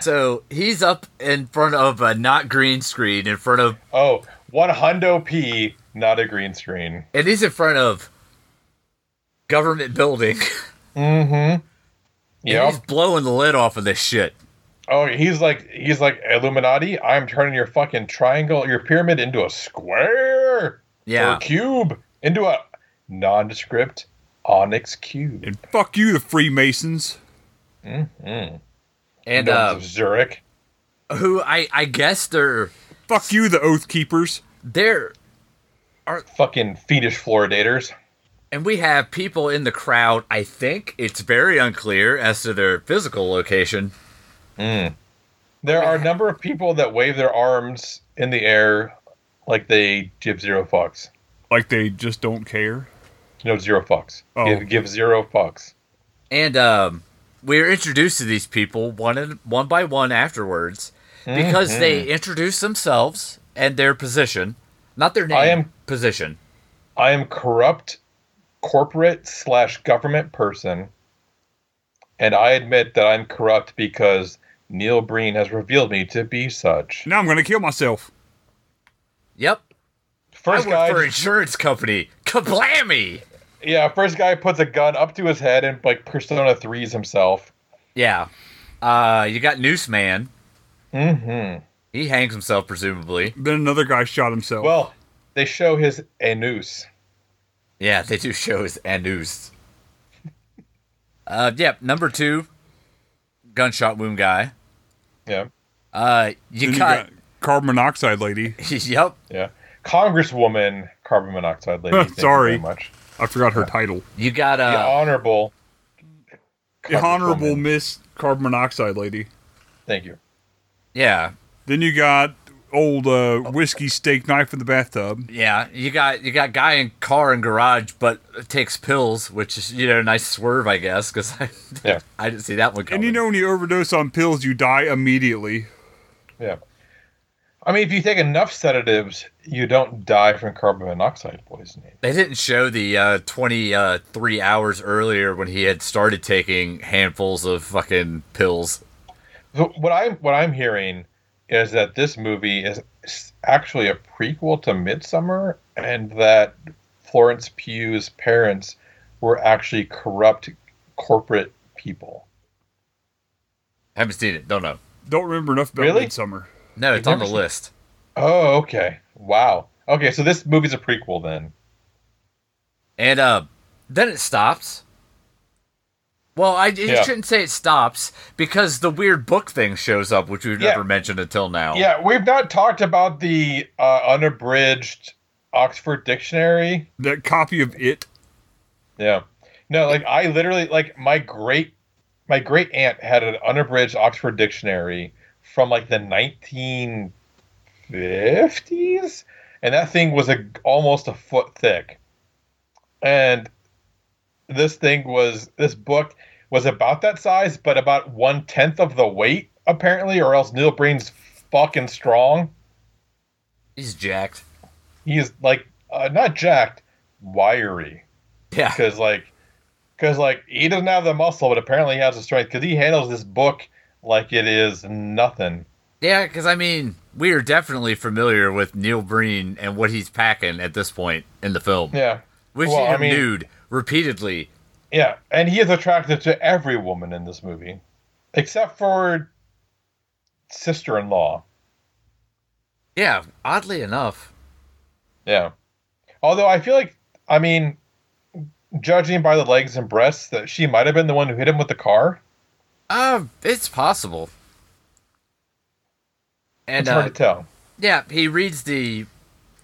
Speaker 1: So he's up in front of a not green screen, in front of
Speaker 3: oh one hundo p not a green screen
Speaker 1: and he's in front of government building. And
Speaker 3: yeah
Speaker 1: He's blowing the lid off of this shit.
Speaker 3: oh he's like he's like illuminati i'm turning your fucking triangle your pyramid into a square or
Speaker 1: Yeah.
Speaker 3: a cube into a nondescript onyx cube
Speaker 2: And fuck you, the Freemasons.
Speaker 1: And
Speaker 3: Nodes
Speaker 1: uh,
Speaker 3: of zurich
Speaker 1: who I I guess they're
Speaker 2: Fuck you, the Oath Keepers.
Speaker 1: they're
Speaker 3: fucking fetish floridators
Speaker 1: and we have people in the crowd. I think it's very unclear as to their physical location.
Speaker 3: There are a number of people that wave their arms in the air like they give zero fucks.
Speaker 2: Like they just don't care.
Speaker 3: No, zero fucks.
Speaker 2: Oh.
Speaker 3: Give, give zero fucks.
Speaker 1: And um, we're introduced to these people one and one by one afterwards because they
Speaker 3: Mm-hmm.
Speaker 1: introduce themselves and their position, not their name.
Speaker 3: I am-
Speaker 1: position.
Speaker 3: I am corrupt corporate slash government person, and I admit that I'm corrupt because Neil Breen has revealed me to be such.
Speaker 2: Now I'm gonna kill myself.
Speaker 1: Yep. I
Speaker 3: First
Speaker 1: work
Speaker 3: guy,
Speaker 1: for an insurance company. Kablammy.
Speaker 3: yeah, first guy puts a gun up to his head and like Persona threes himself.
Speaker 1: Yeah. Uh, you got Noose Mm-hmm.
Speaker 3: Mm-hmm.
Speaker 1: He hangs himself, presumably.
Speaker 2: Then another guy shot himself.
Speaker 3: Well, they show his anus.
Speaker 1: Yeah, they do shows and noose. uh, yep. Number two, gunshot wound guy.
Speaker 3: Yeah,
Speaker 1: Uh,
Speaker 2: then
Speaker 1: you
Speaker 2: you
Speaker 1: got,
Speaker 2: got carbon monoxide lady.
Speaker 1: yep.
Speaker 3: Yeah. Congresswoman carbon monoxide lady. thank you
Speaker 2: Sorry.
Speaker 3: very much.
Speaker 2: I forgot her title.
Speaker 1: You got uh,
Speaker 3: The honorable.
Speaker 2: The Honorable
Speaker 3: Congresswoman.
Speaker 2: Miss Carbon Monoxide Lady.
Speaker 3: Thank you.
Speaker 1: yeah.
Speaker 2: Then you got old uh, whiskey steak knife in the bathtub.
Speaker 1: Yeah, you got you got guy in car and garage, but takes pills, which is you know a nice swerve, I guess, because I,
Speaker 3: Yeah.
Speaker 1: I didn't see that one coming.
Speaker 2: And you know when you overdose on pills, you die immediately.
Speaker 3: Yeah. I mean, if you take enough sedatives, you don't die from carbon monoxide poisoning.
Speaker 1: they didn't show the uh, twenty uh, three hours earlier when he had started taking handfuls of fucking pills.
Speaker 3: So what I'm what I'm hearing is that this movie is s- actually a prequel to Midsummer, and that Florence Pugh's parents were actually corrupt corporate people.
Speaker 1: Haven't seen it. Don't know.
Speaker 2: Don't remember enough about
Speaker 3: Really?
Speaker 2: Midsummer.
Speaker 1: No, it's
Speaker 3: You've
Speaker 1: on the
Speaker 3: never seen-
Speaker 1: list.
Speaker 3: Oh, okay. Wow. Okay, so this movie's a prequel then.
Speaker 1: And uh, then it stops. Well, I you
Speaker 3: Yeah.
Speaker 1: shouldn't say it stops because the weird book thing shows up, which we've
Speaker 3: Yeah.
Speaker 1: never mentioned until now.
Speaker 3: Yeah, we've not talked about the uh, unabridged Oxford Dictionary.
Speaker 2: That copy of it.
Speaker 3: Yeah. No, like I literally like my great my great aunt had an unabridged Oxford dictionary from like the 1950s and that thing was a almost a foot thick. And this thing was this book was about that size but about one tenth of the weight apparently or else Neil Breen's fucking strong.
Speaker 1: he's jacked.
Speaker 3: He's like uh, not jacked, wiry
Speaker 1: Yeah,
Speaker 3: because like because like he doesn't have the muscle but apparently he has the strength because he handles this book like it is nothing
Speaker 1: Yeah, because I mean, we are definitely familiar with Neil Breen and what he's packing at this point in the film.
Speaker 3: yeah
Speaker 1: We've
Speaker 3: Well,
Speaker 1: seen
Speaker 3: I
Speaker 1: him
Speaker 3: mean-
Speaker 1: nude repeatedly.
Speaker 3: yeah and he is attractive to every woman in this movie except for sister-in-law
Speaker 1: Yeah, oddly enough.
Speaker 3: yeah although i feel like i mean judging by the legs and breasts that she might have been the one who hit him with the car
Speaker 1: Uh, it's possible. And
Speaker 3: it's hard
Speaker 1: uh,
Speaker 3: to tell
Speaker 1: yeah, he reads the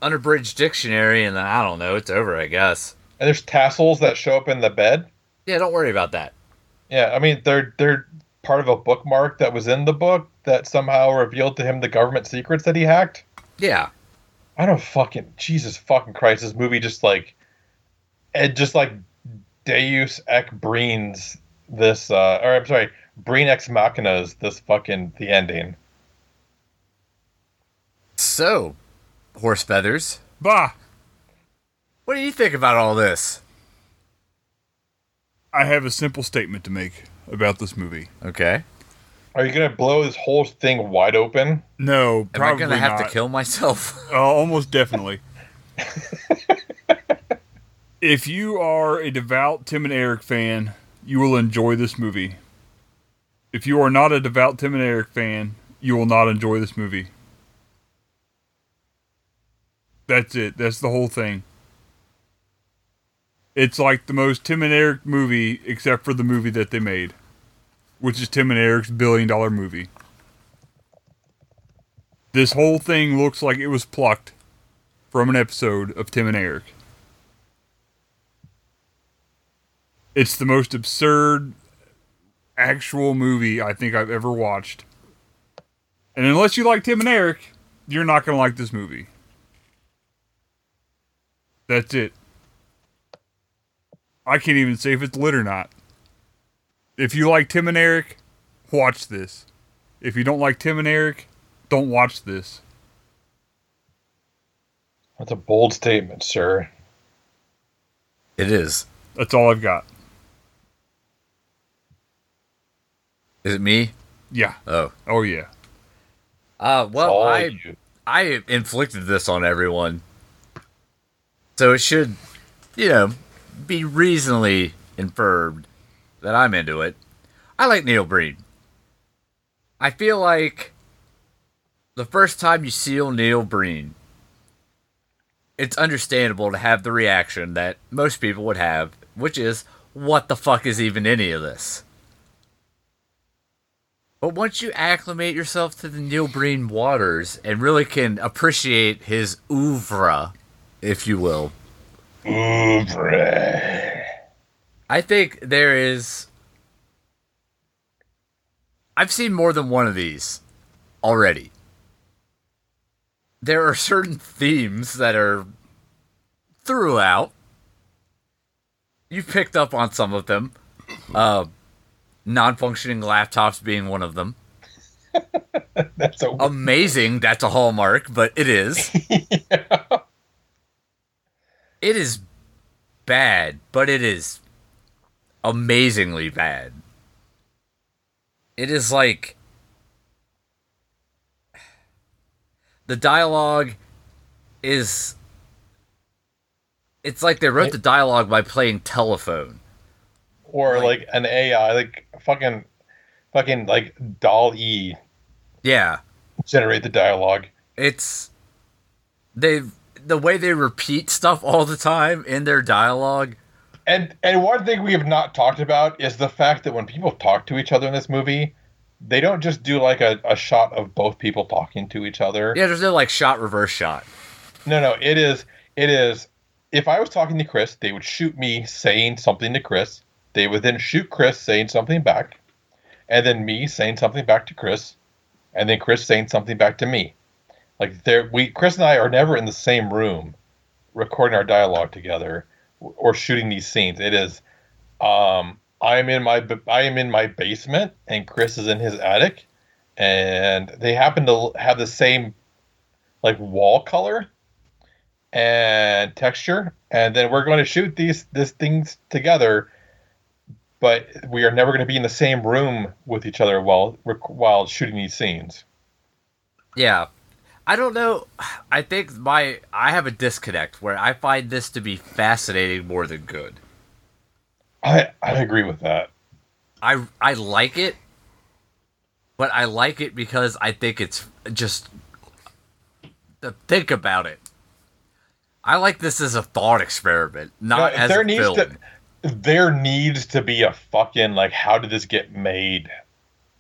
Speaker 1: unabridged dictionary, and then I don't know, it's over, I guess.
Speaker 3: and there's tassels that show up in the bed
Speaker 1: Yeah, don't worry about that.
Speaker 3: Yeah, I mean they're they're part of a bookmark that was in the book that somehow revealed to him the government secrets that he hacked.
Speaker 1: Yeah,
Speaker 3: I don't fucking Jesus fucking Christ, this movie just like it just like Deus Ex Breen's this uh or I'm sorry, Breen Ex Machina's this fucking the ending.
Speaker 1: so, horse feathers,
Speaker 2: Bah.
Speaker 1: what do you think about all this?
Speaker 2: I have a simple statement to make about this movie.
Speaker 1: Okay.
Speaker 3: Are you gonna blow this whole thing wide open?
Speaker 2: No,
Speaker 1: Am
Speaker 2: probably
Speaker 1: I going to have
Speaker 2: not.
Speaker 1: to kill myself?
Speaker 2: Uh, almost definitely. if you are a devout Tim and Eric fan, you will enjoy this movie. If you are not a devout Tim and Eric fan, you will not enjoy this movie. That's it. That's the whole thing. It's like the most Tim and Eric movie, except for the movie that they made, which is Tim and Eric's billion dollar movie. This whole thing looks like it was plucked from an episode of Tim and Eric. It's the most absurd actual movie I think I've ever watched. And unless you like Tim and Eric, you're not going to like this movie. That's it. I can't even say if it's lit or not. If you like Tim and Eric, watch this. If you don't like Tim and Eric, don't watch this.
Speaker 3: That's a bold statement, sir.
Speaker 1: it is.
Speaker 2: That's all I've got.
Speaker 1: Is it me?
Speaker 2: Yeah.
Speaker 1: Oh.
Speaker 2: Oh yeah.
Speaker 1: Uh, well,
Speaker 3: All
Speaker 1: I
Speaker 3: you-
Speaker 1: I inflicted this on everyone, so it should, you know, be reasonably inferred that I'm into it. I like Neil Breen. I feel like the first time you see Neil Breen, it's understandable to have the reaction that most people would have, which is, "What the fuck is even any of this?" But once you acclimate yourself to the Neil Breen waters and really can appreciate his oeuvre, if you will,
Speaker 3: Ooh, bruh.
Speaker 1: I think there is. I've seen more than one of these already. there are certain themes that are throughout. You picked up on some of them. Uh, non-functioning laptops being one of them.
Speaker 3: That's a
Speaker 1: Oh Amazing, that's a hallmark, but it is. It is bad, but it is amazingly bad. It is like the dialogue is it's like they wrote the dialogue by playing telephone.
Speaker 3: or like an AI, like fucking, fucking like doll E
Speaker 1: Yeah.
Speaker 3: generate the dialogue.
Speaker 1: it's they the way they repeat stuff all the time in their dialogue.
Speaker 3: And and one thing we have not talked about is the fact that when people talk to each other in this movie, they don't just do like a, a shot of both people talking to each other.
Speaker 1: Yeah, there's no like shot reverse shot.
Speaker 3: No, no, it is it is if I was talking to Chris, they would shoot me saying something to Chris. They would then shoot Chris saying something back, and then me saying something back to Chris, and then Chris saying something back to me. Like there we Chris and I are never in the same room recording our dialogue together or- or shooting these scenes. It is um I am in my b- I am in my basement and Chris is in his attic and they happen to have the same like wall color and texture, and then we're going to shoot these these things together. But we are never going to be in the same room with each other while rec- while shooting these scenes.
Speaker 1: Yeah. I don't know. I think my I have a disconnect where I find this to be fascinating more than good.
Speaker 3: I I agree with that.
Speaker 1: I I like it, but I like it because I think it's just the think about it. I like this as a thought experiment, not
Speaker 3: No,
Speaker 1: as
Speaker 3: there
Speaker 1: a
Speaker 3: needs
Speaker 1: film.
Speaker 3: to there needs to be a fucking like how did this get made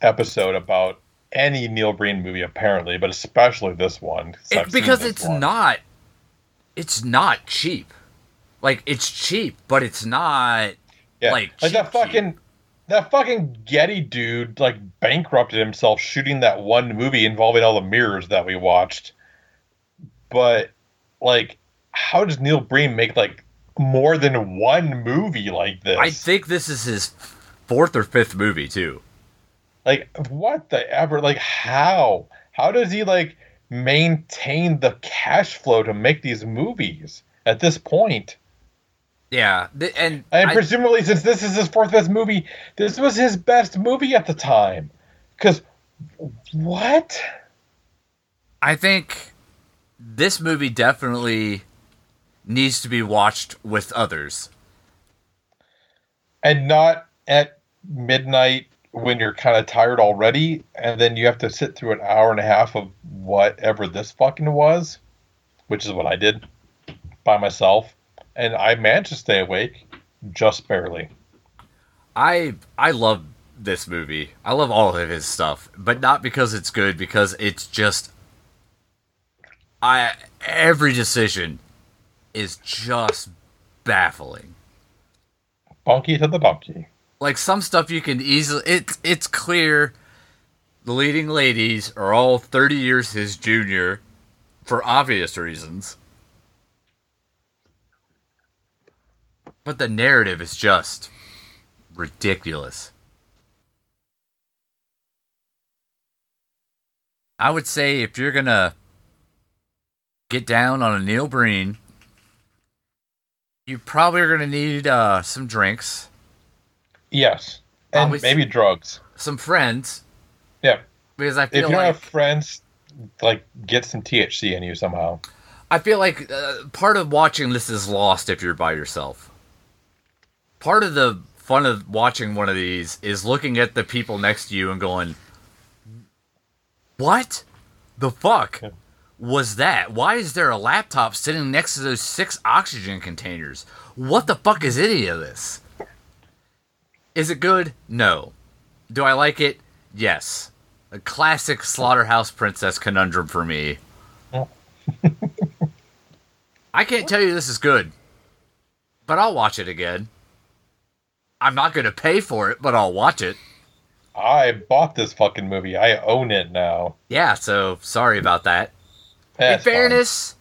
Speaker 3: episode about any Neil Breen movie apparently, but especially this one. 'cause
Speaker 1: It,
Speaker 3: I've seen
Speaker 1: because
Speaker 3: this
Speaker 1: it's
Speaker 3: one.
Speaker 1: not it's not cheap like it's cheap but it's not
Speaker 3: Yeah.
Speaker 1: like,
Speaker 3: Like,
Speaker 1: cheap,
Speaker 3: that fucking that fucking Getty dude like bankrupted himself shooting that one movie involving all the mirrors that we watched. But like how does Neil Breen make like more than one movie like this?
Speaker 1: i think this is his fourth or fifth movie too
Speaker 3: like what the ever like how? How does he like maintain the cash flow to make these movies at this point?
Speaker 1: yeah th- and
Speaker 3: And
Speaker 1: I-
Speaker 3: presumably, since this is his fourth best movie, this was his best movie at the time. Because what?
Speaker 1: I think this movie definitely needs to be watched with others
Speaker 3: And not at midnight when you're kind of tired already, and then you have to sit through an hour and a half of whatever this fucking was, which is what I did by myself. And I managed to stay awake just barely.
Speaker 1: i i love this movie i love all of his stuff but not because it's good because it's just i every decision is just baffling
Speaker 3: Bonky to the donkey.
Speaker 1: like some stuff you can easily it's it's clear the leading ladies are all 30 years his junior for obvious reasons but the narrative is just ridiculous i would say if you're gonna get down on a neil breen you probably are gonna need uh, some drinks
Speaker 3: Yes. And
Speaker 1: Always-
Speaker 3: maybe drugs.
Speaker 1: some friends
Speaker 3: Yeah.
Speaker 1: because I
Speaker 3: If you
Speaker 1: feel
Speaker 3: don't
Speaker 1: like
Speaker 3: have friends, like get some THC in you somehow.
Speaker 1: I feel like uh, part of watching this is lost if you're by yourself. Part of the fun of watching one of these is looking at the people next to you and going, "What the fuck was that? Why is there a laptop sitting next to those six oxygen containers? What the fuck is any of this? Is it good? No. Do I like it? Yes. A classic slaughterhouse princess conundrum for me." I can't tell you this is good, but I'll watch it again. I'm not going to pay for it, but I'll watch it.
Speaker 3: I bought this fucking movie. I own it now.
Speaker 1: Yeah, so sorry about that. In
Speaker 3: That's fine.
Speaker 1: fairness,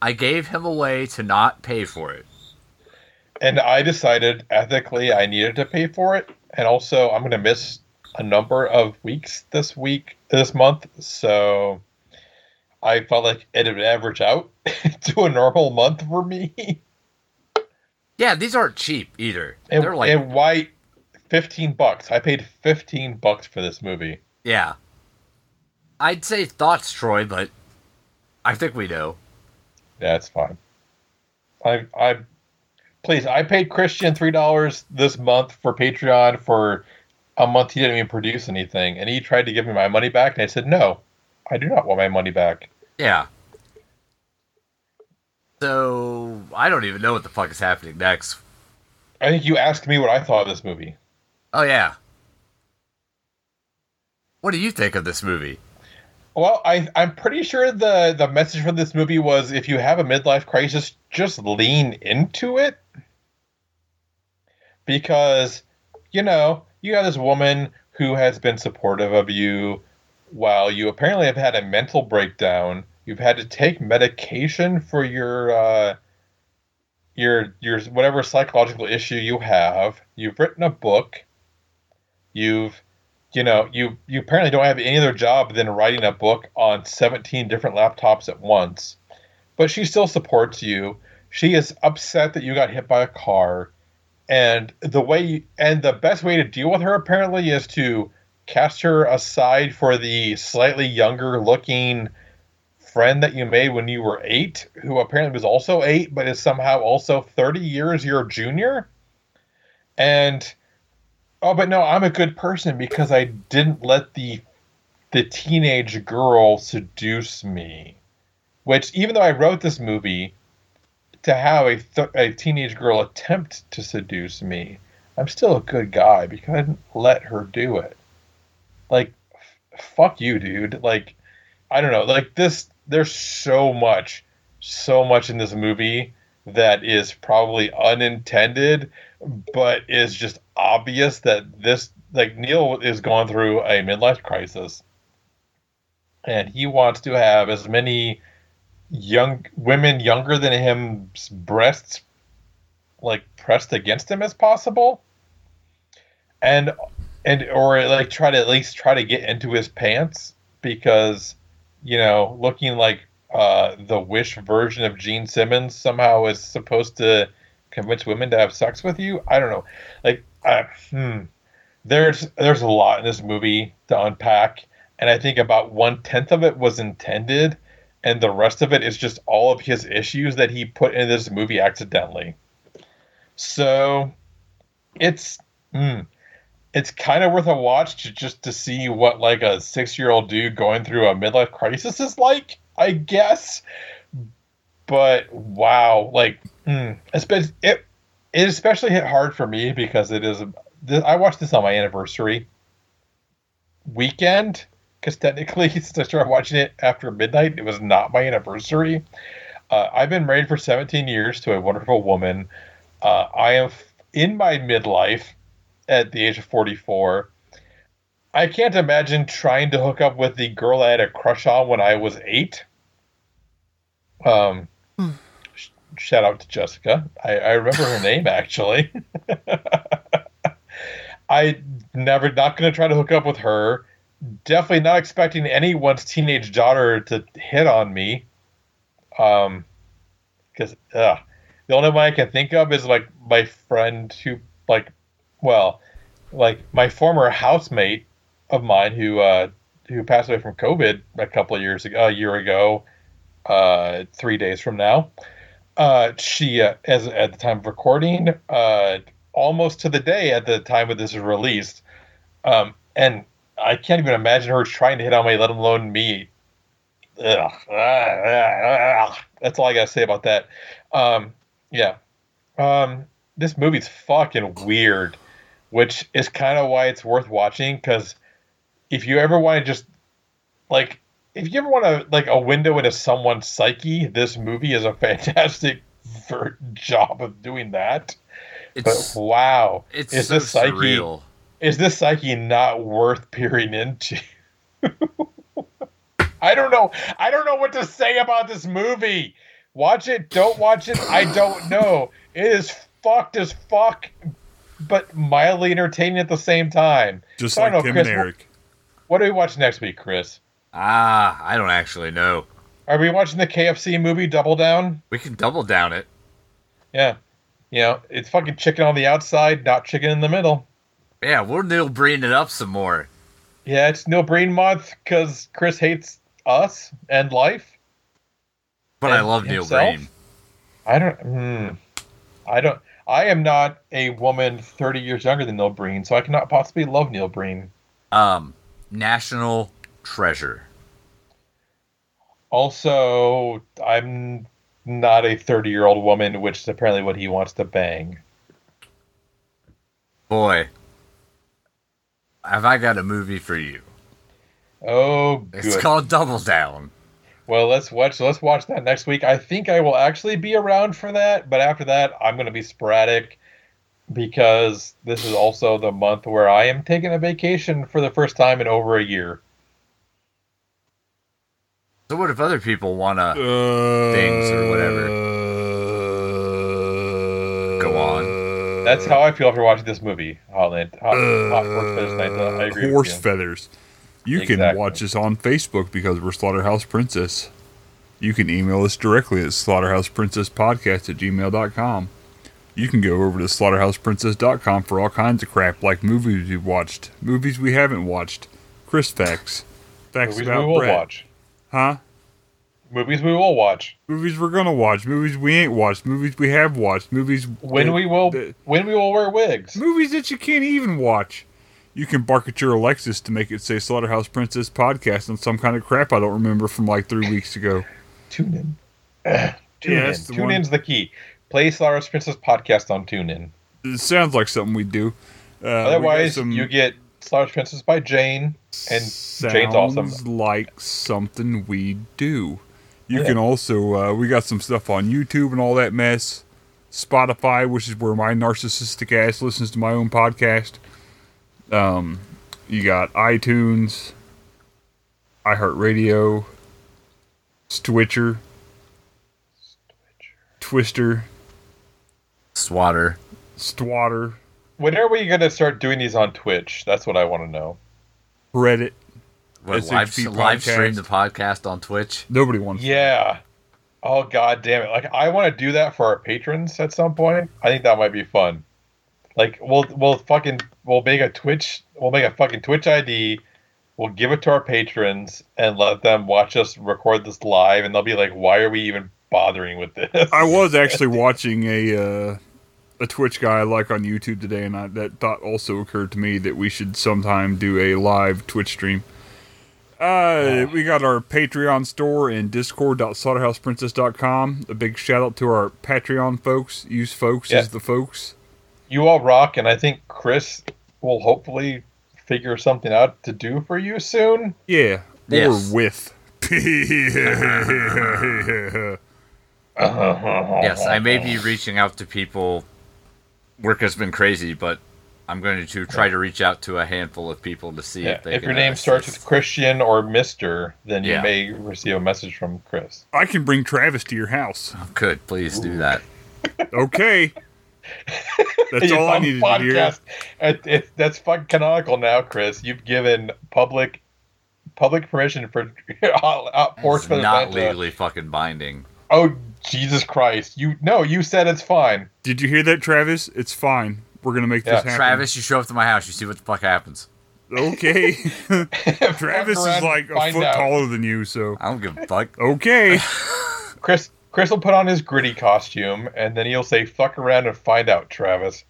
Speaker 1: I gave him away to not pay for it.
Speaker 3: And I decided ethically I needed to pay for it. And also, I'm going to miss a number of weeks this week, this month. So I felt like it would average out to a normal month for me.
Speaker 1: Yeah, these aren't cheap either.
Speaker 3: And,
Speaker 1: They're like,
Speaker 3: and why 15 bucks? I paid 15 bucks for this movie.
Speaker 1: yeah. I'd say thoughts, Troy, but I think we know.
Speaker 3: Yeah, it's fine. I, I, please, I paid Christian three dollars this month for Patreon for a month he didn't even produce anything, and he tried to give me my money back, and I said no, I do not want my money back.
Speaker 1: Yeah. So I don't even know what the fuck is happening next.
Speaker 3: I think you asked me what I thought of this movie.
Speaker 1: Oh yeah. What do you think of this movie?
Speaker 3: Well, I, I'm pretty sure the the message from this movie was if you have a midlife crisis, just lean into it, because you know you have this woman who has been supportive of you while you apparently have had a mental breakdown. You've had to take medication for your uh, your your whatever psychological issue you have. You've written a book. You've you know, you you apparently don't have any other job than writing a book on 17 different laptops at once. But she still supports you. She is upset that you got hit by a car. And the way you, and the best way to deal with her apparently is to cast her aside for the slightly younger looking friend that you made when you were 8 who apparently was also 8 but is somehow also 30 years your junior. And Oh, but no, I'm a good person because I didn't let the the teenage girl seduce me. Which, even though I wrote this movie to have a, th- a teenage girl attempt to seduce me, I'm still a good guy because I didn't let her do it. Like, f- fuck you, dude. Like, I don't know. Like this, there's so much, so much in this movie that is probably unintended but it's just obvious that this like Neil is going through a midlife crisis, and he wants to have as many young women younger than him's breasts like pressed against him as possible, and and or like try to at least try to get into his pants because you know looking like uh, the wish version of Gene Simmons somehow is supposed to convince women to have sex with you. I don't know. Like, uh, hmm. there's there's a lot in this movie to unpack, and I think about one tenth of it was intended, and the rest of it is just all of his issues that he put in this movie accidentally. So, it's hmm. it's kind of worth a watch to just to see what like a six year old dude going through a midlife crisis is like. I guess but wow, like mm, it's been it it especially hit hard for me because it is th- I watched this on my anniversary weekend because technically since I started watching it after midnight, it was not my anniversary. Uh, I've been married for 17 years to a wonderful woman. Uh, I am f- in my midlife at the age of 44. I can't imagine trying to hook up with the girl I had a crush on when I was eight. Um, sh- shout out to Jessica. I, I remember her name actually. I never not going to try to hook up with her. Definitely not expecting anyone's teenage daughter to hit on me. Um, because the only one I can think of is like my friend who like, well, like my former housemate of mine who uh who passed away from COVID a couple of years ago, a year ago uh, three days from now. Uh, she, uh, as at the time of recording, uh, almost to the day at the time of this is released, um, and I can't even imagine her trying to hit on me, let alone me. Ugh. Ugh. That's all I gotta say about that. Um, yeah, um, this movie's fucking weird, which is kind of why it's worth watching. Because if you ever want to just like if you ever want to like a window into someone's psyche, this movie is a fantastic ver- job of doing that.
Speaker 1: It's
Speaker 3: but wow,
Speaker 1: it's
Speaker 3: is
Speaker 1: so
Speaker 3: this psyche
Speaker 1: surreal.
Speaker 3: is this psyche not worth peering into? I don't know. I don't know what to say about this movie. Watch it. Don't watch it. I don't know. It is fucked as fuck, but mildly entertaining at the same time.
Speaker 2: Just
Speaker 3: I
Speaker 2: like
Speaker 3: don't know,
Speaker 2: Tim
Speaker 3: Chris,
Speaker 2: and Eric.
Speaker 3: What do we watch next week, Chris?
Speaker 1: Ah, I don't actually know.
Speaker 3: Are we watching the KFC movie Double Down?
Speaker 1: We can double down it.
Speaker 3: Yeah. You know, it's fucking chicken on the outside, not chicken in the middle.
Speaker 1: Yeah, we'll Neil Breen it up some more.
Speaker 3: Yeah, it's no brain month because Chris hates us and life.
Speaker 1: But I
Speaker 3: And
Speaker 1: love Neil
Speaker 3: himself?
Speaker 1: Breen.
Speaker 3: I don't. Mm, I don't. I am not a woman 30 years younger than Neil Breen, so I cannot possibly love Neil Breen.
Speaker 1: Um, national treasure.
Speaker 3: Also, I'm not a 30 year old woman, which is apparently what he wants to bang.
Speaker 1: Boy, have I got a movie for you?
Speaker 3: Oh,
Speaker 1: It's
Speaker 3: good.
Speaker 1: called Double Down.
Speaker 3: well, let's watch. Let's watch that next week. I think I will actually be around for that, but after that, I'm going to be sporadic because this is also the month where I am taking a vacation for the first time in over a year.
Speaker 1: So what if other people wanna?
Speaker 2: Things
Speaker 1: or whatever.
Speaker 2: Uh,
Speaker 1: Go
Speaker 2: on.
Speaker 3: That's how I feel after watching this movie, Holland. Hot, hot horse feathers night. though. I agree
Speaker 2: Uh, horse
Speaker 3: with you.
Speaker 2: feathers. You can
Speaker 3: Exactly.
Speaker 2: watch us on Facebook because we're Slaughterhouse Princess. You can email us directly at slaughterhouseprincesspodcast at gmail.com. You can go over to slaughterhouseprincess.com for all kinds of crap like movies we've watched, movies we haven't watched, Chris facts, facts
Speaker 3: Movies we
Speaker 2: about
Speaker 3: will
Speaker 2: Brett,
Speaker 3: watch.
Speaker 2: huh?
Speaker 3: Movies we will watch.
Speaker 2: Movies we're gonna watch, movies we ain't watched, movies we have watched, movies
Speaker 3: When
Speaker 2: that-
Speaker 3: we will.
Speaker 2: that-
Speaker 3: when we will wear wigs.
Speaker 2: movies that you can't even watch. You can bark at your Alexis to make it say Slaughterhouse Princess podcast on some kind of crap I don't remember from like three weeks ago.
Speaker 3: Tune in. Tune
Speaker 2: Yeah,
Speaker 3: in.
Speaker 2: that's the
Speaker 3: Tune
Speaker 2: one.
Speaker 3: in's the key. Play Slaughter's Princess podcast on TuneIn.
Speaker 2: It sounds like something we do. Uh, we got
Speaker 3: Otherwise,
Speaker 2: some
Speaker 3: you get Slaughter's Princess by Jane. and Jane's awesome.
Speaker 2: sounds like something we do. You
Speaker 3: Yeah.
Speaker 2: can also uh, we got some stuff on YouTube and all that mess. Spotify, which is where my narcissistic ass listens to my own podcast. Um, you got iTunes, iHeartRadio, Twitcher, Twister,
Speaker 1: Swatter.
Speaker 2: Stwatter,
Speaker 3: When are we going to start doing these on Twitch? That's what I want to know.
Speaker 2: Reddit.
Speaker 1: What,
Speaker 2: SHP
Speaker 1: live, live stream
Speaker 2: podcast.
Speaker 1: the podcast on Twitch.
Speaker 2: Nobody wants.
Speaker 3: Yeah. Oh god damn it. Like I want to do that for our patrons at some point. I think that might be fun. Like we'll we'll fucking we'll make a Twitch we'll make a fucking Twitch ID. We'll give it to our patrons and let them watch us record this live and they'll be like why are we even bothering with this?
Speaker 2: I was actually watching a uh, a Twitch guy I like on YouTube today, and I, that thought also occurred to me that we should sometime do a live Twitch stream. Uh, we got our Patreon store and Discord.slaughterhouseprincess.com. A big shout out to our Patreon folks. Use folks
Speaker 3: Yeah.
Speaker 2: as the folks.
Speaker 3: you all rock and I think Chris will hopefully figure something out to do for you soon.
Speaker 2: Yeah.
Speaker 1: Yes.
Speaker 2: Or with.
Speaker 1: Yes, I may be reaching out to people. Work has been crazy, but I'm going to try to reach out to a handful of people to see
Speaker 3: Yeah.
Speaker 1: if they.
Speaker 3: If
Speaker 1: can
Speaker 3: your name
Speaker 1: assist.
Speaker 3: starts with Christian or Mister, then you
Speaker 1: Yeah.
Speaker 3: may receive a message from Chris.
Speaker 2: I can bring Travis to your house.
Speaker 1: could please do that.
Speaker 2: Okay. That's
Speaker 3: Your
Speaker 2: all I
Speaker 3: fun
Speaker 2: needed to hear.
Speaker 3: It- it- that's fucking canonical now, Chris. You've given public public permission for out
Speaker 1: It's
Speaker 3: force for the
Speaker 1: not
Speaker 3: Santa.
Speaker 1: legally fucking binding.
Speaker 3: Oh Jesus Christ! You no, you said it's fine.
Speaker 2: Did you hear that, Travis? It's fine. We're gonna make
Speaker 3: Yeah.
Speaker 2: this happen.
Speaker 1: Travis, you show up to my house, you see what the fuck happens.
Speaker 2: Okay. Travis
Speaker 3: Fuck around
Speaker 2: is
Speaker 3: and
Speaker 2: like a
Speaker 3: find
Speaker 2: foot
Speaker 3: out.
Speaker 2: taller than you, so
Speaker 1: I don't give a fuck.
Speaker 2: okay.
Speaker 3: Chris. Chris will put on his gritty costume, and then he'll say "fuck around and find out," Travis.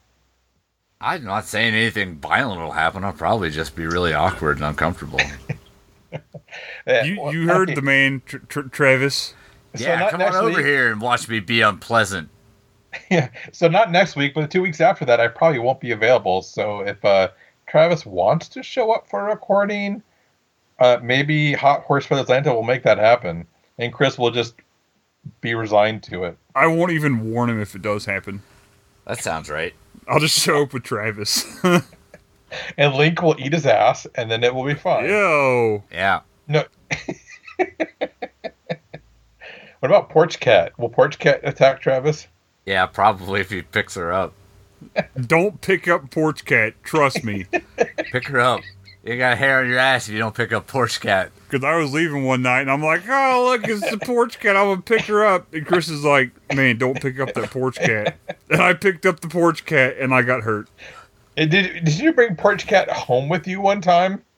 Speaker 1: I'm not saying anything violent will happen. I'll probably just be really awkward and uncomfortable.
Speaker 3: Yeah,
Speaker 2: You
Speaker 3: Eh, well,
Speaker 2: you heard
Speaker 3: okay.
Speaker 2: the man, tr- tr- Travis.
Speaker 3: So
Speaker 1: yeah,
Speaker 3: not
Speaker 1: come on
Speaker 3: next
Speaker 1: over
Speaker 3: week-
Speaker 1: here and watch me be unpleasant.
Speaker 3: Yeah. So not next week, but two weeks after that, I probably won't be available. So if uh, Travis wants to show up for a recording, uh, maybe Hot Horse for Atlanta will make that happen, and Chris will just be resigned to it.
Speaker 2: I won't even warn him if it does happen.
Speaker 1: That sounds right.
Speaker 2: I'll just show up with Travis.
Speaker 3: And Link will eat his ass, and then it will be fine.
Speaker 2: Yo,
Speaker 1: Yeah.
Speaker 3: No. What about Porch Cat? Will Porch Cat attack Travis?
Speaker 1: Yeah, probably if you picks her up.
Speaker 2: Don't pick up Porch Cat. Trust me.
Speaker 1: Pick her up. You got hair on your ass if you don't pick up Porch Cat.
Speaker 2: Because I was leaving one night and I'm like, oh, look, it's the porch cat. I'm going to pick her up. And Chris is like, man, don't pick up that porch cat. And I picked up the porch cat and I got hurt.
Speaker 3: And Did Did you bring Porch Cat home with you one time?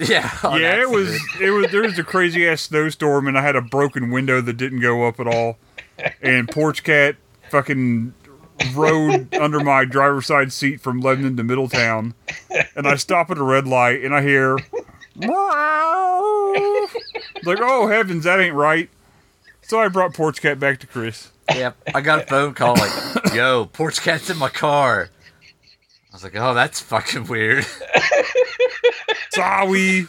Speaker 1: Yeah. on
Speaker 2: yeah, it was,
Speaker 1: accident.
Speaker 2: it was, there was a crazy ass snowstorm and I had a broken window that didn't go up at all. And porch cat fucking rode under my driver's side seat from Lebanon to Middletown. And I stop at a red light and I hear, "Meow." like, oh heavens, that ain't right. So I brought Porch Cat back to Chris.
Speaker 1: Yep. I got a phone call like, yo, Porch Cat's in my car. I was like, oh, that's fucking weird.
Speaker 2: Sorry.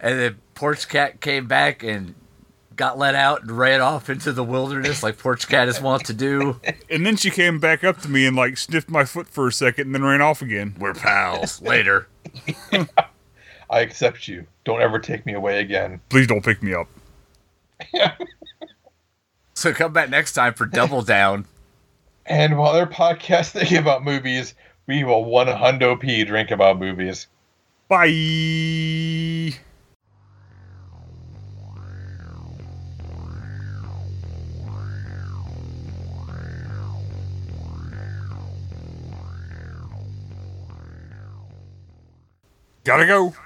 Speaker 1: And then Porch Cat came back and got let out and ran off into the wilderness like Porch Cat is wont to do.
Speaker 2: And then she came back up to me and like sniffed my foot for a second and then ran off again.
Speaker 1: We're pals. Later.
Speaker 3: I accept you. Don't ever take me away again.
Speaker 2: Please don't pick me up.
Speaker 1: So come back next time for Double Down.
Speaker 3: And while they're podcasting about movies, we will one hundo p drink about movies.
Speaker 2: Bye. Gotta go.